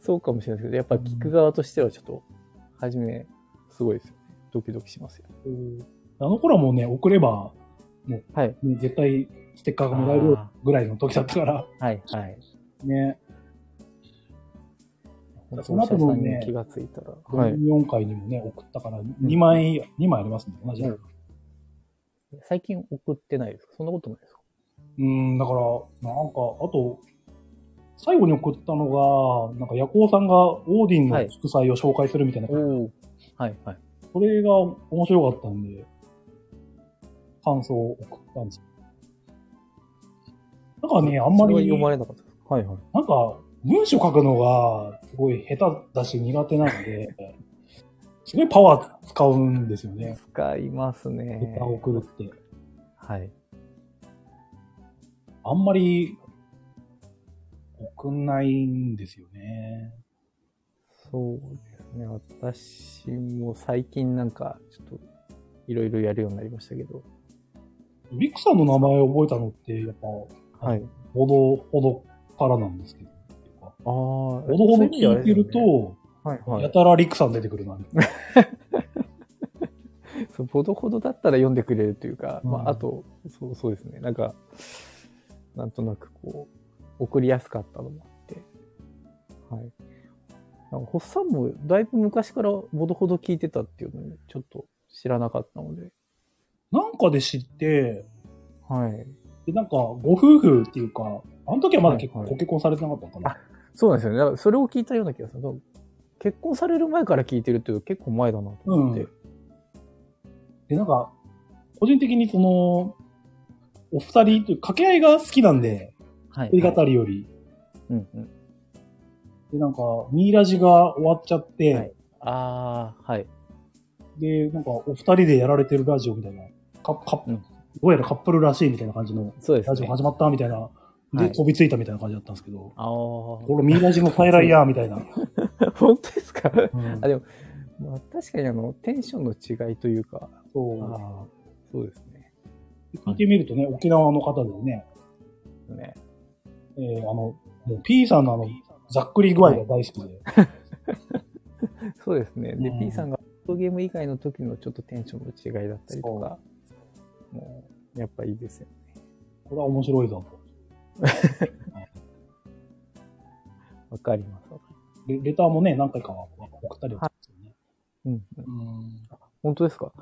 Speaker 2: そうかもしれないですけど、やっぱ聞く側としてはちょっと、初め、すごいですよね。ドキドキしますよ。
Speaker 1: あの頃はもうね、送れば、もう、
Speaker 2: はい
Speaker 1: ね絶対ステッカーがもらえる
Speaker 2: あ
Speaker 1: ぐらいの時だったから、
Speaker 2: はいはい。
Speaker 1: ね、その
Speaker 2: お医
Speaker 1: 後
Speaker 2: 者さ
Speaker 1: も
Speaker 2: ん
Speaker 1: ね
Speaker 2: に気がついたら。はい。
Speaker 1: 4回にもね、送ったから、2枚、二枚ありますね、同じ。
Speaker 2: うん最近送ってないですかそんなことないですか
Speaker 1: うん、だから、なんか、あと、最後に送ったのが、なんか、夜行さんがオーディンの祝祭を紹介するみたいな、
Speaker 2: おお。はいはい。
Speaker 1: それが面白かったんで、感想を送ったんですなんかね、あんま
Speaker 2: それは
Speaker 1: り、
Speaker 2: 読まれなかったですかはいはい。
Speaker 1: なんか、文章書くのが、すごい下手だし苦手なので、すごいパワー使うんですよね。
Speaker 2: 使います
Speaker 1: 下手
Speaker 2: ね。
Speaker 1: 送るって。
Speaker 2: はい。
Speaker 1: あんまり、送んないんですよね。
Speaker 2: そうですね。私も最近なんか、ちょっと、いろいろやるようになりましたけど。
Speaker 1: ビクさんの名前を覚えたのって、やっぱ、
Speaker 2: はい。
Speaker 1: ほど、ほどからなんですけど。
Speaker 2: ああ、ほ
Speaker 1: ほどほど聞いてると、
Speaker 2: はいは
Speaker 1: や
Speaker 2: い。
Speaker 1: たらリックさん出てくるな。
Speaker 2: そうほどほどだったら読んでくれるというか、
Speaker 1: うん
Speaker 2: まあ、あと、そうそうですね。なんか、なんとなくこう、送りやすかったのもあって。はい。なんか、ホッサンもだいぶ昔からほどほど聞いてたっていうのに、ちょっと知らなかったので。
Speaker 1: なんかで知って、
Speaker 2: はい。
Speaker 1: で、なんか、ご夫婦っていうか、あの時はまだ結構
Speaker 2: はいはい
Speaker 1: ご結婚されてなかったのかな。
Speaker 2: そうなんですよね。だからそれを聞いたような気がする。結婚される前から聞いてるっていう結構前だなと思って。
Speaker 1: うんで、なんか、個人的にその、お二人という掛け合いが好きなんで、
Speaker 2: はい
Speaker 1: 一人語りより。
Speaker 2: うんうん。
Speaker 1: で、なんか、ミイラジが終わっちゃって、
Speaker 2: はいああ、はい。
Speaker 1: で、なんか、お二人でやられてるラジオみたいな、カップ、カップ、
Speaker 2: うん
Speaker 1: どうやらカップルらしいみたいな感じの、
Speaker 2: そうです
Speaker 1: ラジオ
Speaker 2: ね。
Speaker 1: 始まったみたいな、で、
Speaker 2: はい
Speaker 1: 飛びついたみたいな感じだったんですけど、
Speaker 2: ああ。
Speaker 1: これミイラジの再来や、みたいな。
Speaker 2: 本当ですか
Speaker 1: うん
Speaker 2: あ、でも、まあ、確かにあの、テンションの違いというか、
Speaker 1: そう。
Speaker 2: そうですね。
Speaker 1: で聞いてみるとね、沖縄の方でね、
Speaker 2: ね
Speaker 1: えー、あの、もう P さんのあの、ざっくり具合が大好きで。
Speaker 2: そうですね。で、
Speaker 1: うん
Speaker 2: P さんがフォトゲーム以外の時のちょっとテンションの違いだったりとか、もう、やっぱいいですよね。
Speaker 1: これは面白いぞと。
Speaker 2: わかります。
Speaker 1: レレターもね、何回かは送ったりはしてますよね。
Speaker 2: うん。
Speaker 1: うん。
Speaker 2: 本当ですか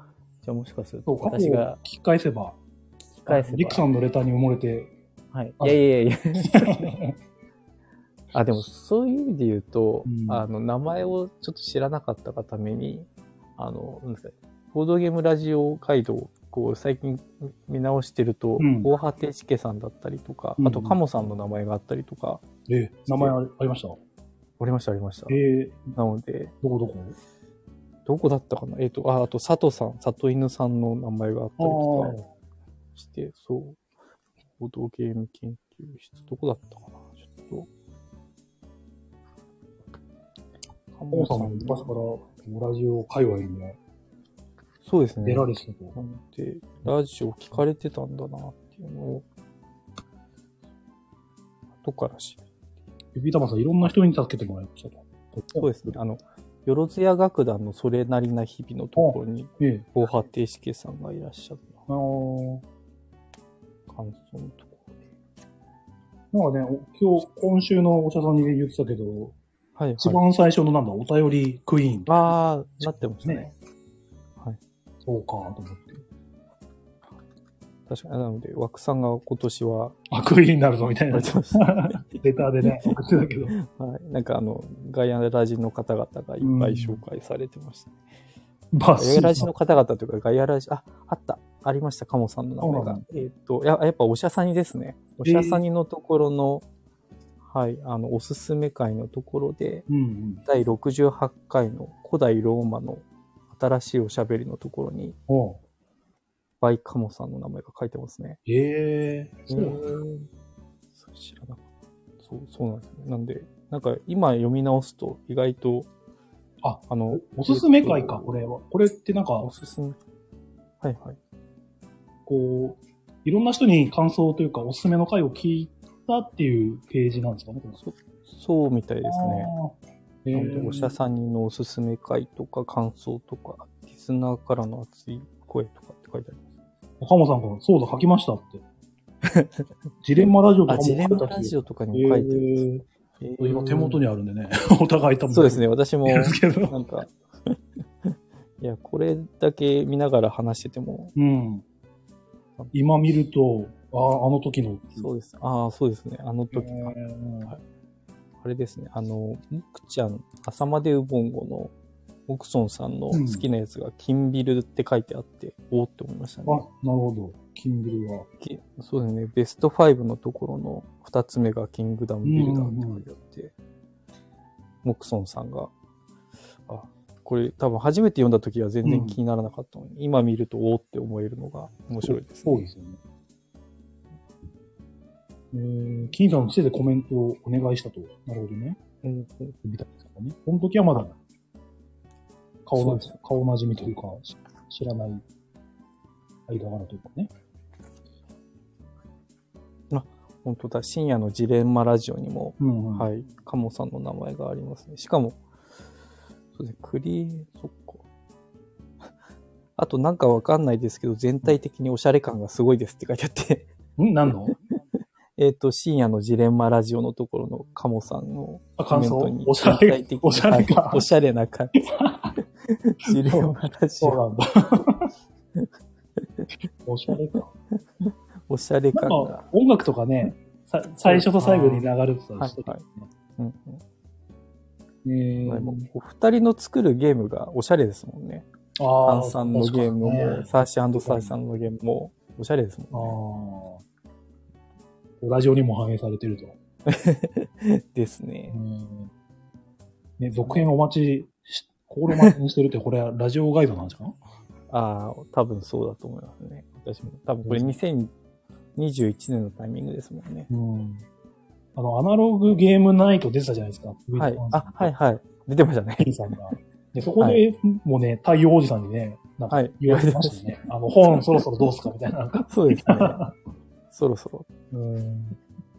Speaker 2: じゃあもしかする
Speaker 1: そ
Speaker 2: と、
Speaker 1: う、過去を
Speaker 2: 私が
Speaker 1: 聞き返せば、
Speaker 2: 聞き返せば。
Speaker 1: リクさんのレターに埋もれて、
Speaker 2: はい。
Speaker 1: あ
Speaker 2: いやいやいや。 あ、でもそういう意味で言うと、
Speaker 1: うん
Speaker 2: あの、名前をちょっと知らなかったがために、あの、なんですか、ボードゲームラジオガイドをこう最近見直してると、
Speaker 1: うん
Speaker 2: 大波てしけさんだったりとか、
Speaker 1: うん
Speaker 2: あと、カモさんの名前があったりとか、
Speaker 1: え、名前ありありました
Speaker 2: ありました、ありました。
Speaker 1: えー、
Speaker 2: なので、
Speaker 1: どこどこ
Speaker 2: どこだったかなえっ、と、あ、あと、佐藤さん、里犬さんの名前があったりとか
Speaker 1: あ
Speaker 2: して、そう、ボードゲーム研究室、どこだったかなちょっと。カ
Speaker 1: あ、モさんも昔からラジオ界隈にも
Speaker 2: そうですね。
Speaker 1: 出られてたと。
Speaker 2: なので、ラジオ聞かれてたんだなっていうのを、後から知る。
Speaker 1: ビビタマさん、いろんな人に助けてもらいましたと。
Speaker 2: そうですね。あの、よろずや楽団のそれなりな日々のところに、
Speaker 1: ええ。
Speaker 2: 防波堤しけさんがいらっしゃる
Speaker 1: あの
Speaker 2: な感想のところで。
Speaker 1: ーなんかね、お今日、今週のお茶さんに言ってたけど、
Speaker 2: はい、はい。
Speaker 1: 一番最初のなんだ、お便りクイーンとか
Speaker 2: ああ、なってましたね。
Speaker 1: ね
Speaker 2: はい。
Speaker 1: そうか、と思って。
Speaker 2: 確かに。なので、枠さんが今年は、
Speaker 1: あ、クイーンになるぞ、みたい
Speaker 2: や
Speaker 1: な
Speaker 2: っ。てました
Speaker 1: レターで ね、送ってたけど。
Speaker 2: はい。なんかあの、ガイアラジの方々がいっぱい紹介されてました。
Speaker 1: バ
Speaker 2: ガイアラジの方々というか、ガイアラジ、あ、あった。ありました、カモさんの名前
Speaker 1: そうな
Speaker 2: が
Speaker 1: ん。
Speaker 2: えーっ、とや、やっぱおしゃさにですね。おしゃさにのところの、はい、あの、おすすめ会のところで、
Speaker 1: うんうん。
Speaker 2: 第68回の古代ローマの新しいおしゃべりのところに、
Speaker 1: おう
Speaker 2: バイカモさんの名前が書いてますね。
Speaker 1: ええそうなんだ
Speaker 2: それ知らなかった。そう、そうなんですね。なんで、なんか今読み直すと意外と、
Speaker 1: あ、
Speaker 2: あの、
Speaker 1: おすすめ会
Speaker 2: え
Speaker 1: か
Speaker 2: っ、と
Speaker 1: これは。これってなんか、
Speaker 2: おすすめ。はいはい。
Speaker 1: こう、いろんな人に感想というか、おすすめの回を聞いたっていうページなんですかね、これ
Speaker 2: そそうみたいですね。
Speaker 1: あー。え
Speaker 2: なので、
Speaker 1: ー
Speaker 2: おしゃさんにのおすすめ会とか感想とか、リスナーからの熱い声とかって書いてあります。
Speaker 1: 岡本さんから、そうだ、書きましたって。 ジレンマラジオとか
Speaker 2: あ、
Speaker 1: も
Speaker 2: ジレンマ
Speaker 1: 書いた
Speaker 2: ラ
Speaker 1: し
Speaker 2: ジオとかにも書いてあります。え
Speaker 1: えー今手元
Speaker 2: に。
Speaker 1: にあるんでね、お互い多分。
Speaker 2: そうですね、私も、
Speaker 1: いるんですけ
Speaker 2: な
Speaker 1: ど。
Speaker 2: んか、いや、これだけ見ながら話してても、
Speaker 1: うん。今見ると、ああ、あの時の。
Speaker 2: そうです。ああ、そうですね。あの
Speaker 1: え
Speaker 2: 時、
Speaker 1: ー
Speaker 2: はいあれですね。あの、むくちゃん、朝までウボンゴの、オクソンさんの好きなやつが、金ビルって書いてあって、おおって思いました
Speaker 1: あ、なる
Speaker 2: ね。
Speaker 1: ほど。キングルは。
Speaker 2: きそうですね。ベスト5のところの2つ目がキングダムビルダーって書いてあって、モクソンさんが、あ、これ多分初めて読んだ時は全然気にならなかったのに、今見るとおおって思えるのが面白いですね。
Speaker 1: そうですよね。えー、金さんのせいでコメントをお願いしたと。なるほどね。
Speaker 2: うんうん
Speaker 1: みたいですかね。この時はまだ、顔
Speaker 2: そう
Speaker 1: な
Speaker 2: ですね
Speaker 1: 顔なじみというか、し知らない間柄というかね。
Speaker 2: 本当だ、深夜のジレンマラジオにも、
Speaker 1: うんうん。
Speaker 2: はい、カモさんの名前がありますね。しかも、そうですね、クリそっか。 あとなんかわかんないですけど、全体的におしゃれ感がすごいですって書いてあって、
Speaker 1: ん何の
Speaker 2: えっと、深夜のジレンマラジオのところのカモさんの
Speaker 1: あ、
Speaker 2: コ
Speaker 1: 感
Speaker 2: メン
Speaker 1: 想
Speaker 2: トに、
Speaker 1: おしゃれ
Speaker 2: 全体的、に
Speaker 1: おしゃれか
Speaker 2: はい。おしゃれな感じ。 ジレンマラジ
Speaker 1: そう
Speaker 2: オ、
Speaker 1: なんだ。 おしゃれか。
Speaker 2: おしゃれ
Speaker 1: な
Speaker 2: 感
Speaker 1: ん
Speaker 2: が
Speaker 1: か。音楽とかね、さ最初と最後に流れてたり
Speaker 2: はい
Speaker 1: してた
Speaker 2: はい
Speaker 1: よね。
Speaker 2: うん
Speaker 1: え
Speaker 2: うん、も
Speaker 1: ー、
Speaker 2: お二人の作るゲームがおしゃれですもんね。
Speaker 1: あ
Speaker 2: アンさんのゲームも、サーシーサーシさんのゲームもおしゃれですもんね。
Speaker 1: も。ああ。ラジオにも反映されてると。
Speaker 2: ですね。
Speaker 1: うんね、続編お待ちし、心待ちにしてるって、これは ラジオガイドなんですか
Speaker 2: ああ、多分そうだと思いますね。私も。多分これ2021年のタイミングですもんね。
Speaker 1: うん。あの、アナログゲームナイト出てたじゃないですか。
Speaker 2: はい。あ、はい
Speaker 1: い。
Speaker 2: はい。出てました ね。
Speaker 1: ケンさんが。で、そこで、もうね、太陽おじさんにね、なんか
Speaker 2: はい。
Speaker 1: 言われてましたよ ね。あの、本そろそろどうすかみたいな。なんか
Speaker 2: そうです ね。そろそろ。
Speaker 1: うん。い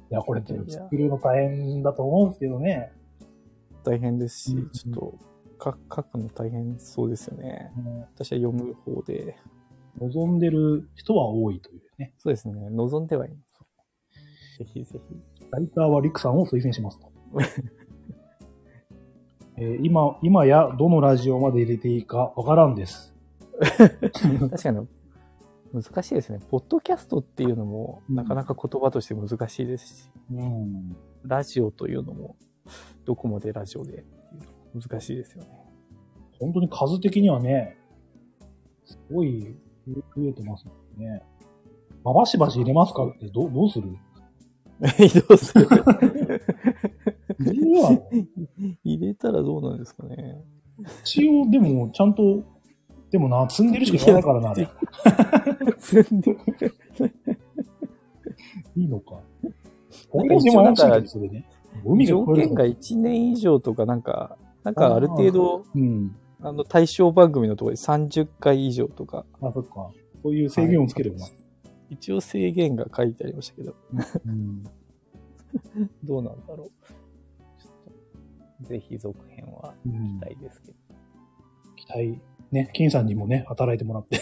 Speaker 1: や、これ、作るの大変だと思うんですけどね。
Speaker 2: 大変ですし、
Speaker 1: うん
Speaker 2: ちょっとか書くの大変そうですよね。
Speaker 1: うん
Speaker 2: 私は読む方で。
Speaker 1: 望んでる人は多いというね。
Speaker 2: そうですね。望んではいます。ぜひぜひ。
Speaker 1: ライターはリクさんを推薦しますと。 えー今、今やどのラジオまで入れていいかわからんです。
Speaker 2: 確かに難しいですね。ポッドキャストっていうのも、
Speaker 1: うん
Speaker 2: なかなか言葉として難しいですし、
Speaker 1: うん。
Speaker 2: ラジオというのも、どこまでラジオでっていうの難しいですよ ね。
Speaker 1: 本当に数的にはね、すごい増えてますもんね。まあ、バシバシ入れますかってどうどうする
Speaker 2: どうする
Speaker 1: 自由は
Speaker 2: 入れたらどうなんですかね。
Speaker 1: 一応でもちゃんと、でもな、積んでるしか言わないからな、あれい
Speaker 2: 積んで
Speaker 1: いのか。
Speaker 2: なん
Speaker 1: 本当
Speaker 2: か
Speaker 1: に
Speaker 2: 一
Speaker 1: も
Speaker 2: 応
Speaker 1: や
Speaker 2: な
Speaker 1: らしいけど、
Speaker 2: んか
Speaker 1: それね。海が
Speaker 2: 条
Speaker 1: 越える
Speaker 2: 件
Speaker 1: の
Speaker 2: が1年以上とか、なんか、なんかある程度、
Speaker 1: うん。
Speaker 2: あの、対象番組のところで30回以上とか、
Speaker 1: あ、そっか。そういう制限をつければな。
Speaker 2: 一応制限が書いてありましたけど、
Speaker 1: うん。
Speaker 2: どうなんだろう。ちょっとぜひ続編は
Speaker 1: うん
Speaker 2: 期待ですけど。
Speaker 1: 期待。ね、金さんにもね、働いてもら って。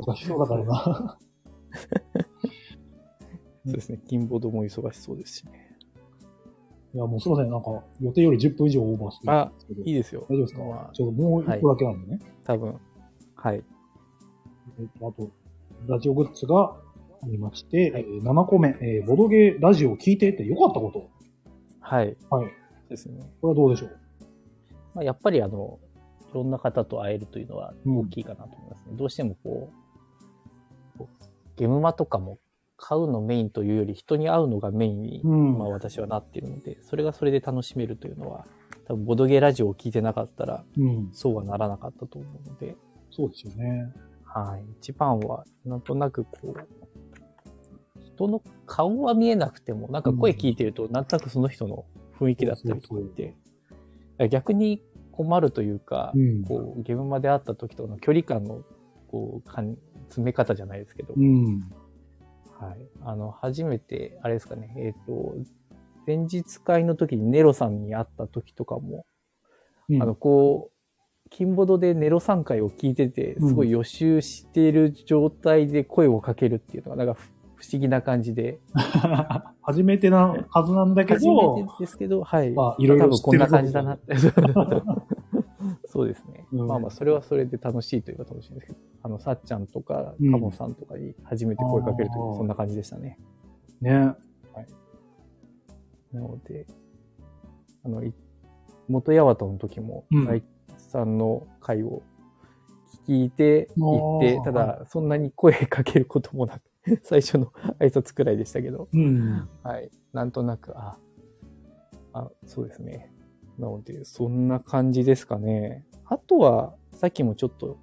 Speaker 1: 忙しそうだからな。
Speaker 2: そうですね。金ボードも忙しそうですしね。
Speaker 1: いや、もうすいません。なんか、予定より10分以上オーバーしてるんですけど。
Speaker 2: いいですよ。
Speaker 1: 大丈夫ですか
Speaker 2: まあ
Speaker 1: ちょっともう一個だけなんでね。
Speaker 2: 多分。はい。
Speaker 1: えっと、あと、ラジオグッズがありまして、えー7個目、えーボドゲラジオ聞いててよかったこと。
Speaker 2: はい。
Speaker 1: はい。
Speaker 2: ですね。
Speaker 1: これはどうでしょう
Speaker 2: まあ、やっぱりあの、いろんな方と会えるというのは
Speaker 1: うん
Speaker 2: 大きいかなと思いますね。どうしてもこう、こうゲムマとかも買うのメインというより人に会うのがメインに、
Speaker 1: うん
Speaker 2: まあ私はなっているので、それがそれで楽しめるというのは、多分ボドゲラジオを聞いてなかったら、
Speaker 1: うん。
Speaker 2: そうはならなかったと思うので、
Speaker 1: そうですよね。
Speaker 2: はい。一番は、なんとなくこう、人の顔は見えなくても、なんか声聞いてると、なんとなくその人の雰囲気だったりとかって、逆に困るというか、
Speaker 1: うん
Speaker 2: こう、ゲームまで会った時との距離感の、こう、感詰め方じゃないですけど、
Speaker 1: うん。
Speaker 2: はい。あの、初めて、あれですかね、えっ、と、前日会の時にネロさんに会った時とかも、
Speaker 1: うん
Speaker 2: あの、こう、金ボドでネロ3回を聞いてて、
Speaker 1: うん
Speaker 2: すごい予習している状態で声をかけるっていうのが、なんかふ不思議な感じで、
Speaker 1: 初めてなはずなんだけ
Speaker 2: 初め
Speaker 1: ど
Speaker 2: て、ですけど、はい。
Speaker 1: まあいろいろ
Speaker 2: 多分こんな感じだなって。 そうですね。
Speaker 1: うん
Speaker 2: まあまあ、それはそれで楽しいといえば楽しいんですけど、あの、さっちゃんとか、
Speaker 1: うん
Speaker 2: カモさんとかに初めて声かけるとき
Speaker 1: あー
Speaker 2: そんな感じでしたね。
Speaker 1: ね。
Speaker 2: なので、あの、い元八幡の時も、
Speaker 1: うん
Speaker 2: 大吉さんの回を聞いて、
Speaker 1: あー
Speaker 2: 行って、ただ、そんなに声かけることもなく、最初の挨拶くらいでしたけど、
Speaker 1: うん。
Speaker 2: はい。なんとなく、あ、あ、そうですね。なので、そんな感じですかね。あとは、さっきもちょっと、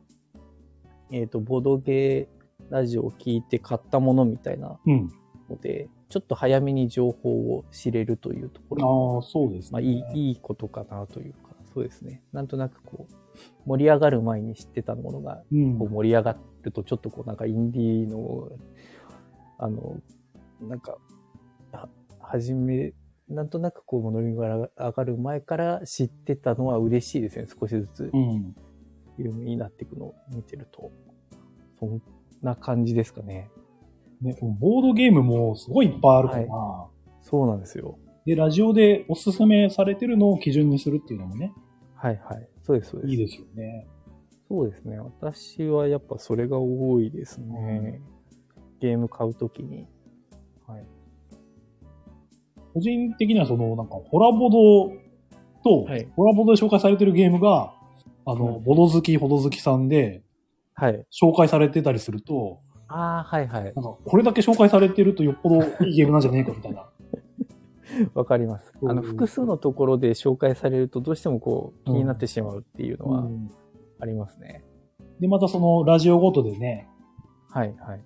Speaker 2: えっ、と、ボドゲーラジオを聞いて買ったものみたいな
Speaker 1: うん。
Speaker 2: ので、ちょっと早めに情報を知れるというところも
Speaker 1: ああ、そうですね。
Speaker 2: まあ、いいいいことかなというか、そうですね。なんとなくこう、盛り上がる前に知ってたものが、
Speaker 1: うん
Speaker 2: こう盛り上がると、ちょっとこう、なんかインディーのあの、なんか、は、はじめ、なんとなくこう、物見が上がる前から知ってたのは嬉しいですね。少しずつ
Speaker 1: うん。
Speaker 2: 有名になっていくのを見てると。そんな感じですかね。
Speaker 1: ね、このボードゲームもすごいいっぱいあるから、
Speaker 2: そうなんですよ。
Speaker 1: で、ラジオでおすすめされてるのを基準にするっていうのもね、
Speaker 2: はいはい。そうです、そうです。
Speaker 1: いいですよね。
Speaker 2: そうですね。私はやっぱそれが多いですね。ゲーム買うときに。はい。
Speaker 1: 個人的にはその、なんか、ホラボドと、
Speaker 2: はい
Speaker 1: ホラボドで紹介されてるゲームが、あの、
Speaker 2: うん
Speaker 1: ボド好き、ほど好きさんで
Speaker 2: はい。
Speaker 1: 紹介されてたりすると、
Speaker 2: ああ、はいはい
Speaker 1: な。んか、これだけ紹介されてるとよっぽどいいゲームなんじゃねえかみたいな。
Speaker 2: わかります。
Speaker 1: うん
Speaker 2: あの、複数のところで紹介されるとどうしてもこう、気になってしまうって いうの
Speaker 1: う
Speaker 2: は
Speaker 1: ん
Speaker 2: ありますね。
Speaker 1: で、またその、ラジオごとでね、
Speaker 2: はいはい。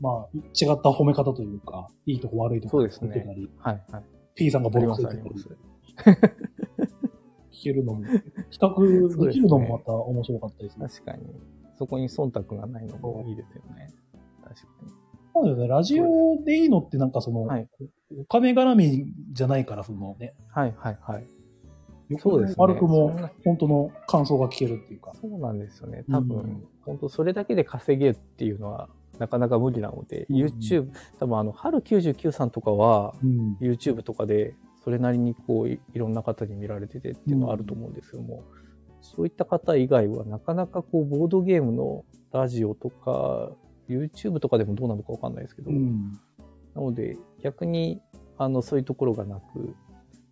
Speaker 1: まあ、違った褒め方というか、いいとこ悪いとこ
Speaker 2: そうですね
Speaker 1: 言ってたり、
Speaker 2: はいはい。
Speaker 1: P さんが
Speaker 2: あ
Speaker 1: ボ
Speaker 2: り
Speaker 1: ロ
Speaker 2: ま
Speaker 1: ク
Speaker 2: す
Speaker 1: ソ
Speaker 2: あ
Speaker 1: 言っ
Speaker 2: り
Speaker 1: てた
Speaker 2: ま
Speaker 1: り
Speaker 2: す。
Speaker 1: 聞けるのも、 比較できるのもまた面白かったりする。
Speaker 2: 確かに。そこに忖度がないのもいいですよね。確か
Speaker 1: そうだよね、ラジオでいいのってなんかその、
Speaker 2: に。はい。
Speaker 1: お金絡みじゃないから、そのね、
Speaker 2: はいはいはい。
Speaker 1: よく
Speaker 2: そう
Speaker 1: も
Speaker 2: ですね
Speaker 1: 悪く
Speaker 2: そん
Speaker 1: も
Speaker 2: な、
Speaker 1: 本当の感想が聞けるっていうか。
Speaker 2: そうなんですよね。
Speaker 1: うん
Speaker 2: 多分、本当それだけで稼げるっていうのは、なかなか無理なので、
Speaker 1: うん
Speaker 2: YouTube、多分あの、春99さんとかは、
Speaker 1: うん。
Speaker 2: YouTube とかで、それなりにこうい、いろんな方に見られててっていうのはあると思うんですけども、そういった方以外は、なかなかこう、ボードゲームのラジオとか、YouTube とかでもどうなのかわかんないですけど、
Speaker 1: うん。
Speaker 2: なので、逆に、あの、そういうところがなく、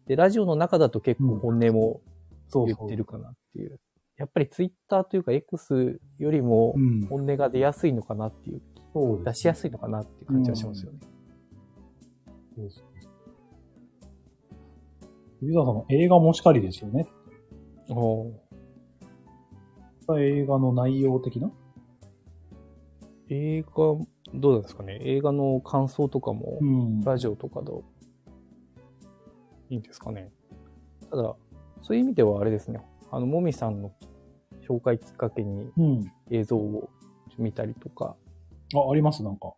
Speaker 2: で、ラジオの中だと結構本音も
Speaker 1: そう
Speaker 2: 言
Speaker 1: そう。
Speaker 2: ってるかなっていう。やっぱりツイッターというか X よりも
Speaker 1: うん。
Speaker 2: 本音が出やすいのかなっていう、
Speaker 1: そう
Speaker 2: 出
Speaker 1: です。
Speaker 2: しやすいのかなっていう感じはしますよね。
Speaker 1: そうです指沢さんの映画もしかりですよね。
Speaker 2: おー
Speaker 1: 映画の内容的な
Speaker 2: 映画、どうなんですかね映画の感想とかも、
Speaker 1: ん
Speaker 2: ラジオとかだと、いいんですかねただ、そういう意味ではあれですね。あの、もみさんの紹介きっかけに
Speaker 1: うん。
Speaker 2: 映像を見たりとか、
Speaker 1: あ、あります、なんか。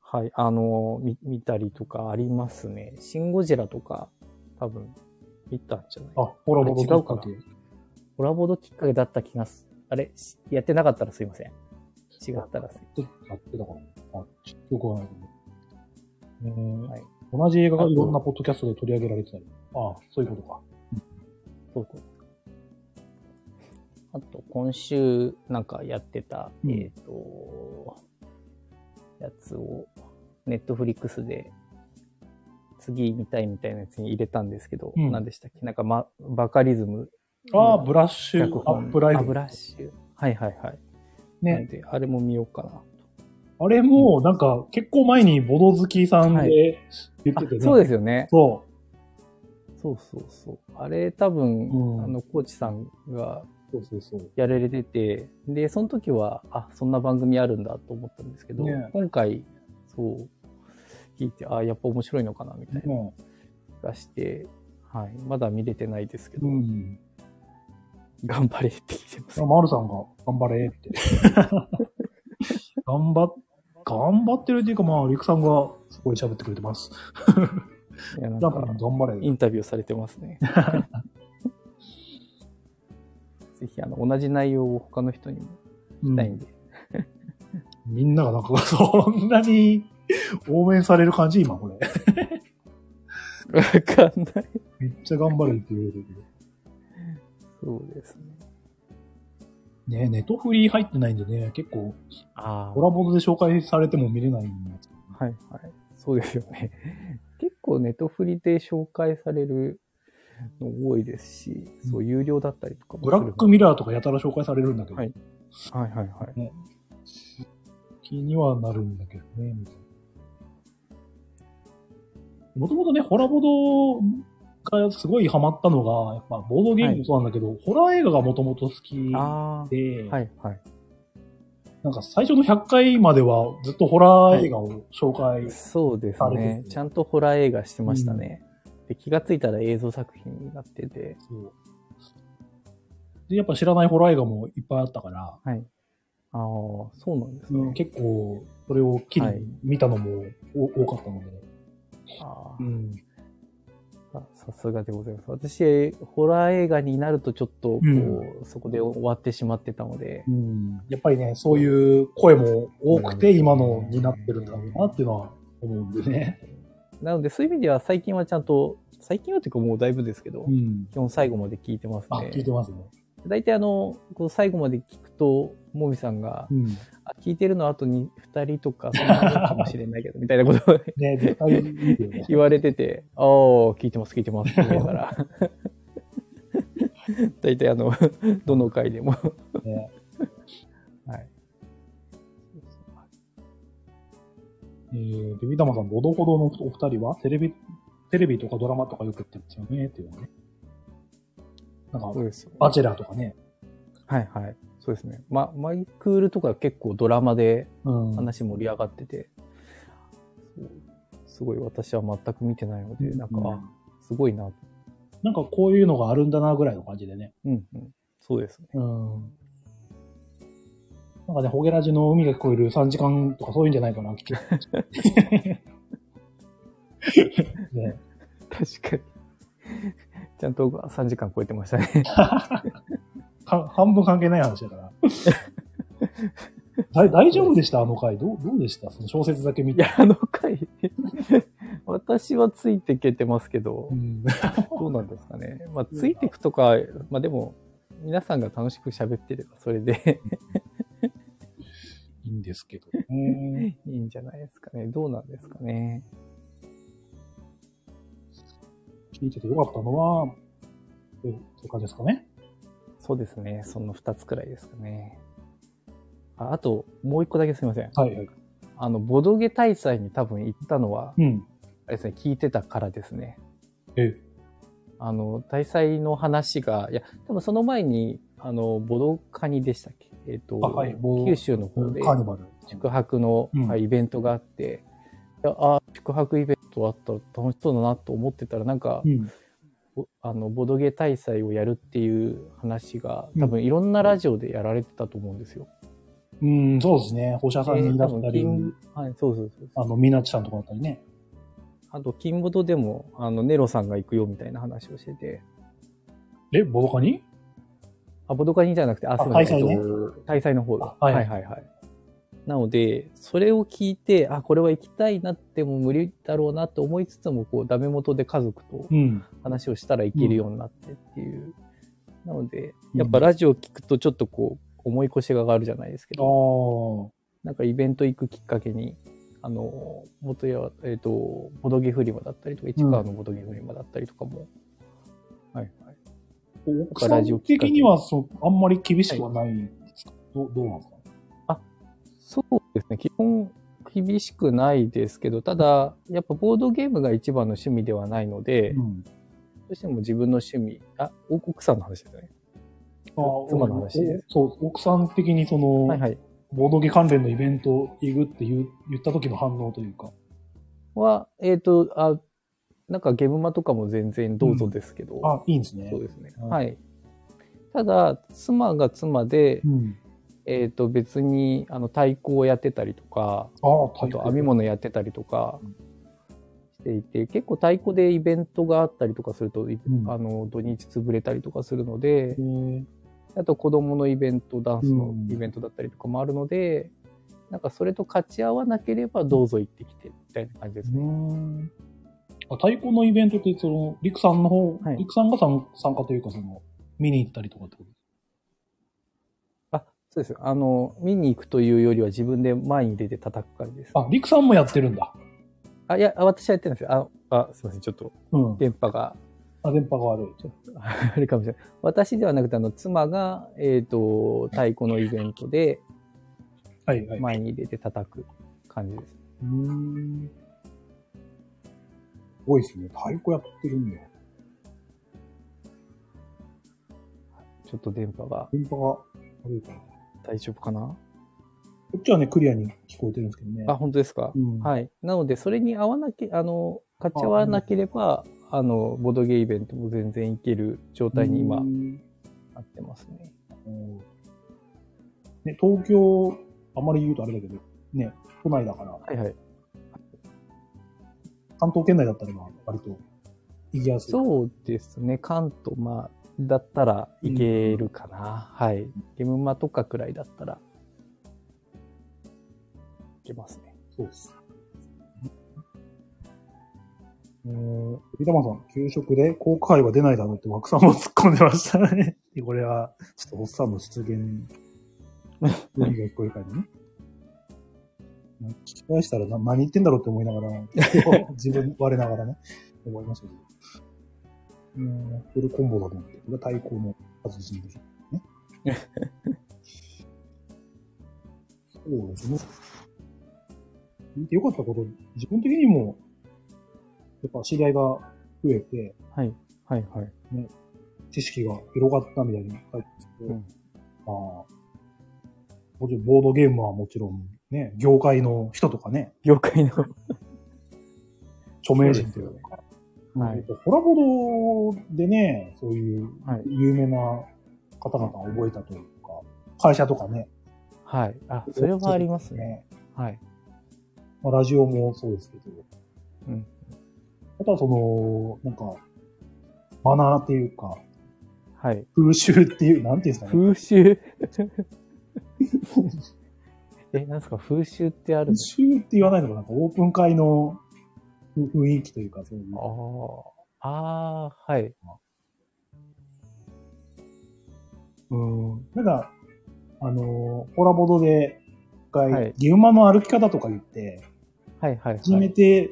Speaker 2: はい、あの、見見たりとかありますね。シン・ゴジラとか、多分、見たんじゃない
Speaker 1: あ、ホラボド
Speaker 2: あ違うかな
Speaker 1: きっか
Speaker 2: コラボドきっかけだった気がす。あれしやってなかったらすいません。違ったらすい
Speaker 1: けちょっとやってたから。あ、ちょっとよくわかんないけど。えー
Speaker 2: はい
Speaker 1: 同じ映画がいろんなポッドキャストで取り上げられてたり。ああ、そういうことか。
Speaker 2: そうそう。あと、今週なんかやってた、
Speaker 1: うん
Speaker 2: えっ、と、やつを、ネットフリックスで、次見たいみたいなやつに入れたんですけど、
Speaker 1: うん
Speaker 2: 何でしたっけなんか、ま、バカリズム。
Speaker 1: ああ、
Speaker 2: うん
Speaker 1: ブラッシュ
Speaker 2: 脚、
Speaker 1: ア
Speaker 2: 本
Speaker 1: ップライ
Speaker 2: あ
Speaker 1: ブ
Speaker 2: ブ。ラッシュ。はいはいはい。
Speaker 1: ね
Speaker 2: なんで、あれも見ようかな。
Speaker 1: あれも、なんか、結構前にボド好きさん
Speaker 2: は
Speaker 1: で言っててね。
Speaker 2: あそうですよね。
Speaker 1: そ
Speaker 2: そうそうそう。あれ多分、
Speaker 1: うん
Speaker 2: あの、コーチさんが
Speaker 1: う。そうそうそう。
Speaker 2: やられてて、で、その時は、あ、そんな番組あるんだと思ったんですけど、
Speaker 1: ね
Speaker 2: 今回、そう、聞いて、あ、やっぱ面白いのかな、みたいな
Speaker 1: ね
Speaker 2: 気がして、はい。まだ見れてないですけど、
Speaker 1: うん。
Speaker 2: 頑張れって聞いてます。
Speaker 1: マルさんが、頑張れ って。頑張っ、頑張ってるっていうか、まあ、リクさんがすごい喋ってくれてます。
Speaker 2: いや、なん
Speaker 1: ラップ
Speaker 2: か
Speaker 1: も、頑張れ。
Speaker 2: インタビューされてます ね。ぜひ、あの、同じ内容を他の人にも
Speaker 1: う
Speaker 2: 聞き
Speaker 1: ん
Speaker 2: たいんで、
Speaker 1: みんながなんか、そんなに 応援される感じ今、これ。
Speaker 2: わかんない。
Speaker 1: めっちゃ頑張れって言われてるけど。
Speaker 2: そうですね。
Speaker 1: ねネットフリー入ってないんでね、結構、
Speaker 2: あ
Speaker 1: コラボで紹介されても見れないんですけど
Speaker 2: はいはい。そうですよね。 結構ネットフリで紹介されるの多いですし、そう、有料だったりとかも
Speaker 1: ブラックミラーとかやたら紹介されるんだけど、
Speaker 2: はいー。はいはいはい。
Speaker 1: 気にはなるんだけどね、みたいな。もともとね、ホラボドがすごいハマったのが、やっぱボードゲームもそうなんだけど、ホラー映画がもともと好き
Speaker 2: あ
Speaker 1: で、
Speaker 2: あ。はいはい。
Speaker 1: なんか最初の100回まではずっとホラー映画を紹介、
Speaker 2: そうです
Speaker 1: あれです
Speaker 2: ね
Speaker 1: ね。
Speaker 2: ちゃんとホラー映画してましたね。で気がついたら映像作品になってて、
Speaker 1: そうで、やっぱ知らないホラー映画もいっぱいあったから、
Speaker 2: はい。ああ、そうなんです
Speaker 1: うん
Speaker 2: ね。
Speaker 1: 結構、それを機
Speaker 2: はい
Speaker 1: に見たのもお多かったので、
Speaker 2: あ
Speaker 1: うん
Speaker 2: ーささすがでございます。私、ホラー映画になるとちょっと、こう、
Speaker 1: う
Speaker 2: そこで終わってしまってたので、
Speaker 1: うんやっぱりね、そういう声も多くて、
Speaker 2: うん
Speaker 1: 今のになってるんだろうなっていうのは思うんでね。
Speaker 2: なので、そういう意味では最近はちゃんと、最近はというかもうだいぶですけど、
Speaker 1: うん。
Speaker 2: 基本最後まで聞いてます
Speaker 1: あ、聞い
Speaker 2: ね。
Speaker 1: てますね。
Speaker 2: 大体あの、こう最後まで聞くと、もみさんが
Speaker 1: う、ん。
Speaker 2: あ聞いてるの後に2人とか、そんなのかもしれないけど、みたいなことを。
Speaker 1: ね、絶対いいよ ね
Speaker 2: 言われてて、ああ、聞いてます、聞いてます、って言いながら。大体あの、どの回でも。
Speaker 1: ね
Speaker 2: はい。
Speaker 1: えー、ビビダマさん、ほどほどのお二人は、テレビ、テレビとかドラマとかよく言ってるんですよね、っていうのね。なん
Speaker 2: そ
Speaker 1: か、
Speaker 2: うですよね。
Speaker 1: バチェラーとかね。
Speaker 2: はいはい。そうですね。ま、マイクールとか結構ドラマで
Speaker 1: うん。
Speaker 2: 話盛り上がってて、そうすごい私は全く見てないので、なんか、
Speaker 1: う
Speaker 2: あすごいな。
Speaker 1: なんかこういうのがあるんだな、ぐらいの感じでね。
Speaker 2: うんうん。そうですね。
Speaker 1: うん。なんかね、ホゲラジの海が聞こえる3時間とかそういうんじゃないかな、聞きね
Speaker 2: 確かに。 ちゃんと3時間超えてましたね。
Speaker 1: か半分関係ない話だから。 だ大丈夫でしたあの回。どうどうでしたその小説だけ見
Speaker 2: い
Speaker 1: て。
Speaker 2: や、あの回、 私はついていけてますけど
Speaker 1: う、ん、
Speaker 2: どうなんですかね。まあ、ついていくとか、まあでも、皆さんが楽しく喋ってればそれで
Speaker 1: いいんですけどね。
Speaker 2: いいんじゃないですかね。どうなんですかね。
Speaker 1: 聞いててよかったのは、という感じですかね。
Speaker 2: そうですね。その2つくらいですかね。ああと、もう1個だけすいません。
Speaker 1: はいはい。
Speaker 2: あの、ボドゲ大祭に多分行ったのは、
Speaker 1: うん。
Speaker 2: あれですね、聞いてたからですね。
Speaker 1: え
Speaker 2: あの、大祭の話が、いや、多分その前に、あの、ボドカニでしたっけえっ、と、
Speaker 1: あはいボド
Speaker 2: 九州の方で
Speaker 1: カーニバル。
Speaker 2: 宿泊の、
Speaker 1: うん
Speaker 2: はいイベントがあって、いやあ宿泊イベントあったら楽しそうだなと思ってたら、なんか、
Speaker 1: うん。
Speaker 2: ぼあの、ボドゲ大祭をやるっていう話が、多
Speaker 1: う
Speaker 2: 分いろんなラジオでやられてたと思うんですよ。
Speaker 1: うん、そうですね。放射さんにだ
Speaker 2: で多
Speaker 1: った
Speaker 2: 分
Speaker 1: り、
Speaker 2: 金はい、そうそうそう
Speaker 1: あの、みなちさんとかだったりね。
Speaker 2: あと、金ボドでも、あの、ネロさんが行くよみたいな話をしてて、
Speaker 1: え、ボドカニ
Speaker 2: あ、ボドカニじゃなくて、あ、
Speaker 1: あ
Speaker 2: すいませ
Speaker 1: 大
Speaker 2: ん。
Speaker 1: 祭ね
Speaker 2: えっと大祭の方だ。
Speaker 1: あは
Speaker 2: はいい、はいはいはいなので、それを聞いて、あ、これは行きたいなっても無理だろうなと思いつつも、こう、ダメ元で家族と
Speaker 1: うん。
Speaker 2: 話をしたらいけるようになってっていう。なので、
Speaker 1: うん
Speaker 2: やっぱラジオ聞くとちょっとこう、思い越しが上がるじゃないですけ
Speaker 1: あ
Speaker 2: ど、
Speaker 1: あ。
Speaker 2: なんかイベント行くきっかけに、あの、元や、えっ、と、ボドゲフリマだったりとか、市川のボドゲフリマだったりとかも、はいはい。
Speaker 1: 奥さん的にはそう、あんまり厳しくはないんですか、どうどうなんですか
Speaker 2: そうですね、基本厳しくないですけど、ただ、やっぱボードゲームが一番の趣味ではないので、ど
Speaker 1: ん。
Speaker 2: うしても自分の趣味、あ、お奥さんの話ですよね。
Speaker 1: あ
Speaker 2: 妻の話
Speaker 1: おおそう、奥さん的にその、
Speaker 2: はいはい。
Speaker 1: ボードゲ関連のイベント行くって言う言った時の反応というか。
Speaker 2: は、えっ、と、あ、なんかゲームマとかも全然どうぞですけど、
Speaker 1: あ、いいんですね
Speaker 2: そう。ですね。
Speaker 1: うん
Speaker 2: はい。ただ、妻が妻で
Speaker 1: う、ん。
Speaker 2: えっ、と、別に、あの、太鼓をやってたりとか、
Speaker 1: ああ、
Speaker 2: あ
Speaker 1: 大
Speaker 2: と編み物やってたりとか
Speaker 1: うん
Speaker 2: していて、結構太鼓でイベントがあったりとかすると、い
Speaker 1: ん
Speaker 2: あの土日潰れたりとかするので、
Speaker 1: 物。
Speaker 2: あと子供のイベント、ダンスの
Speaker 1: うん
Speaker 2: イベントだったりとかもあるので、なんかそれと勝ち合わなければどうぞ行ってきてみたいな感じです
Speaker 1: う
Speaker 2: ね。
Speaker 1: ん。あ太鼓のイベントって、その、リクさんの方、
Speaker 2: はい
Speaker 1: リクさんが参参加というか、その、見に行ったりとかってこと
Speaker 2: あ、そうです。あの、見に行くというよりは自分で前に出て叩く感じです。
Speaker 1: あ、リクさんもやってるんだ。
Speaker 2: あ、いや、あ私はやってないですよ。あ、あすいません。ちょっと
Speaker 1: うん。
Speaker 2: 電波が
Speaker 1: あ、電波が悪い。
Speaker 2: あれかもしれない。私ではなくて、あの、妻が、えっ、と、太鼓のイベントで
Speaker 1: はいはい。
Speaker 2: 前に出て叩く感じです。
Speaker 1: うーん。すごいですね。太鼓やってるんだよ。
Speaker 2: ちょっと電波が
Speaker 1: 電波が悪いから。
Speaker 2: 大丈夫かな
Speaker 1: こっちはね、クリアに聞こえてるんですけどね。
Speaker 2: あ、、本当ですか、
Speaker 1: うん。い。
Speaker 2: はい。なので、それに合わなけ、あの、勝ち合わなければ、あの、ボドゲイベントも全然いける状態に今、なってますね。
Speaker 1: うんね、東京、あまり言うとあれだけど、ね、都内だから、
Speaker 2: はいはい。
Speaker 1: 関東圏内だったら、まあ割と、行きやすい。
Speaker 2: そうですね、関東、まあ、だったらいけるかな。はい。ゲムマとかくらいだったら、いけますね。
Speaker 1: そうです。
Speaker 2: うん、は
Speaker 1: ビタマンさん、給食で高価は出ないだろうって枠さんも突っ込んでましたね。 でこれは、ちょっとおっさんの出現、何が聞こえるかにね。聞き返したらな何言ってんだろうって思いながら、自分、我ながらね、 思いましたけど。うん、フルコンボだと思って、これは対抗の達人でしょうね。そうですね。見てよかったこと、自分的にも、やっぱ知り合いが増えて、
Speaker 2: い、はい、はい。
Speaker 1: 知識が広がったみたいに書いてますけど、
Speaker 2: うん
Speaker 1: まあ、もちろんボードゲームはもちろんね、業界の人とかね、
Speaker 2: 業界の、
Speaker 1: 著名人というか、
Speaker 2: は
Speaker 1: えっ
Speaker 2: い、
Speaker 1: とコラボドでね、そういう
Speaker 2: はい、
Speaker 1: 有名な方々を覚えたというか、会社とかね、
Speaker 2: はい。あ、それはありますね。
Speaker 1: ね
Speaker 2: はい。
Speaker 1: まあ、ラジオもそうですけど、
Speaker 2: うん
Speaker 1: あとはその、なんか、マナーっていうか、
Speaker 2: はい。
Speaker 1: 風習っていう、なんていうんですかね。
Speaker 2: 風習 え、なんですか風習ってある
Speaker 1: 風
Speaker 2: んです
Speaker 1: 習って言わないのかなんかオープン会のふ雰囲気というか、そういう
Speaker 2: か。ああ、ああ、はい。
Speaker 1: うん。なんか、あのーコラボドで、一回、
Speaker 2: はい
Speaker 1: ゲウマの歩き方とか言って、
Speaker 2: はい、はい、
Speaker 1: 初
Speaker 2: は
Speaker 1: め
Speaker 2: い。
Speaker 1: て、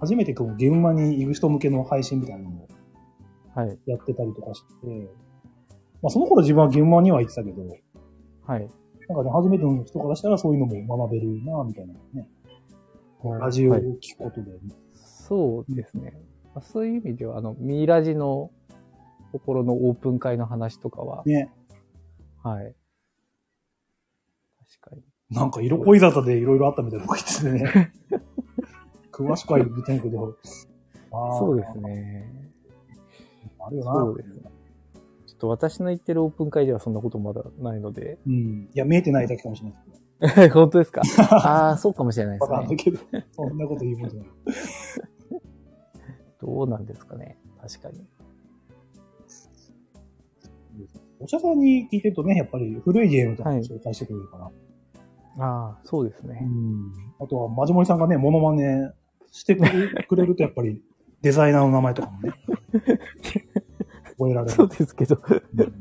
Speaker 1: 初めてこうゲウマに行く人向けの配信みたいなのを
Speaker 2: はい、
Speaker 1: やってたりとかして、まあその頃自分はゲウマには行ってたけど、
Speaker 2: はい。
Speaker 1: なんかね、初めての人からしたらそういうのも学べるな、みたいなね。ラジオを
Speaker 2: はい
Speaker 1: 聞くことで、
Speaker 2: そうですね。まあそういう意味では、あの、ミイラジの心のオープン会の話とかは、
Speaker 1: ね、
Speaker 2: はい。確かに。
Speaker 1: なんか色恋沙汰でいろいろあったみたいなこと言ってて ね。詳しくは言ってないけど。あー
Speaker 2: そうです。ね。
Speaker 1: あるよな。
Speaker 2: そうですね。ちょっと私の言ってるオープン会ではそんなことまだない ので。
Speaker 1: うん。いや、見えてないだけかもしれないですけ
Speaker 2: 本当 ですかああ、そうかもしれないで
Speaker 1: ど。
Speaker 2: す
Speaker 1: バカなんだ
Speaker 2: ね。
Speaker 1: けど、そんなこと言うもんじゃない。
Speaker 2: どうなんですかね。確かに。
Speaker 1: お茶さんに聞いてるとね、やっぱり古いゲームとか
Speaker 2: はい
Speaker 1: 紹介してくれるから。
Speaker 2: ああ、そうです
Speaker 1: う
Speaker 2: ね。
Speaker 1: ん。あとは、マジモリさんがね、モノマネしてくれくれると、やっぱりデザイナーの名前とかもね、覚えられ
Speaker 2: そう
Speaker 1: る。
Speaker 2: ですけど、
Speaker 1: うん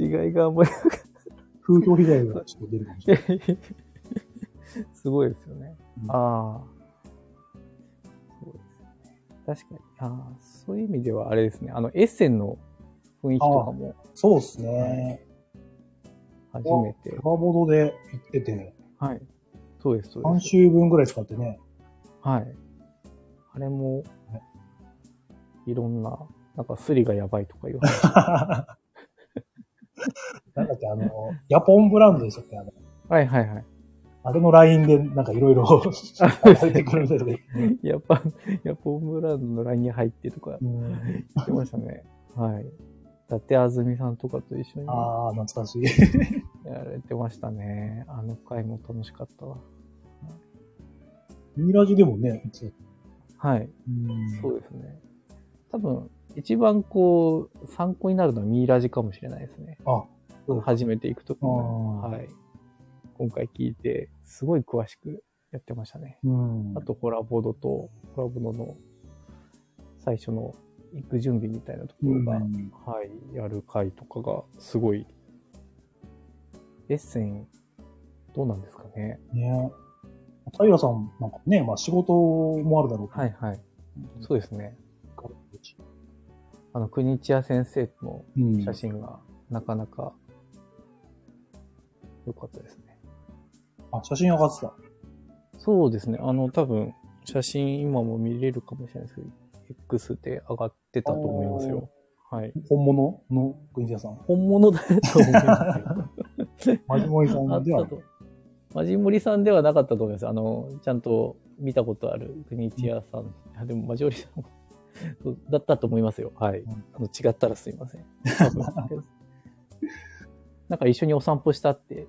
Speaker 2: 違いがあんまり、
Speaker 1: 風評被害がちょっと出るかもしれない。
Speaker 2: すごいですよね。
Speaker 1: うん
Speaker 2: ああ。そうですね。確かに。ああ、そういう意味ではあれですね。あの、エッセンの雰囲気とかも
Speaker 1: そうですね。
Speaker 2: 初めて
Speaker 1: コ。ラボードで行ってて、
Speaker 2: はい。そうです、そう
Speaker 1: 3
Speaker 2: です。
Speaker 1: 週分ぐらい使ってね、
Speaker 2: はい。あれも、いろんな、なんかスリがやばいとか言わ れて。
Speaker 1: なんだっけ、あの、ヤポンブランドでしたっけあの、
Speaker 2: はいはいはい。
Speaker 1: あれの LINE でなんかいろい ろ入ってくるみたいで。
Speaker 2: やっぱ、やっぱオムランのラインに入ってとか
Speaker 1: うん
Speaker 2: 言ってましたね。はい。伊達あずみさんとかと一緒にや
Speaker 1: ああ、懐かしい。
Speaker 2: られてましたね。あの回も楽しかったわ。
Speaker 1: ミラジでもね、いつ
Speaker 2: はい。
Speaker 1: うん
Speaker 2: そうですね。多分、一番こう、参考になるのはミイラジかもしれないですね。
Speaker 1: あ、そう
Speaker 2: 初めて行くときに。
Speaker 1: あー
Speaker 2: はい。今回聞いて、すごい詳しくやってましたね。
Speaker 1: うん
Speaker 2: あと、コラボードと、コラボードの最初の行く準備みたいなところが、
Speaker 1: うん
Speaker 2: はい、やる回とかが、すごい、エッセン、どうなんですかね。
Speaker 1: ね。平さんなんかね、まあ仕事もあるだろうけど
Speaker 2: はいはい。そうですね。
Speaker 1: し
Speaker 2: あの、国千谷先生の
Speaker 1: うん
Speaker 2: 写真がなかなか良かったですね。
Speaker 1: あ、写真上がってた。
Speaker 2: そうですね。あの、多分、写真今も見れるかもしれないですけど、X で上がってたと思いますよ。はい。
Speaker 1: 本物の国枝 さん。
Speaker 2: 本物だと思い ますけど
Speaker 1: マジモリさ
Speaker 2: あ
Speaker 1: ん
Speaker 2: っ
Speaker 1: では
Speaker 2: たと。マジモリさんではなかったと思います。あの、ちゃんと見たことある国千谷さん。あでも、マジモリさんもそうだったと思いますよ。はい。
Speaker 1: ん
Speaker 2: あの違ったらすいません。多分なんか一緒にお散歩したって、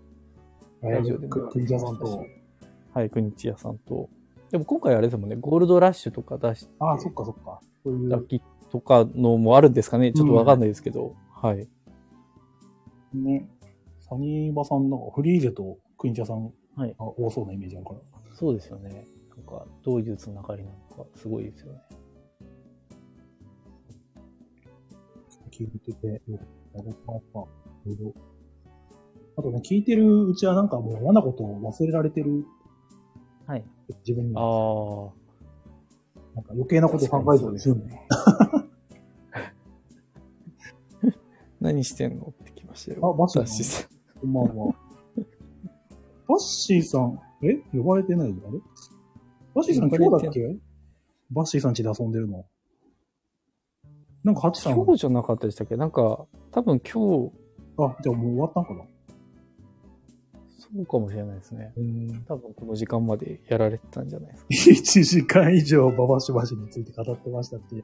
Speaker 1: ラ
Speaker 2: ラ
Speaker 1: ジ
Speaker 2: ジ
Speaker 1: オ
Speaker 2: オ
Speaker 1: で
Speaker 2: で
Speaker 1: も。
Speaker 2: も
Speaker 1: 国山さんと。
Speaker 2: はい、国千屋さんと。でも今回あれですもんね、ゴールドラッシュとか出して、
Speaker 1: ああ、そっかそっか。そうい
Speaker 2: ラ
Speaker 1: う
Speaker 2: ッ、キーとかのもあるんですかねちょっとわかんないですけど。はい。
Speaker 1: ね。サニーバさんのフリーゼとクインチャさん
Speaker 2: はい
Speaker 1: が多そうなイメージあるから。
Speaker 2: そうですよね。なんか、どういうつながりなのか、すごいですよね。
Speaker 1: 聞いてて、よかった。いろいろあとね、聞いてるうちはなんかもう嫌なことを忘れられてる。
Speaker 2: はい。
Speaker 1: 自分に
Speaker 2: あ
Speaker 1: は
Speaker 2: あ。
Speaker 1: なんか余計なこと考えてたりするね。
Speaker 2: 何してんのってきましたよ。
Speaker 1: あ、バッシー
Speaker 2: 私
Speaker 1: さ
Speaker 2: さ
Speaker 1: ん、こんばんは。バッシーさん、え呼ばれてないあれバッシーさん
Speaker 2: 呼ば
Speaker 1: 今
Speaker 2: れて
Speaker 1: 日だっけバッシーさん家で遊んでるの。なんか、ハチさん、あ、
Speaker 2: 今日じゃなかったでしたっけなんか、多分今日、
Speaker 1: じゃあもう終わったんかな
Speaker 2: そうかもしれないですね。
Speaker 1: うん。
Speaker 2: 多分この時間までやられてたんじゃないですか。
Speaker 1: 1時間以上、ババシバシについて語ってましたって。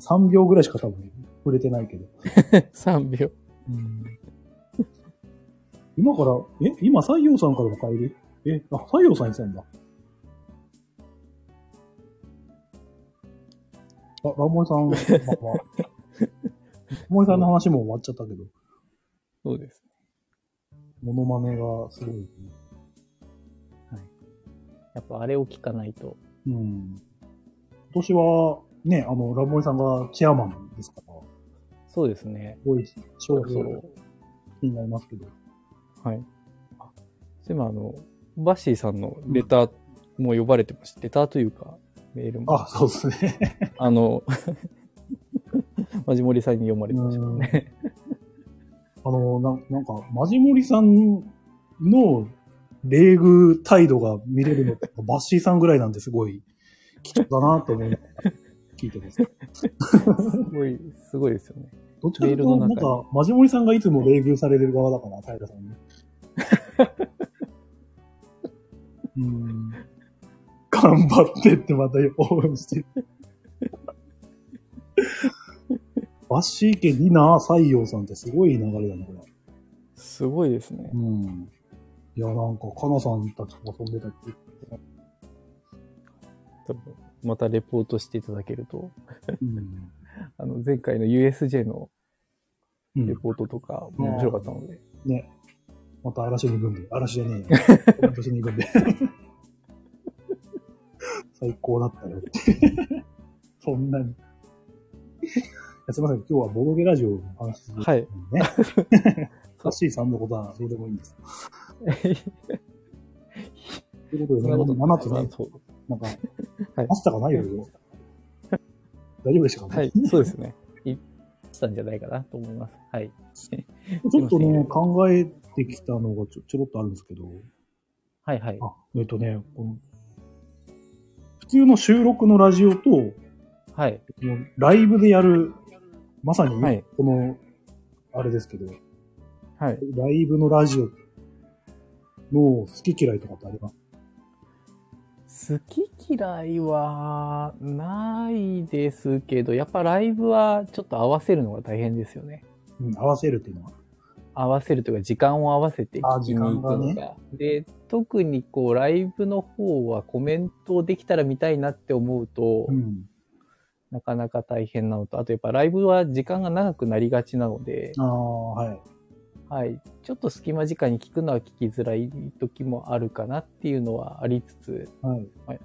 Speaker 1: 3秒ぐらいしか多分触れてないけど。
Speaker 2: 3秒。
Speaker 1: 今から、え今、西洋さんからの帰りえあ、西洋さんいたんだ。あ、ラモリさん、まあまあ。ラモリさんの話も終わっちゃったけど、
Speaker 2: そうです。
Speaker 1: モノマネがすごい。
Speaker 2: やっぱあれを聞かないと。
Speaker 1: うん。今年は、ね、あの、ラモリさんがチェアマンですから、す
Speaker 2: そうですね。
Speaker 1: ごい、
Speaker 2: そ
Speaker 1: 勝
Speaker 2: ろそ
Speaker 1: 負
Speaker 2: ろ。
Speaker 1: 気になりますけど。
Speaker 2: はい。あ、そういえばあの、バッシーさんのレターも呼ばれてました。レターというか、メールも。
Speaker 1: あ、そうですね。
Speaker 2: あの、 マジモリさんに読まれてましたもんね。
Speaker 1: あの、ななんか、マジモリさんの礼遇態度が見れるのって、バッシーさんぐらいなんですごい貴重だなと思いながら聞いてます。
Speaker 2: すごい、すごいですよね。
Speaker 1: どっちかという
Speaker 2: メール
Speaker 1: と、
Speaker 2: の
Speaker 1: な
Speaker 2: 中に
Speaker 1: んか、マジモリさんがいつも礼遇される側だから、平さんに。 うん。頑張ってってまた応援してる。バッシー家ディナー採用さんってすごい流れだな、これ。
Speaker 2: すごいですね。
Speaker 1: うん。いや、なんか、かなさんたちと遊んでたって。
Speaker 2: 多分またレポートしていただけると、
Speaker 1: うん。
Speaker 2: あの、前回の USJ の
Speaker 1: うん
Speaker 2: レポートとかも面白かったので、
Speaker 1: ね。また嵐に行くんで。嵐じゃ ねえよ。コメントしに行くんで。最高だったよって。 そんなに。いやすいません、今日はボドゲラジオの話です、
Speaker 2: はい
Speaker 1: ね。 さっしーさんのことはどうでもいいんです。ということで、ね、7つね、
Speaker 2: そう
Speaker 1: なんか、
Speaker 2: はい
Speaker 1: マスターがないよ。大丈夫でしたかね
Speaker 2: はい、そうですね。いったんじゃないかなと思います。はい。
Speaker 1: ちょっと
Speaker 2: すいま
Speaker 1: ね、
Speaker 2: せん
Speaker 1: 考えてきたのがちょちょろっとあるんですけど、
Speaker 2: はいはい。
Speaker 1: あ、えっとね、この普通の収録のラジオと、こ
Speaker 2: はい。
Speaker 1: のライブでやる、まさに、
Speaker 2: はい
Speaker 1: この、あれですけど、
Speaker 2: はい。
Speaker 1: ライブのラジオの好き嫌いとかってあります
Speaker 2: 好き嫌いはないですけど、やっぱライブはちょっと合わせるのが大変ですよね。
Speaker 1: うん、合わせるっていうのは。
Speaker 2: 合わせるというか、時間を合わせて聞きに行く
Speaker 1: あ時
Speaker 2: の
Speaker 1: 間
Speaker 2: が。で、特にこう、ライブの方はコメントできたら見たいなって思うと、
Speaker 1: うん。
Speaker 2: なかなか大変なのと、あとやっぱライブは時間が長くなりがちなので、
Speaker 1: ああ、はい。
Speaker 2: はい。ちょっと隙間時間に聞くのは聞きづらい時もあるかなっていうのはありつつ、
Speaker 1: はい。
Speaker 2: こ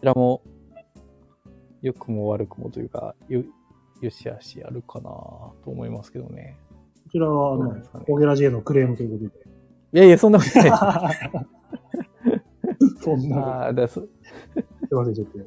Speaker 2: ちらも、良くも悪くもというか、よ、よしあしやるかなと思いますけどね。
Speaker 1: こちらは、
Speaker 2: そうなんですかね
Speaker 1: ね、オゲラジへのクレームという ことで。
Speaker 2: いやいや、そんなことないです。
Speaker 1: そんな、
Speaker 2: あーだ
Speaker 1: す
Speaker 2: そ
Speaker 1: いません、ちょっと。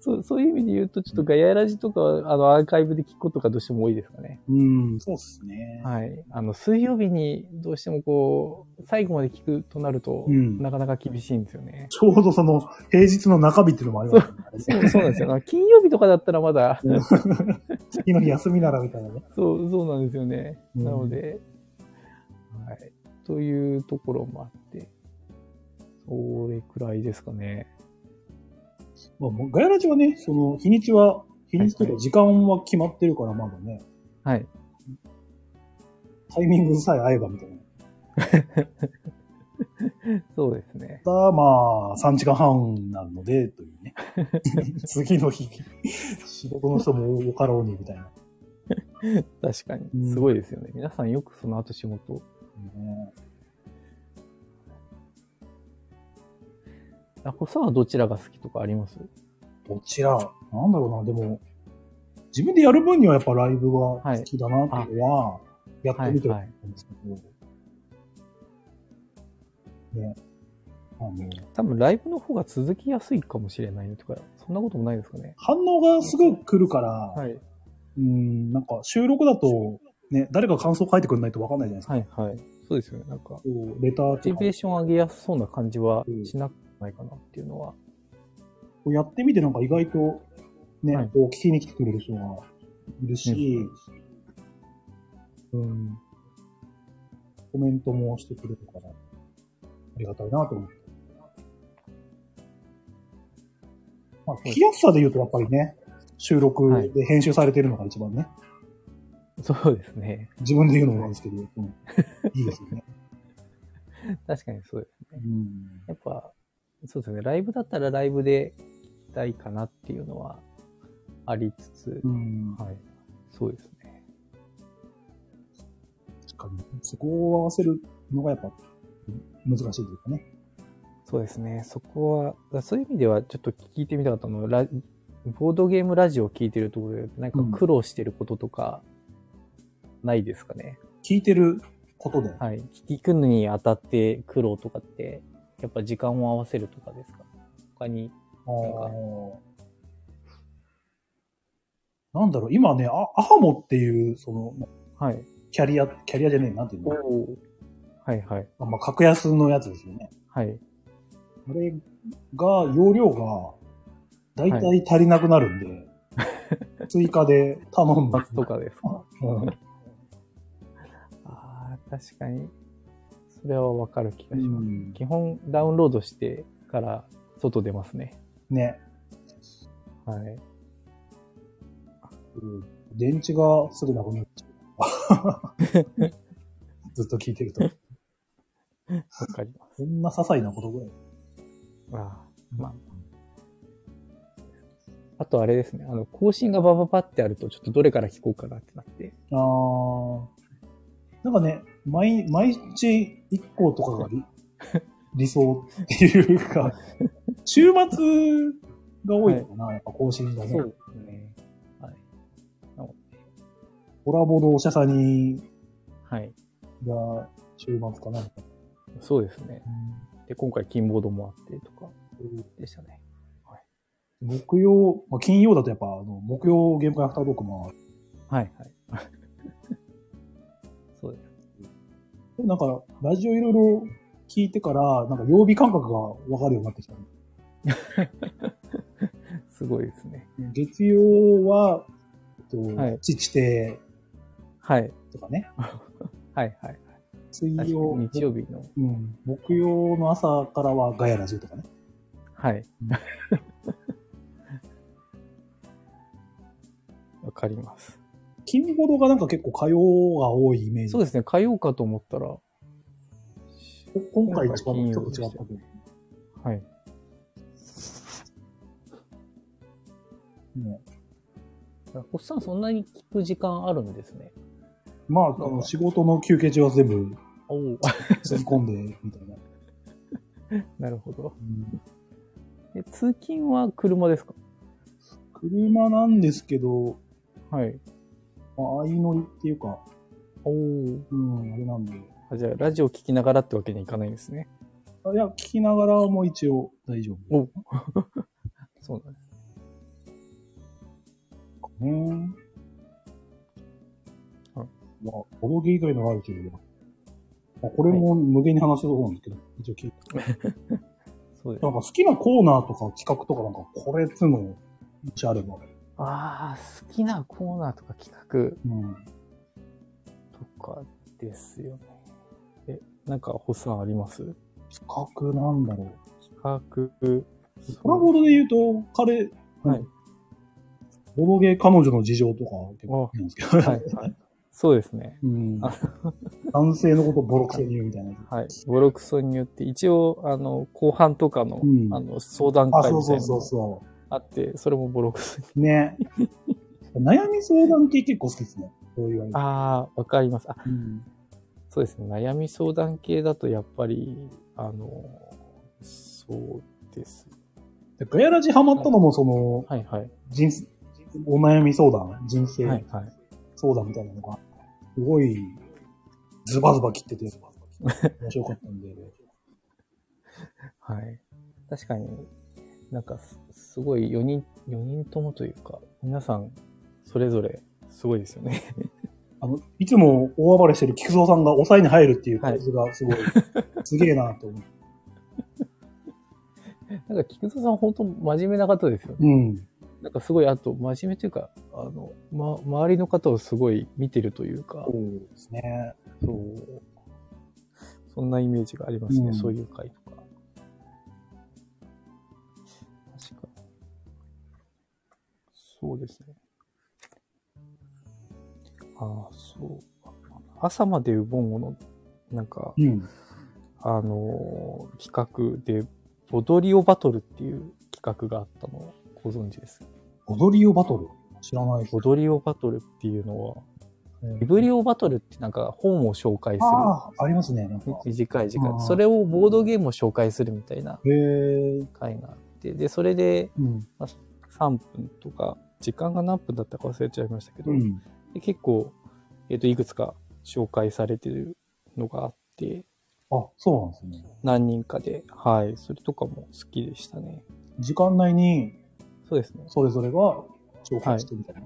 Speaker 2: そう、そういう意味で言うと、ちょっとガヤラジとかは、あの、アーカイブで聞くことがどうしても多いですかね。
Speaker 1: うん、そうっすね。
Speaker 2: はい。あの、水曜日にどうしてもこう、最後まで聞くとなると、
Speaker 1: うん
Speaker 2: なかなか厳しいんですよね。
Speaker 1: ちょうどその、平日の中日っていうのもありますよねあれね。
Speaker 2: そうそうなんですよ。あの金曜日とかだったらまだ、
Speaker 1: 次の日休みならみたいなね。
Speaker 2: そう、そうなんですよね。
Speaker 1: うん
Speaker 2: なので、はい。というところもあって、それくらいですかね。
Speaker 1: まあ、もうガヤラジはね、その、日にちは、日にちというか時間は決まってるから、まだね。
Speaker 2: はい。
Speaker 1: タイミングさえ合えばみたいな。
Speaker 2: そうですね。
Speaker 1: ただ、まあ、3時間半になるので、というね。次の日、仕事の人も多かろうに、みたいな。
Speaker 2: 確かに
Speaker 1: う。ん
Speaker 2: すごいですよね。皆さんよくその後仕事。
Speaker 1: ね
Speaker 2: あ、こさんはどちらが好きとかあります
Speaker 1: どちら、なんだろうな、でも、自分でやる分にはやっぱライブが好きだなっていうのは、やってみて思
Speaker 2: はいはい
Speaker 1: うんですけど。ね。あの、
Speaker 2: 多分ライブの方が続きやすいかもしれないとか、そんなこともないですかね。
Speaker 1: 反応がすごく来るから、
Speaker 2: はい。
Speaker 1: うん、なんか収録だと、ね、誰か感想書いてくれないとわかんないじゃないですか。
Speaker 2: はいはい。そうですよね。なんか、モ
Speaker 1: こうレター
Speaker 2: チ
Speaker 1: とか
Speaker 2: ベーション上げやすそうな感じはしなくないかなっていうのは。
Speaker 1: こうやってみてなんか意外と、ね、
Speaker 2: はい
Speaker 1: こう聞きに来てくれる人がいるし、うん、コメントもしてくれるから、ありがたいなと思って。まあ、聞きやすさで言うとやっぱりね、収録
Speaker 2: はい
Speaker 1: で編集されてるのが一番ね、
Speaker 2: そうですね。
Speaker 1: 自分で言うのもなんですけど、うんいいですよね。
Speaker 2: 確かにそうですね。
Speaker 1: うん
Speaker 2: やっぱ、そうですね。ライブだったらライブで聞きたいかなっていうのはありつつ、
Speaker 1: うん
Speaker 2: はい。そうですね。
Speaker 1: 確かに。そこを合わせるのがやっぱ難しいというかね。
Speaker 2: そうですね。そこは、だそういう意味ではちょっと聞いてみたかったのは、ラボードゲームラジオを聞いてるところで、なんか苦労してることとか、ないですかね。
Speaker 1: 聞いてることで。
Speaker 2: はい。聞くのにあたって苦労とかって、やっぱ時間を合わせるとかですか他に。
Speaker 1: あーなんだろう、今ね、あアハモっていう、その、
Speaker 2: はい。
Speaker 1: キャリア、キャリアじゃねえ、なんていうの
Speaker 2: はいはい。
Speaker 1: あまあ、格安のやつですよね。
Speaker 2: はい。
Speaker 1: あれが、容量が、だいたい足りなくなるんで、 追加で頼む。
Speaker 2: 罰とかですか
Speaker 1: うん
Speaker 2: ああ、確かに。それはわかる気がします。
Speaker 1: うん
Speaker 2: 基本ダウンロードしてから外出ますね。
Speaker 1: ね、
Speaker 2: はい。
Speaker 1: うん電池がすぐなくなっちゃう。 ずっと聞いてると。
Speaker 2: わかりま
Speaker 1: こんな些細なことぐらい。
Speaker 2: す。あーまあ、あとあれですね。あの、更新がバババってあると、ちょっとどれから聞こうかなってなって。
Speaker 1: あーなんかね、毎、毎日1個とかが理 理想っていうか、週末が多いのかな、やっぱ更新がね。
Speaker 2: ですね。はい。
Speaker 1: コラボのおしゃさに
Speaker 2: はい。
Speaker 1: が週末かな。
Speaker 2: そうですね。で、今回、金ボードもあってとかでしたね。
Speaker 1: 木曜、まあ、金曜だとやっぱあの、木曜ゲーム会アフタートークもある
Speaker 2: はいはい。 そうです。
Speaker 1: でもなんか、ラジオいろいろ聞いてから、なんか曜日感覚がわかるようになってきた。
Speaker 2: すごいですね。
Speaker 1: 月曜は、えっと、
Speaker 2: はい
Speaker 1: 父亭
Speaker 2: はい。
Speaker 1: とかね、
Speaker 2: はいはい。
Speaker 1: 水
Speaker 2: 確かに
Speaker 1: 曜、
Speaker 2: 日曜日の。
Speaker 1: うん、木曜の朝からはガヤラジオとかね。
Speaker 2: はい。わかります。
Speaker 1: 金ボドがなんか結構火曜が多いイメージ。
Speaker 2: そうですね。火曜かと思ったら。は
Speaker 1: 今回一番
Speaker 2: 今回金
Speaker 1: ちょ
Speaker 2: 曜
Speaker 1: っ
Speaker 2: で
Speaker 1: と
Speaker 2: し
Speaker 1: 違
Speaker 2: た
Speaker 1: ったけど。
Speaker 2: い。
Speaker 1: ね、
Speaker 2: おっさんそんなに聞く時間あるんですね。
Speaker 1: まあ、あの、仕事の休憩中は全 部
Speaker 2: おお。
Speaker 1: 吸い込んで、みたいな。
Speaker 2: なるほど。
Speaker 1: うん
Speaker 2: え通勤は車ですか
Speaker 1: 車なんですけど、
Speaker 2: はい。
Speaker 1: まあ、相乗りっていうか、
Speaker 2: おお。
Speaker 1: うん、あれなんで。
Speaker 2: あじゃあ、ラジオ聞きながらってわけにいかないんですね。
Speaker 1: あいや、聞きながらも一応大丈夫。
Speaker 2: おそうなんです。
Speaker 1: ね。
Speaker 2: あ
Speaker 1: まあ、ボドゲ以外のライチで、まあ、これも無限に話せそうなんですけど、一応聞いて。
Speaker 2: そうです
Speaker 1: なん。か好きなコーナーとか企画とかなんかこれっつうの、もしあれば。
Speaker 2: ああ、好きなコーナーとか企
Speaker 1: うん。
Speaker 2: 画とかですよね。え、なんか、ホさんあります
Speaker 1: 企画なんだろう。
Speaker 2: 企画。
Speaker 1: コラボードで言うと、彼、
Speaker 2: はい。
Speaker 1: ボドゲ彼女の事情とか結構好きなんですけど、
Speaker 2: はい。はい。そうですね。
Speaker 1: うん。男性のことボロクソに言うみたいな。
Speaker 2: はい。ボロクソによって、一応、あの、後半とかの、
Speaker 1: うん
Speaker 2: あの、相談
Speaker 1: あ、
Speaker 2: 会
Speaker 1: そう
Speaker 2: みた
Speaker 1: そ
Speaker 2: いうな
Speaker 1: そ
Speaker 2: の
Speaker 1: う
Speaker 2: が
Speaker 1: そ
Speaker 2: あって、それもボロクソに。
Speaker 1: う。ね。悩み相談系結構好きですね。そう言われて。
Speaker 2: ああ、わかります。あ、
Speaker 1: うん
Speaker 2: そうですね。悩み相談系だと、やっぱり、あの、そうです。
Speaker 1: でガヤラジハマったのも、その、
Speaker 2: はいはい。
Speaker 1: 人生、お悩み相談、人生
Speaker 2: はいはい。
Speaker 1: 相談みたいなのが、すごい、ズバズバ切ってて、面白かった んで。
Speaker 2: はい。確かに、なんかす、すごい4人、4人ともというか、皆さん、それぞれ、すごいですよね。
Speaker 1: あの、いつも大暴れしてる菊蔵さんが抑えに入るっていう感じがす ごい、すげえなと思って。
Speaker 2: なんか、菊蔵さん、本当真面目な方ですよ
Speaker 1: う
Speaker 2: ね。
Speaker 1: ん。
Speaker 2: なんか、すごい、あと、真面目というか、あの、ま、周りの方をすごい見てるというか
Speaker 1: そ、うですね。
Speaker 2: そう。そんなイメージがありますね、
Speaker 1: うん
Speaker 2: そういう回とか。確かに。そうですね。ああ、そう。朝までウボンゴの、なんか、
Speaker 1: うん。
Speaker 2: あのー企画で、ボドリオバトルっていう企画があったのをご存知です。
Speaker 1: 踊りをバトル知らない人。
Speaker 2: ボドリオバトルっていうのは、ビ
Speaker 1: 踊
Speaker 2: ブリオバトルってなんか本を紹介する。
Speaker 1: ああ、ありますね。なんか。
Speaker 2: 短い時
Speaker 1: あ
Speaker 2: 間
Speaker 1: ー
Speaker 2: それをボードゲームを紹介するみたいな
Speaker 1: へえ。
Speaker 2: 回があってでそれで
Speaker 1: うん。
Speaker 2: 3分とか時間が何分だったか忘れちゃいましたけど、
Speaker 1: うん。
Speaker 2: で結構、えっといくつか紹介されてるのがあって
Speaker 1: あ、そうなんですね。
Speaker 2: 何人かではいそれとかも好きでしたね
Speaker 1: 時間内に、
Speaker 2: そうですね
Speaker 1: それぞれが紹介してみたいな。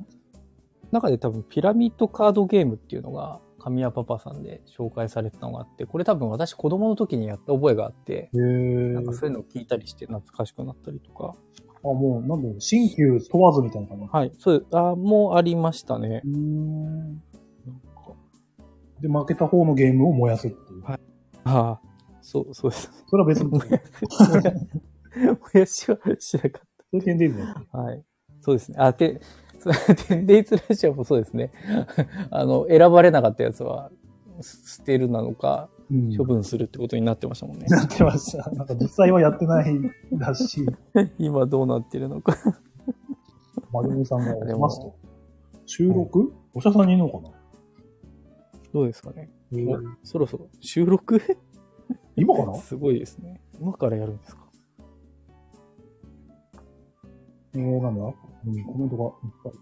Speaker 2: 中で多分ピラミッドカードゲームっていうのが神谷パパさんで紹介されてたのがあってこれ多分私子供の時にやった覚えがあって
Speaker 1: へえ。
Speaker 2: なんかそういうのを聞いたりして懐かしくなったりとか
Speaker 1: あ、もう、なんだろう、新旧問わずみたいな感じ。
Speaker 2: はいそうあもうありましたね
Speaker 1: うーん。で、負けた方のゲームを燃やすっていう。
Speaker 2: はいああ、そう、そうです。
Speaker 1: それは別に、
Speaker 2: も
Speaker 1: そうい
Speaker 2: やし、もやしはしなかっ
Speaker 1: う点でいいね。
Speaker 2: た。はい。そうですね。あ、て、 そうでデイツラジオもそうですね。 あの、選ばれなかったやつは、す捨てるなのか、
Speaker 1: うん。
Speaker 2: 処分するってことになってましたもん ね。
Speaker 1: なってました。なんか実際はやってないらし い。
Speaker 2: 今どうなってるのか。
Speaker 1: まるみさんが来
Speaker 2: でも
Speaker 1: ますと。収録、お医者さんにいるのかな、
Speaker 2: どうですかね。
Speaker 1: え
Speaker 2: お
Speaker 1: ー
Speaker 2: そろそろ収録
Speaker 1: 今かな
Speaker 2: すごいですね。今からやるんですか
Speaker 1: えー、なんだ、うん、コメントがいっぱい。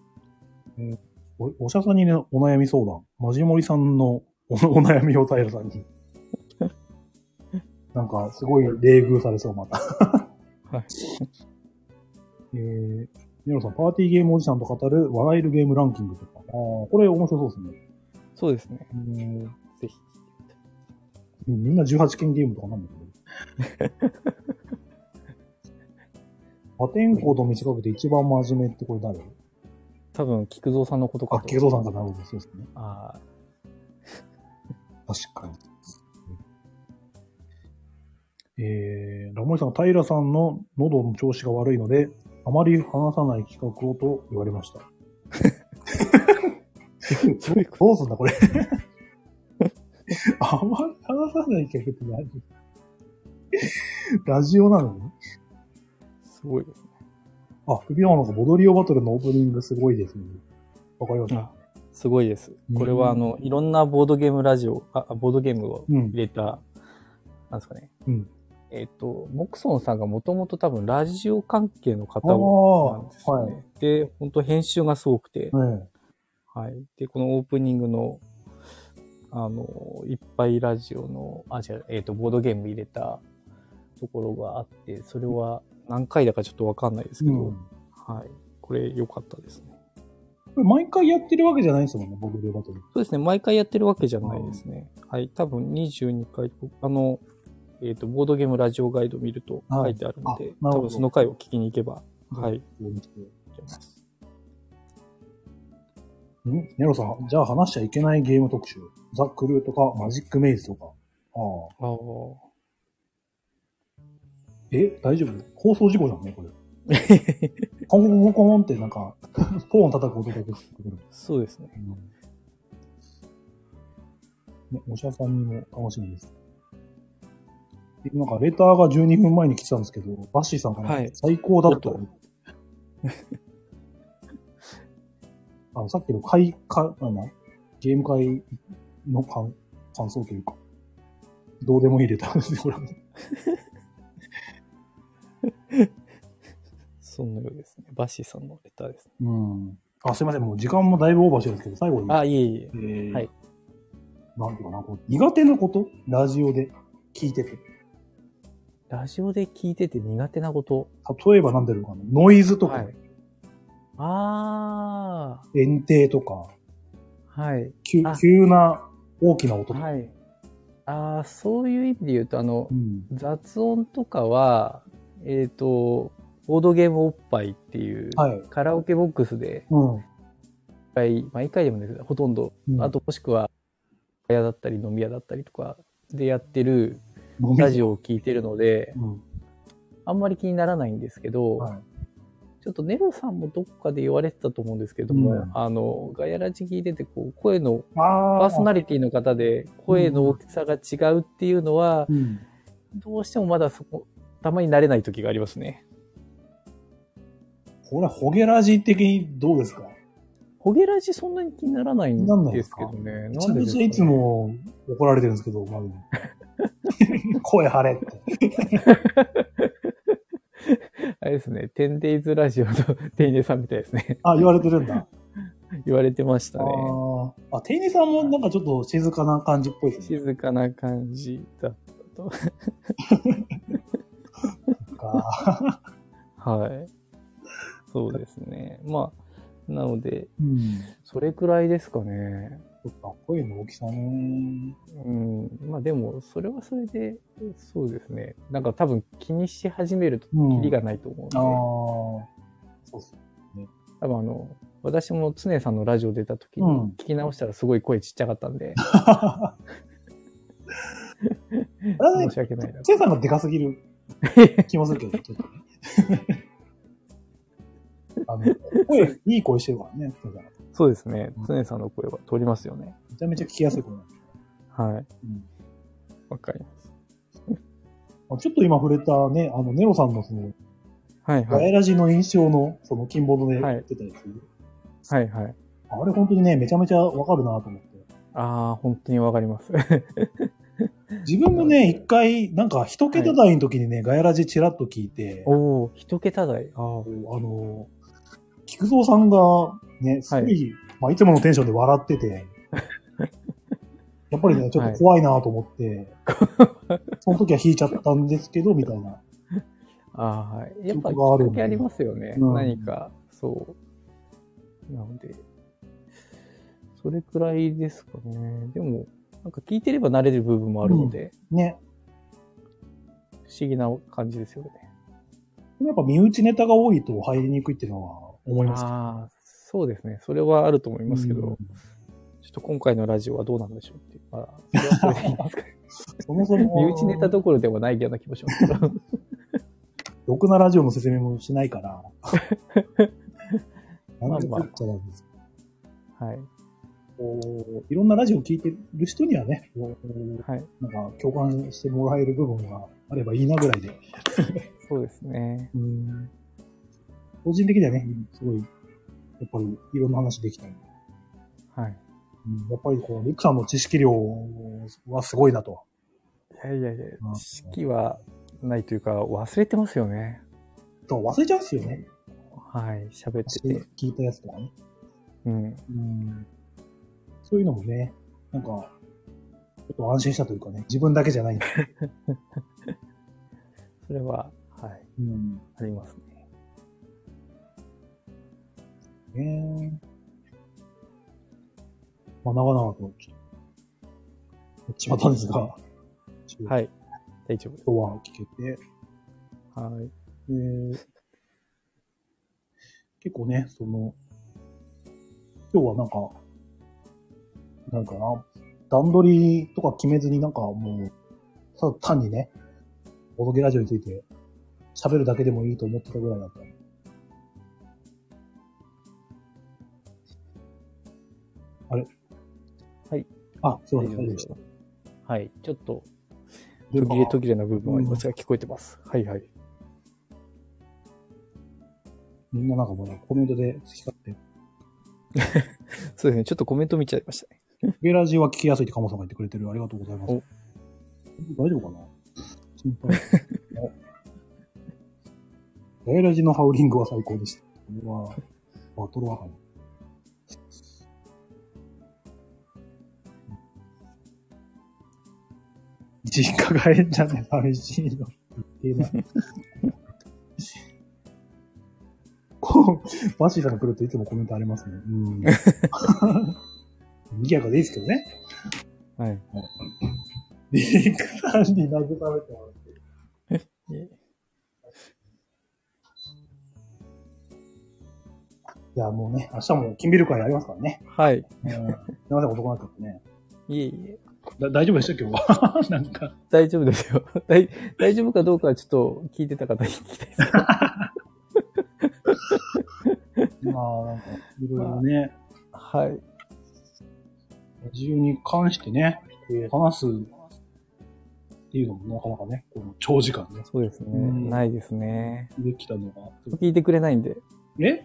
Speaker 1: えーお、お医者さんにね、お悩み相談。マジモリさんのおお 悩みを平さん に。なんか、すごい冷遇されそう、また。
Speaker 2: は い。
Speaker 1: えー、ネロさん、パーティーゲームおじさんと語る笑えるゲームランキングとか。ああ、これ面白そうですね。
Speaker 2: そうですね。
Speaker 1: うん
Speaker 2: ぜひ。
Speaker 1: うんみんな18件ゲームとかなんだけど。 破天荒と見せかけて一番真面目ってこれ誰
Speaker 2: 多分、菊蔵さんのことか
Speaker 1: あ、
Speaker 2: と。
Speaker 1: 菊蔵さんかなるほど、そうですね。
Speaker 2: ああ、
Speaker 1: 確かに。えー、ラモリさんが平さんの喉の調子が悪いので、あまり話さない企画をと言われました。
Speaker 2: そういうこと
Speaker 1: どうすんだ、これ。 あまり話さない企画って何ラジオなの
Speaker 2: すごいですね。
Speaker 1: あ、首輪のボドリオバトルのオープニングすごいですね。わかりました。
Speaker 2: あすごいです。これは、あの、いろんなボードゲームラジオ、あ、あボードゲームを
Speaker 1: うん。
Speaker 2: 入れた、なんですかね。
Speaker 1: うん
Speaker 2: えっ、と、モクソンさんがもともと多分ラジオ関係の
Speaker 1: ああ
Speaker 2: 方を、なんです
Speaker 1: ー、
Speaker 2: よ
Speaker 1: はい
Speaker 2: ね。。で、本当編集がすごくて、
Speaker 1: ね
Speaker 2: はい。で、このオープニングの、あの、いっぱいラジオの、あ、違う、えっ、と、ボードゲーム入れたところがあって、それは何回だかちょっとわかんないです
Speaker 1: え
Speaker 2: けど、
Speaker 1: うん。
Speaker 2: はい。これ良かったですね。
Speaker 1: これ毎回やってるわけじゃないですもんね、ボドリオバトル。
Speaker 2: そうですね、毎回やってるわけじゃないですね。はい、多分22回、あの、えっ、と、ボードゲームラジオガイド見ると書いてあるので、
Speaker 1: あなるほど
Speaker 2: 多分その回を聞きに行けば、
Speaker 1: うん
Speaker 2: はい、
Speaker 1: んネロさん、じゃあ話しちゃいけないゲーム特集。ザ・クルーとかマジック・メイズとか。ああ。
Speaker 2: ああ、
Speaker 1: え、大丈夫放送事故じゃんね、これ。コンコ ンコンコンってなんか、ポーン叩く音が出てくる。
Speaker 2: そうですね。
Speaker 1: うんね、お医者さんにも楽しみです。でなんか、レターが12分前に来てたんですけど、バッシーさんから、
Speaker 2: はい
Speaker 1: 最高だっ
Speaker 2: お
Speaker 1: た
Speaker 2: っ。
Speaker 1: あの、さっきの会、か、なんだゲーム会の感、感想というか、どうでもいいレターですね、これも。
Speaker 2: そのようですね。バッシーさんのレターですね。
Speaker 1: うん。あ、すいません、もう時間もだいぶオーバーしてるんですけど、最後に。
Speaker 2: あ、いえい
Speaker 1: え。
Speaker 2: え
Speaker 1: ー
Speaker 2: はい
Speaker 1: なんていうかな、こう苦手なことラジオで聞いてて。
Speaker 2: ラジオで聞いてて苦手なこと。
Speaker 1: 例えばなんだろうかな、ノイズとか、
Speaker 2: はい。あ
Speaker 1: 園庭とか、
Speaker 2: あ、はい。
Speaker 1: 急
Speaker 2: あ
Speaker 1: 急な大きな音とか。
Speaker 2: はい。ああ、そういう意味で言うと、あの
Speaker 1: う、ん。
Speaker 2: 雑音とかは、えっ、と、ボードゲームおっぱいっていう、
Speaker 1: はい。
Speaker 2: カラオケボックスで、
Speaker 1: うん。
Speaker 2: 一回、まあ一回でもですけど、ほとんど、
Speaker 1: うん
Speaker 2: あともしくは、屋だったり飲み屋だったりとかでやってる
Speaker 1: ゴミ
Speaker 2: ラジオを聞いてるので、
Speaker 1: うん。
Speaker 2: あんまり気にならないんですけど、
Speaker 1: はい。
Speaker 2: ちょっとネロさんもどっかで言われてたと思うんですけども、
Speaker 1: うん
Speaker 2: あの、ガヤラジ聞いてて、こう、声の、
Speaker 1: ああ。
Speaker 2: パーソナリティの方で声の大きさが違うっていうのは、
Speaker 1: うん。
Speaker 2: どうしてもまだそこ、たまに慣れない時がありますね。
Speaker 1: これ、ホゲラジ的にどうですか
Speaker 2: ホゲラジそんなに気にならないん
Speaker 1: なんないで
Speaker 2: ですす
Speaker 1: か
Speaker 2: けどね。
Speaker 1: めち
Speaker 2: な
Speaker 1: ゃ
Speaker 2: んで
Speaker 1: め
Speaker 2: です
Speaker 1: ち
Speaker 2: か
Speaker 1: ゃ
Speaker 2: ね
Speaker 1: いつ。も怒られてるんですけど、まず。 声張れって。
Speaker 2: あれですね、10days ラジオの 店員さんみたいですね。
Speaker 1: あ、言われてるんだ。
Speaker 2: 言われてましたね。
Speaker 1: あーあ、店員さんもなんかちょっと静かな感じっぽいですね。
Speaker 2: 静かな感じだったと。
Speaker 1: か。
Speaker 2: はい。そうですね。まあ、なので、
Speaker 1: うん。
Speaker 2: それくらいですかね。
Speaker 1: そっか、声の大きさね。
Speaker 2: うん、まあでも、それはそれで、そうですね。なんか多分気にし始めると、
Speaker 1: うん
Speaker 2: キリがないと思うので、
Speaker 1: ああ。そうっす。
Speaker 2: 多分あの、私も常さんのラジオ出た時に
Speaker 1: うん
Speaker 2: 聞き直したらすごい声ちっちゃかった んで、
Speaker 1: あれ
Speaker 2: 申し訳ないな。
Speaker 1: チェさんがでかすぎる気もするけど、ちょっとね。あの、声、いい声してるからね、だから
Speaker 2: そうですね。常さんの声は通りますよね。
Speaker 1: めちゃめちゃ聞きやすい声なんですよ
Speaker 2: はい。
Speaker 1: うん
Speaker 2: わかります。
Speaker 1: まあちょっと今触れたね、あの、ネロさんのその、
Speaker 2: はい
Speaker 1: ガ
Speaker 2: は
Speaker 1: ヤ
Speaker 2: い。
Speaker 1: ラジの印象の、その、金ボードで
Speaker 2: はい
Speaker 1: 言ってたやつ、
Speaker 2: はいはい。
Speaker 1: あれ本当にね、めちゃめちゃわかるなと思って。
Speaker 2: ああ、本当にわかり ます。
Speaker 1: 自分もね、一回、なんか一桁台の時にね、ガヤラジチラッと聞いて、あ
Speaker 2: おお、一桁台。ああ、
Speaker 1: の、菊蔵さんがね、すごい、
Speaker 2: はい
Speaker 1: まあ、いつものテンションで笑ってて、やっぱりね、ちょっと怖いなと思って、その時は引いちゃったんですけど、みたいな。
Speaker 2: ああ、はい。やっぱ、
Speaker 1: 記
Speaker 2: き
Speaker 1: 憶
Speaker 2: っ
Speaker 1: がある
Speaker 2: かけありますよね。
Speaker 1: うん
Speaker 2: 何か、そう。なので、それくらいですかね。でも、なんか聞いてれば慣れる部分もあるので、
Speaker 1: ね。
Speaker 2: 不思議な感じですよね。
Speaker 1: でもやっぱ身内ネタが多いと入りにくいっていうのは思いますけ
Speaker 2: ああ、そうですね。それはあると思い
Speaker 1: ど。
Speaker 2: ますけど、
Speaker 1: うん
Speaker 2: ちょっと今回のラジオはどうなんでしょうっていう。まあ、それはそれでいいで すか
Speaker 1: そもそも、
Speaker 2: 身内ネタどころではないような気もしま すけど。
Speaker 1: ろくなラジオの説明もしない から。なんで作っちゃうんです
Speaker 2: はい。
Speaker 1: こういろんなラジオを聞いてる人にはね、こう
Speaker 2: はい。
Speaker 1: なんか共感してもらえる部分があればいいなぐらいで、
Speaker 2: そうですね。
Speaker 1: うん個人的にはね、すごい、やっぱりいろんな話できたり、
Speaker 2: はい。
Speaker 1: うんやっぱりこう、リクさんの知識量はすごいなと。
Speaker 2: いやいやいや
Speaker 1: うん、
Speaker 2: 知識はないというか、忘れてますよね。
Speaker 1: と忘れちゃうんですよね。
Speaker 2: はい、喋ってて。
Speaker 1: 聞いたやつとかね。
Speaker 2: うん。
Speaker 1: うんそういうのもね、なんか、ちょっと安心したというかね、自分だけじゃない。
Speaker 2: それは、は
Speaker 1: う
Speaker 2: い、
Speaker 1: ん
Speaker 2: ありますね。
Speaker 1: ねまあ、長々と、ちょっと、やっちまったんですが、い。
Speaker 2: はい。大丈夫です。
Speaker 1: 今日は聞けて、
Speaker 2: はい。
Speaker 1: えー結構ね、その、今日はなんか、なんかな、段取りとか決めずになんかもう、ただ単にね、ボドゲラジオについて喋るだけでもいいと思ってたぐらいだった。あれ
Speaker 2: はい。
Speaker 1: あ、すいません、大丈
Speaker 2: 大丈夫
Speaker 1: 夫
Speaker 2: で
Speaker 1: で
Speaker 2: し
Speaker 1: したた。
Speaker 2: はい。ちょっと、途切れ途
Speaker 1: 切
Speaker 2: 切れな部分はありますが、聞こえてます。はいはい。
Speaker 1: みんななんかもうコメントで好き勝手。
Speaker 2: そうですね。ちょっとコメント見ちゃいましたね。
Speaker 1: ゲラジは聞きやすいってカモさんが言ってくれてる。ありがとうございます。
Speaker 2: お
Speaker 1: 大丈夫かな心配。 おゲラジのハウリングは最高でした。これは、バトルワハン。実家帰っちゃって寂しいの。言ってない。 こう、バシーさんが来るといつもコメントありますね。うん。賑やかでいいですけどね。
Speaker 2: はい。
Speaker 1: リンクさんに慰めてもらって。
Speaker 2: いえ
Speaker 1: いや、もうね、明日も金ビル会ありますからね。
Speaker 2: はい。
Speaker 1: うん、すいません、遅くなっちゃってね。
Speaker 2: いえいえ。
Speaker 1: だ大丈夫でした今日は。 なんか。
Speaker 2: 大丈夫ですよ。 大大丈夫かどうかはちょっと聞いてた方に聞きたいです。
Speaker 1: まあ、なんか、いろいろね、
Speaker 2: はい。
Speaker 1: 自由に関してね、こう話すっていうのもなかなかね、この長時間ね、
Speaker 2: そうですね。
Speaker 1: うん
Speaker 2: ないですね。
Speaker 1: できたのが。
Speaker 2: 聞いてくれないんで。
Speaker 1: え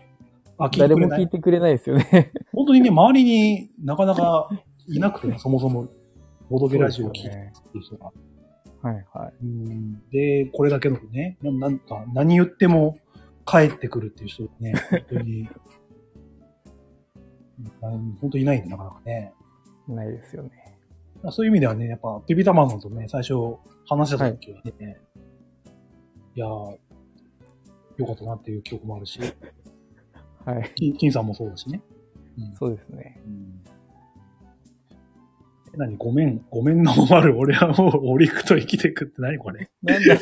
Speaker 1: あ、聞いて
Speaker 2: 誰
Speaker 1: くれ
Speaker 2: も
Speaker 1: な
Speaker 2: 聞い
Speaker 1: い。
Speaker 2: てくれないですよね。
Speaker 1: 本当にね、周りになかなかいなくてね、そもそも、ボドゲラジオを聞いて
Speaker 2: ね。
Speaker 1: る人が。
Speaker 2: はいはい。
Speaker 1: うんで、これだけのね、ななんか何言っても帰ってくるっていう人ね、本当に、 うん本当にいないんで、なかなかね。
Speaker 2: ないですよね。
Speaker 1: そういう意味ではね、やっぱ、ピピタマンさんとね、最初話した時はね、い、やー、よかったなっていう記憶もあるし、
Speaker 2: はい。
Speaker 1: 金金さんもそうだしね。うん
Speaker 2: そうですね。
Speaker 1: うんえ何ごめん、ごめんのおまる、俺はもう、オリクと生きてくって何これ
Speaker 2: なんだ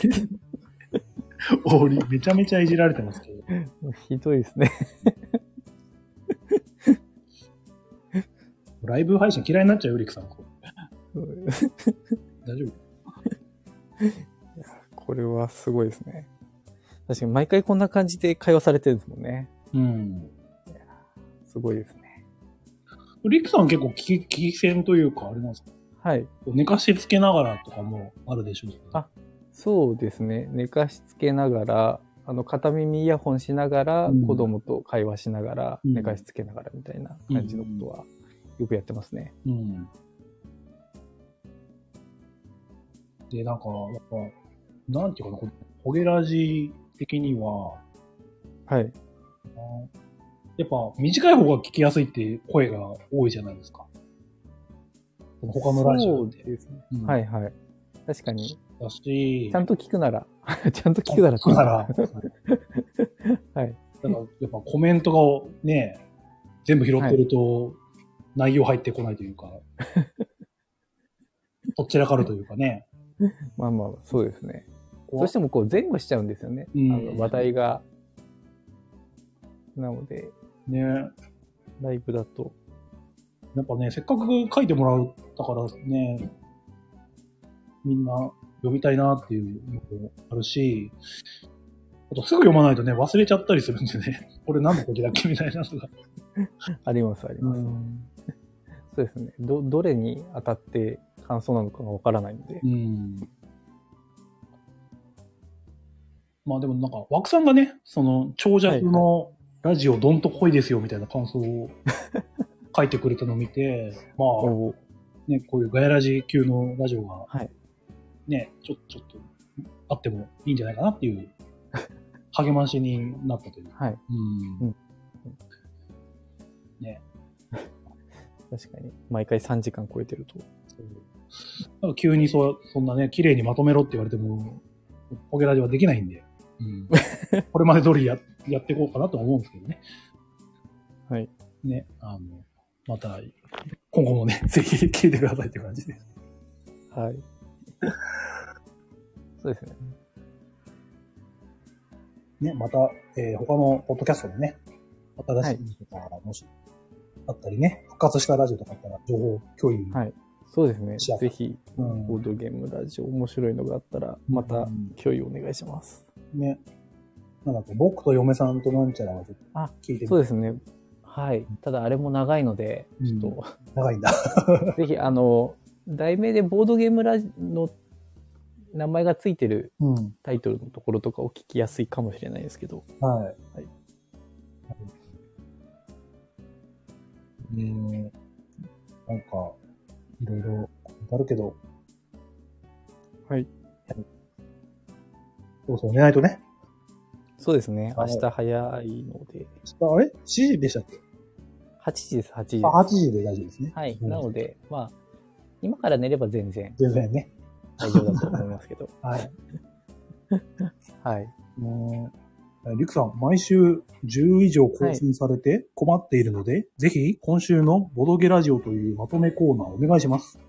Speaker 1: オリ、めちゃめちゃいじられてますけど。
Speaker 2: ひどいですね。
Speaker 1: ライブ配信嫌いになっちゃうよ、リクさん。大丈夫
Speaker 2: これはすごいですね。確かに毎回こんな感じで会話されてるんですもんね。
Speaker 1: うん。
Speaker 2: すごいですね。
Speaker 1: リクさんは結構危機、危機戦というか、あれなんですか
Speaker 2: はい。
Speaker 1: 寝かしつけながらとかもあるでしょうし
Speaker 2: あそうですね。寝かしつけながら、あの、片耳イヤホンしながら、
Speaker 1: うん
Speaker 2: 子供と会話しながら、
Speaker 1: うん
Speaker 2: 寝かしつけながらみたいな感じのことは、よくやってますね。
Speaker 1: うん。で、なんか、やっぱ、なんていうかな、このホゲラジ的には、あ
Speaker 2: はい。
Speaker 1: のやっぱ短い方が聞きやすいって声が多いじゃないですか。その他のラジ
Speaker 2: そ
Speaker 1: オ
Speaker 2: う
Speaker 1: で。
Speaker 2: ですね。
Speaker 1: うん
Speaker 2: はいはい。確かに、
Speaker 1: だし、
Speaker 2: ちゃんと聞くなら、 ちゃんと 聞くなら、
Speaker 1: そうなら、
Speaker 2: はい。
Speaker 1: だからやっぱコメントがね、全部拾ってると内容入ってこないというか、どちらかるというかね。
Speaker 2: まあまあ、そうですね。
Speaker 1: こう
Speaker 2: どうしてもこう前後しちゃうんですよね。
Speaker 1: うん
Speaker 2: あの話題が。なので、
Speaker 1: ね、や
Speaker 2: ライブだと。
Speaker 1: っぱね、せっかく書いてもらったからね、みんな読みたいなっていうのもあるし、あとすぐ読まないとね、忘れちゃったりするんでね、 これ何の時だっけみたいなのが。
Speaker 2: あります、あります。そうですね。ど、どれに当たって感想なのかがわからないんで。
Speaker 1: うん。まあでもなんか、枠さんがね、その、長尺のラジオどんと濃いですよみたいな感想 を書いてくれたのを見て、まあ、
Speaker 2: お
Speaker 1: ね、こういうガヤラジ級のラジオが、
Speaker 2: はい
Speaker 1: ね、ちょっと、ちょっと、あってもいいんじゃないかなって いう、励ましになったという。
Speaker 2: はい。
Speaker 1: うん。
Speaker 2: 確かに。毎回3時間超えてると。
Speaker 1: そうなんか急にそそんなね、綺麗にまとめろって言われても、ポケラジはできないんで、うん、これまで通りややっていこうかなとは思うんですけどね。
Speaker 2: はい。
Speaker 1: ね、あの、また、今後もね、 ぜひ聞いてくださいって感じで。
Speaker 2: はい。 そうですね。
Speaker 1: ね、また、えー他のポッドキャストでね、新しいのとか、もし、あったりね、復活したラジオとかあったら、情報共有。
Speaker 2: はいそうですね
Speaker 1: じゃ。あ
Speaker 2: ぜひ、
Speaker 1: うん
Speaker 2: ボードゲームラジオ面白いのがあったら、また
Speaker 1: うん
Speaker 2: 共有お願いします。
Speaker 1: ね。なんだっけ、僕と嫁さんとなんちゃらはちょっと
Speaker 2: あ
Speaker 1: 聞いてみて
Speaker 2: そうですね。はい。ただあれも長いので、ちょっと、
Speaker 1: 長いんだ。
Speaker 2: ぜひ、あの、題名でボードゲームラジの名前がついてる
Speaker 1: うん。
Speaker 2: タイトルのところとかを聞きやすいかもしれないですけど。
Speaker 1: はい。
Speaker 2: はい
Speaker 1: えー、なんか、いろいろあるけど、
Speaker 2: はい。
Speaker 1: そうそう、寝ないとね。
Speaker 2: そうですね。明
Speaker 1: はい
Speaker 2: 日早いので、
Speaker 1: ああれ ?7 時でしたっけ
Speaker 2: 8時です、8時です
Speaker 1: あ、8時で大丈夫ですね。
Speaker 2: はい。
Speaker 1: うん
Speaker 2: なので、まあ、今から寝れば全然
Speaker 1: 全然ね。
Speaker 2: 大丈夫だと思いますけど。
Speaker 1: はい。
Speaker 2: はい。
Speaker 1: もう、リクさん、毎週10以上更新されて困っているので、ぜひ今週のボドゲラジオというまとめコーナーお願いします。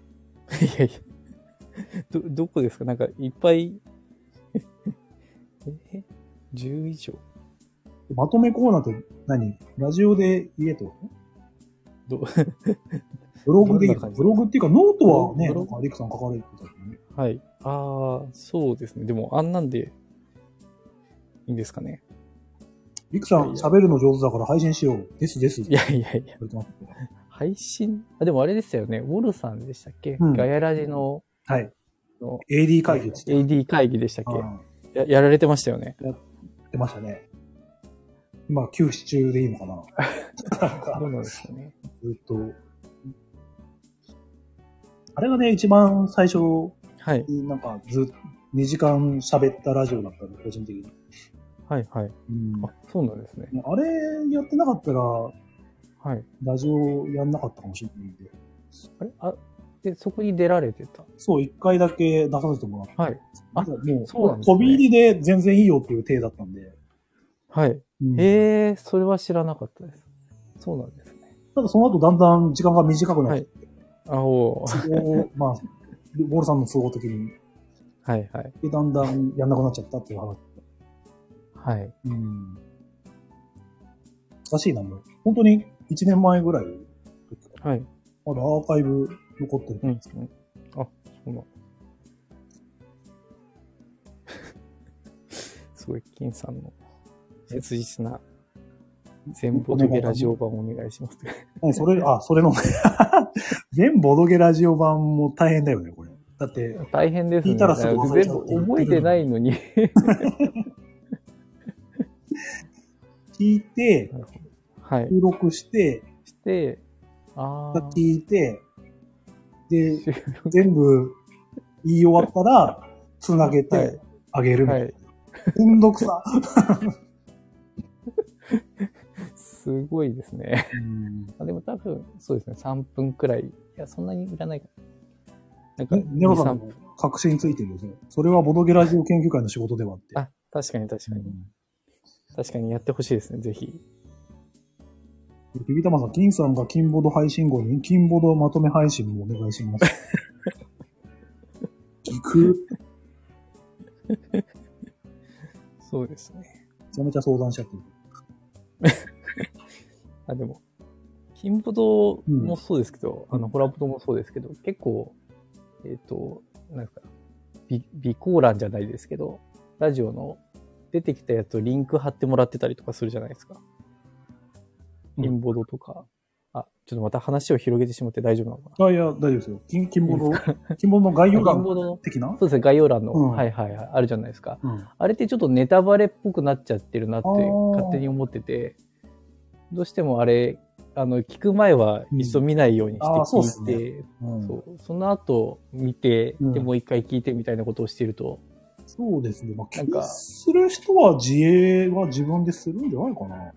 Speaker 2: いやいや。ど、どこですかなんか、いっぱい え、10以上
Speaker 1: まとめコーナーって何ラジオで言えってこと
Speaker 2: ど
Speaker 1: ブログでいい
Speaker 2: どんな感じ
Speaker 1: ブログっていうか、ノートはね、
Speaker 2: ブ
Speaker 1: な
Speaker 2: ロ
Speaker 1: ん
Speaker 2: グ
Speaker 1: かリクさん書かれてたけどね。
Speaker 2: はい。ああ、そうですね。でも、あんなんで、いいんですかね。
Speaker 1: リクさん喋るの上手だから配信しよう。ですです。
Speaker 2: いやいやいや、
Speaker 1: 言われてます
Speaker 2: 配信あ、でもあれでしたよね。ウォルさんでしたっけ、
Speaker 1: うん
Speaker 2: ガヤラジの
Speaker 1: はい。
Speaker 2: の
Speaker 1: AD 会議っつって。
Speaker 2: AD 会議でしたっ
Speaker 1: はい
Speaker 2: けややられてましたよね。
Speaker 1: やってましたね。今、休止中でいいのかななんか
Speaker 2: どうなんですかね。
Speaker 1: ずっと。あれがね、一番最初
Speaker 2: はい。
Speaker 1: になんかずっと2時間喋ったラジオだったの、個人的に。
Speaker 2: はいは
Speaker 1: う
Speaker 2: い。
Speaker 1: ん
Speaker 2: あ、そうなんですね。
Speaker 1: あれやってなかったら、
Speaker 2: はい。
Speaker 1: ラジオやんなかったかもしれないんで。
Speaker 2: あれあ、で、そこに出られてた。
Speaker 1: そう、一回だけ出させてもらった。
Speaker 2: はい。あ
Speaker 1: なんかもう、
Speaker 2: そうなんですね
Speaker 1: 飛び入りで全然いいよっていう体だったんで。
Speaker 2: はい。
Speaker 1: うん
Speaker 2: へえ、それは知らなかったです。そうなんですね。
Speaker 1: ただその後だんだん時間が短くなって、
Speaker 2: あおー
Speaker 1: それをまあ、ボールさんの都合的に、
Speaker 2: はいはい。
Speaker 1: で、だんだんやんなくなっちゃったっていう話。
Speaker 2: はい。
Speaker 1: うん。難しいな、もう。本当に1年前ぐらい。
Speaker 2: はい。
Speaker 1: まだアーカイブ残ってる。
Speaker 2: うん。うんあ、そうなん。 すごい、金さんの切実な全ボトゲラジオ版をお願いします。
Speaker 1: 何それ、あ、それの ね。全ボドゲラジオ版も大変だよね、これ。だって、
Speaker 2: 大変ですね。
Speaker 1: 聞いたらすぐ
Speaker 2: 全
Speaker 1: 忘
Speaker 2: 部
Speaker 1: れちゃうって言ってる
Speaker 2: 覚えてないのに。
Speaker 1: 聞いて、
Speaker 2: はい。
Speaker 1: 収録して、
Speaker 2: して、ああ。
Speaker 1: 聞いて、で、全部言い終わったら、つなげ
Speaker 2: はい
Speaker 1: てあげるみたいな。
Speaker 2: はい
Speaker 1: めんどくさ。
Speaker 2: すごいですね。 あでも多分、そうですね、3分くらい。いや、そんなにいらないかな。なんか、
Speaker 1: ネロさん
Speaker 2: 2 3
Speaker 1: も確信ついてるよね。それはボドゲラジオ研究会の仕事ではって。
Speaker 2: あ、確かに確かに。確かにやってほしいですね、ぜひ。
Speaker 1: ビビタマさん、金さんが金ボード配信後に、金ボードまとめ配信もお願いし ます。聞く
Speaker 2: そうですね。
Speaker 1: めちゃめちゃ相談しちゃってる。
Speaker 2: あ、でも、金ボドもそうですけど、
Speaker 1: うん
Speaker 2: あの、ホラボドもそうですけど、結構、えっ、と、なんですか、び備考欄じゃないですけど、ラジオの出てきたやつをリンク貼ってもらってたりとかするじゃないですか。
Speaker 1: うん
Speaker 2: 金ボドとか。あ、ちょっとまた話を広げてしまって大丈夫なのかな
Speaker 1: あ、いや、大丈夫ですよ。金、金ボード、金ボードの概要
Speaker 2: 金
Speaker 1: 欄
Speaker 2: ボードの
Speaker 1: 的な
Speaker 2: そうですね、概要欄の、
Speaker 1: うん
Speaker 2: はいはいはい、あるじゃないですか。
Speaker 1: うん。
Speaker 2: あれってちょっとネタバレっぽくなっちゃってるなって
Speaker 1: あー
Speaker 2: 勝手に思ってて、どうしてもあれ、あの、聞く前は一度見ないようにして
Speaker 1: うんあーそうっ
Speaker 2: 聞
Speaker 1: す
Speaker 2: い
Speaker 1: ね
Speaker 2: て、
Speaker 1: うん
Speaker 2: そうその後見て、
Speaker 1: うん
Speaker 2: で、もう一回聞いてみたいなことをしてると、
Speaker 1: そうですね。まあ、気
Speaker 2: なん
Speaker 1: に
Speaker 2: か
Speaker 1: する人は自営は自分でするんじゃないかな。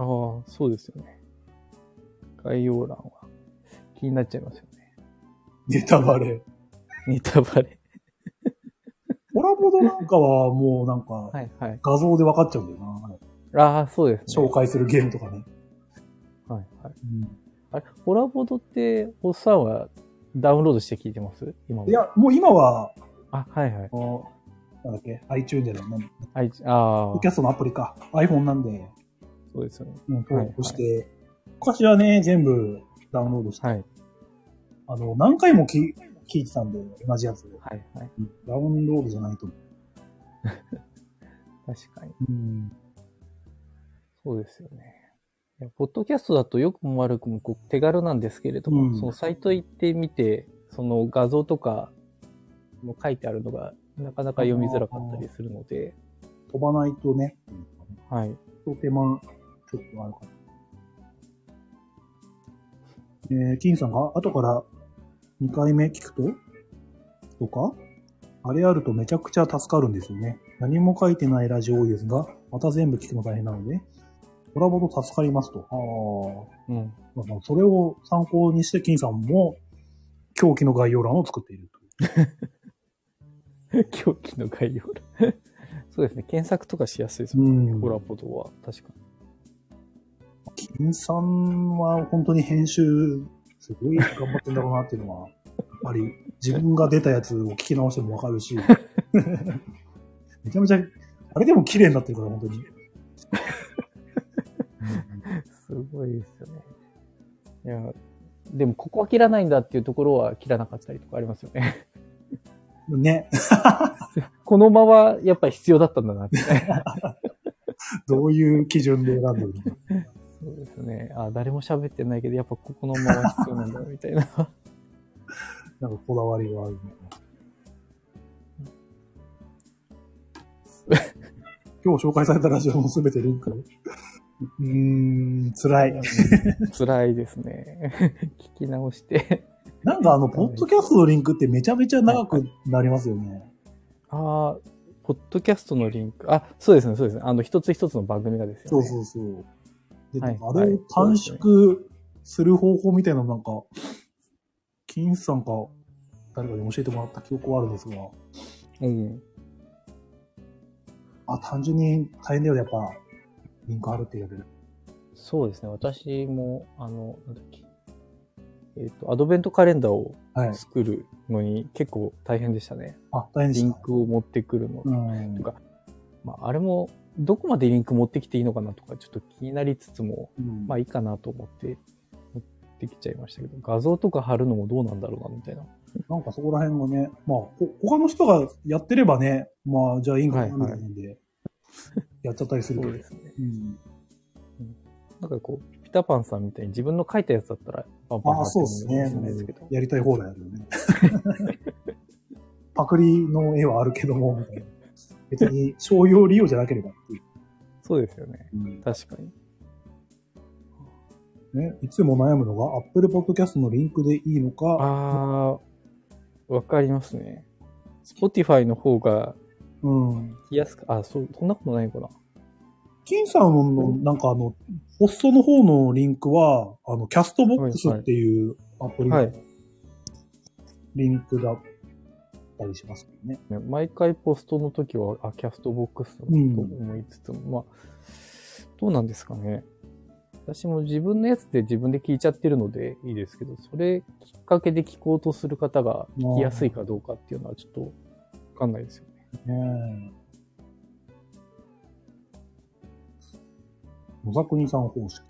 Speaker 2: ああ、そうですよね。概要欄は気になっちゃいますよね。
Speaker 1: ネタバレ。
Speaker 2: ネタバレ。
Speaker 1: コラボドなんかはもうなんか、
Speaker 2: はいはい。
Speaker 1: 画像で分かっちゃうんだよな。
Speaker 2: ああ、そうですね。
Speaker 1: 紹介するゲームとかね。
Speaker 2: はいはい。
Speaker 1: うん
Speaker 2: あれ、ホラボドって、おっさんはダウンロードして聞いてます今も。
Speaker 1: い。や、もう今は、
Speaker 2: あ、はいはい
Speaker 1: あ。のなんだっけ、iTunes じゃない、なんだ
Speaker 2: あいああ
Speaker 1: キ、ャストのアプリか。iPhone なんで、
Speaker 2: そうですよね。
Speaker 1: うん、登録して。昔はね、全部ダウンロードして、
Speaker 2: はい。
Speaker 1: あの、何回もき聞いてたんで、同じやつを。
Speaker 2: はいはい。
Speaker 1: ダウンロードじゃないと思う。
Speaker 2: 確かに。
Speaker 1: うん。
Speaker 2: そうですよね。いやポッドキャストだとよくも悪くもこう手軽なんですけれど
Speaker 1: う
Speaker 2: も、
Speaker 1: ん
Speaker 2: そのサイト行ってみて、その画像とかも書いてあるのがなかなか読みづらかったりするので、
Speaker 1: 飛ばないとね、
Speaker 2: はい。
Speaker 1: 一手間、ちょっとあるかな。えー、金さんが後から2回目聞くととかあれあるとめちゃくちゃ助かるんですよね。何も書いてないラジオ多いですが、また全部聞くの大変なので、コラボと助かりますと。あ
Speaker 2: うん。
Speaker 1: あ。まあそれを参考にして、金さんも狂気の概要欄を作っていると。
Speaker 2: 狂気の概要 欄。そうですね。検索とかしやすいですもん。
Speaker 1: うん
Speaker 2: コラボとは、確かに。
Speaker 1: 金さんは本当に編集すごい頑張ってんだろうなっていうのは、やっぱり自分が出たやつを聞き直してもわかるし、めちゃめちゃ、あれでも綺麗になってるから、本当に。
Speaker 2: すごいですよね。いや、でもここは切らないんだっていうところは切らなかったりとかありますよね。
Speaker 1: ね、
Speaker 2: この間はやっぱり必要だったんだなって。
Speaker 1: どういう基準で選んでるのか。
Speaker 2: そうですね。あ、誰も喋ってないけど、やっぱここの間は必要なんだ、みたい な。
Speaker 1: なんかこだわりがあるのかな。今日紹介されたラジオもすべてリンク。うーん、辛い。
Speaker 2: 辛いですね。 聞き直して。
Speaker 1: なんかあの、ポッドキャストのリンクってめちゃめちゃ長くなりますよね。
Speaker 2: ああ、ポッドキャストのリンク。あ、そうですね、そうですね。あの、一つ一つの番組がですよね。
Speaker 1: そうそうそう。で、
Speaker 2: はい
Speaker 1: あれを短縮する方法みたいなのなんか、金さんか誰かに教えてもらった記憶はあるんですが、
Speaker 2: うん。
Speaker 1: あ、単純に大変だよね、やっぱ、リンク貼るってやる。
Speaker 2: そうですね。私も、あの、なんだっけ。えっ、と、アドベントカレンダーを
Speaker 1: はい。
Speaker 2: 作るのに結構大変でしたね。
Speaker 1: あ、大変で
Speaker 2: リ
Speaker 1: し
Speaker 2: ン
Speaker 1: た。
Speaker 2: クを持ってくるの。
Speaker 1: うん
Speaker 2: と。か、まあ、あれも、どこまでリンク持ってきていいのかなとか、ちょっと気になりつつも、
Speaker 1: うん
Speaker 2: まあいいかなと思って持ってきちゃいましたけど、画像とか貼るのもどうなんだろうな、みたいな。
Speaker 1: なんかそこら辺がね、まあ、ほ他の人がやってればね、まあ、じゃあいいんかな、みたいなんで、やっちゃったりするけど。
Speaker 2: すね。
Speaker 1: うん、
Speaker 2: なんかこう、ピタパンさんみたいに自分の書いたやつだったら、パンパン
Speaker 1: ああ、そうですね
Speaker 2: 貼ってもいいかもしれないですけど。。
Speaker 1: やりたい放題あるよね。 パクリの絵はあるけども、みたいな。別に商用利用じゃなければっていう。
Speaker 2: そうですよね。確かに。
Speaker 1: ね、いつも悩むのが、Apple Podcast のリンクでいいのか、
Speaker 2: ああ、わかりますね。Spotify の方が
Speaker 1: うん。
Speaker 2: 聞きやすく、あ、そう、そんなことないのかな。
Speaker 1: 金さんの、なんかあの、ホストの方のリンクは、あの、キャストボックスっていうアプリ
Speaker 2: は
Speaker 1: の
Speaker 2: い
Speaker 1: リンクだったりしますけどね。
Speaker 2: ね毎回ポストの時は、あ、キャストボックスだなと思いつつも、まあ、どうなんですかね。私も自分のやつで自分で聞いちゃってるのでいいですけど、それきっかけで聞こうとする方が聞きやすいかどうかっていうのはちょっとわかんないですよね。
Speaker 1: ねえ。野田国さん方式。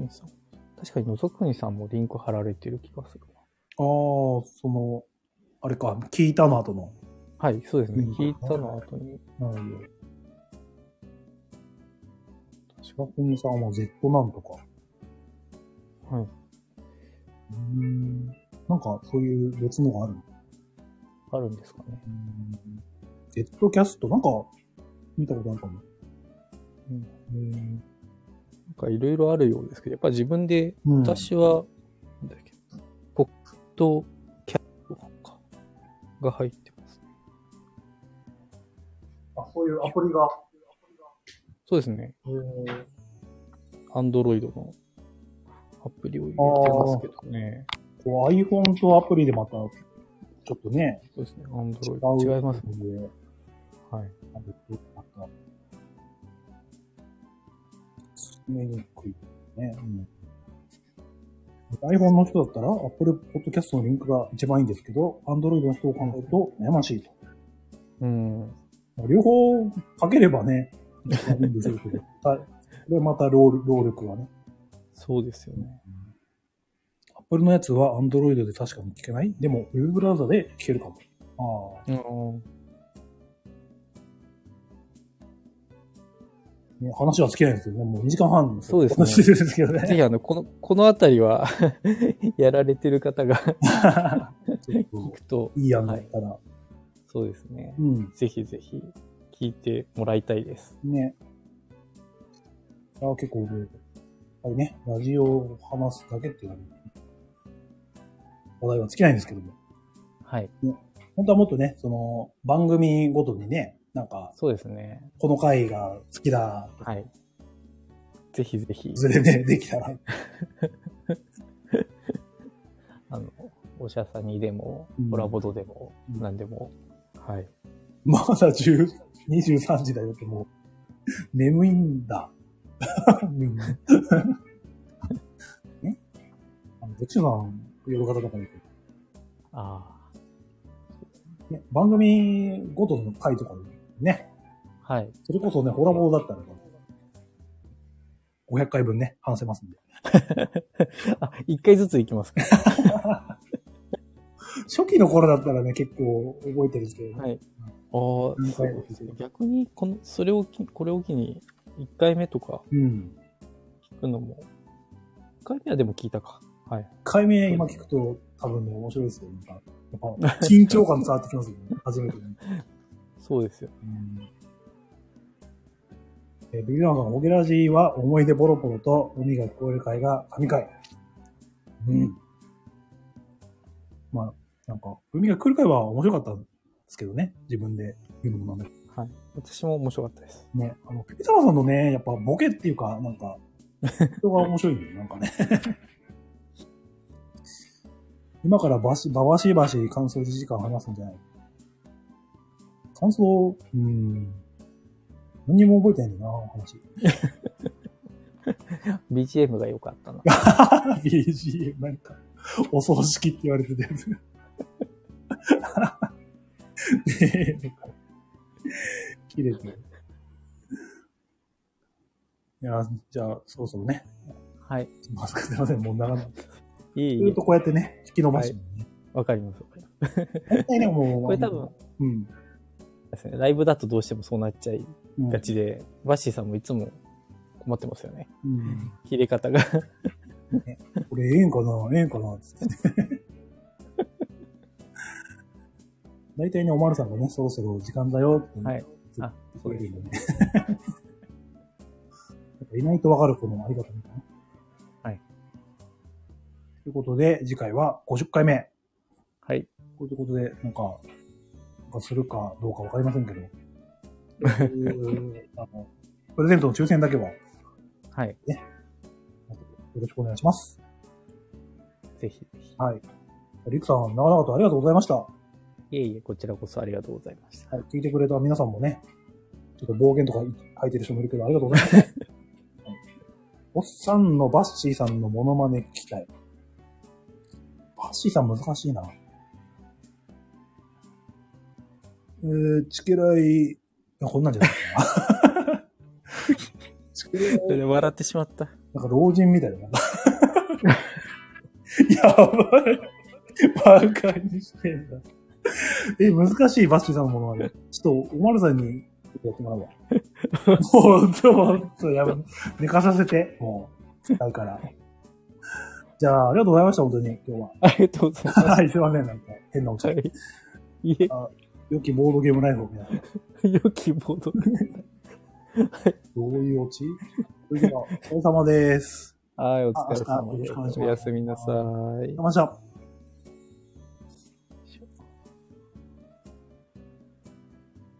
Speaker 2: 野沢国さん。確かに野沢国さんもリンク貼られてる気がするな。
Speaker 1: ああ、その、あれか、聞いたの後の。
Speaker 2: はい、そうですね
Speaker 1: うん。
Speaker 2: 聞いたの後に。
Speaker 1: なるほど。白国さんは Z なんとか。
Speaker 2: はい。
Speaker 1: うーん。なんか、そういう別のがあるの。
Speaker 2: あるんですかね。
Speaker 1: Z キャスト、なんか、見たことあるかも。
Speaker 2: うん
Speaker 1: うん。
Speaker 2: なんかいろいろあるようですけど、やっぱ自分で
Speaker 1: うん、
Speaker 2: 私は、なんだっけ、ポットキャットか、が入ってます。
Speaker 1: あ、そういうアプリが。
Speaker 2: そうですね。アンドロイドのアプリを入れてますけどね。
Speaker 1: こう iPhone とアプリでまた、ちょっとね、
Speaker 2: そうですね。アンド
Speaker 1: 違
Speaker 2: ロイド。違いますね。
Speaker 1: ので、
Speaker 2: はい。
Speaker 1: あれどうまた、進めにくいね。iPhone の人だったら、Apple Podcast のリンクが一番いいんですけど、Android の人を考えると悩ましいと。
Speaker 2: うん。
Speaker 1: まあ両方かければね、一番いいんでしょうけど、 たこれまた労力労力がね。
Speaker 2: そうですよね。
Speaker 1: Apple のやつは Android で確かに聞けないでも、Web ブラウザで聞けるかも。ああ。
Speaker 2: うん。
Speaker 1: ね話は尽きないんですけどね、もう2時間半の
Speaker 2: そうですね
Speaker 1: 話ですけど
Speaker 2: ぜ
Speaker 1: ね。
Speaker 2: ひ、あの、この、このあたりは、 やられてる方が
Speaker 1: ちょっ
Speaker 2: 聞
Speaker 1: と
Speaker 2: くと、
Speaker 1: いい案だったら、
Speaker 2: そうですね。
Speaker 1: うん、
Speaker 2: ぜひぜひ、聞いてもらいたいです。
Speaker 1: ね。あ結構覚えてる。あれね、ラジオを話すだけっていうのはね話題は尽きないんですけども。
Speaker 2: はい。
Speaker 1: 本当はもっとね、その、番組ごとにね、なんか、
Speaker 2: そうですね。
Speaker 1: この回が好きだ、
Speaker 2: はい。ぜひぜひ、
Speaker 1: ずれでできたら、
Speaker 2: あの、おしゃさにでも
Speaker 1: うん、
Speaker 2: コラボドでも、
Speaker 1: うん
Speaker 2: 何でも、はい。
Speaker 1: まだ10 23時だよってもう、眠いんだ。 み んな。ねあの、どっちさん、夜型とかに、
Speaker 2: あ
Speaker 1: ね、番組ごとの回とかにね、
Speaker 2: あ、はい。
Speaker 1: それこそね、ホラボーだったら、500回分ね、話せますんで。
Speaker 2: あ、一回ずつ行きますか。
Speaker 1: 初期の頃だったらね、結構覚えてるんですけど、
Speaker 2: はい。ああ、そうですね。逆に、この、それをき、これを機に、一回目とか
Speaker 1: うん。
Speaker 2: 聞くのも、一回目はでも聞いたか。はい。
Speaker 1: 1回目今聞くと多分ね、面白いですよ。なんか、やっぱ緊張感伝わってきますよね、初めてね。
Speaker 2: そうですよ。
Speaker 1: うんえービビダンさん、オゲラジーは思い出ボロボロと海が聞こえる会が神会。うん。まあ、なんか、海が来る会は面白かったんですけどね。自分で言うのもなんだけ
Speaker 2: はい。私も面白かったです。
Speaker 1: どね。あの、ピピタマさんのね、やっぱボケっていうか、なんか、人が面白いんだよ、なんかね。 今からばし、ばばしばし感想1時間話すんじゃない感想、うーん。何にも覚えてないんだよな、話。
Speaker 2: BGM が良かったな。
Speaker 1: BGM、なんか、お葬式って言われてたやつ。 ねえ、なんか切れてる。いや、じゃあ、そろそろね。
Speaker 2: はい。
Speaker 1: すいません、もう長々。
Speaker 2: いい
Speaker 1: ず
Speaker 2: い
Speaker 1: っとこうやってね、引き伸ばして、ね。
Speaker 2: わかります。
Speaker 1: 大体ね、もう。
Speaker 2: これ多分、
Speaker 1: うん。
Speaker 2: ですね、ライブだとどうしてもそうなっちゃい
Speaker 1: うん。
Speaker 2: がちで、バッシーさんもいつも困ってますよね。
Speaker 1: うん。
Speaker 2: 切れ方が。
Speaker 1: これ、ええんかな、ええんかな、つって。大体ね、おまるさんがね、そろそろ時間だよって、
Speaker 2: はい。あ、
Speaker 1: そ
Speaker 2: そうう
Speaker 1: い
Speaker 2: で
Speaker 1: う
Speaker 2: す
Speaker 1: の
Speaker 2: ね。
Speaker 1: ね。 やっぱいないとわかるこのありがたみかな。
Speaker 2: はい。
Speaker 1: ということで、次回は50回目。
Speaker 2: はい。
Speaker 1: ということで、なんか、なんかするかどうかわかりませんけど。 えーあのプレゼントの抽選だけはよ
Speaker 2: はい。
Speaker 1: ろしくお願いします。
Speaker 2: ぜひぜひ。
Speaker 1: はい。リクさん、長々とありがとうございました。はい
Speaker 2: えいえ、こちらこそありがとうございました。
Speaker 1: い。聞いてくれた皆さんもね、ちょっと暴言とか書いてる人もいるけど、ありがとうございます。はいおっさんのバッシーさんのモノマネ聞きたい。バッシーさん難しいな。えー、チケライ、いやこんなんじゃないかな。 チケライ
Speaker 2: それ笑ってしまった。
Speaker 1: なんか老人みたいだな。やばい。バカにしてんだ。え、難しい、バッシュさんのものまで。ちょっと、おまるさんにやってもらうわ。ほんと、ほんと、やばい。寝かさせて、もう、使うから。じゃあ、ありがとうございました、本当に、今日
Speaker 2: ありがとうございま
Speaker 1: は。はい、すいません、なんか、変なお
Speaker 2: す。
Speaker 1: 茶。
Speaker 2: はい。いえ、
Speaker 1: 良きボードゲームライフを見ながら
Speaker 2: 良きボード。
Speaker 1: どういうオチ それでは、お疲れ様です。
Speaker 2: はい、お
Speaker 1: あ
Speaker 2: 疲れ様
Speaker 1: 明日よろ
Speaker 2: で
Speaker 1: しくお願いします
Speaker 2: す。おやすみなさい
Speaker 1: ありがとうござい。ました。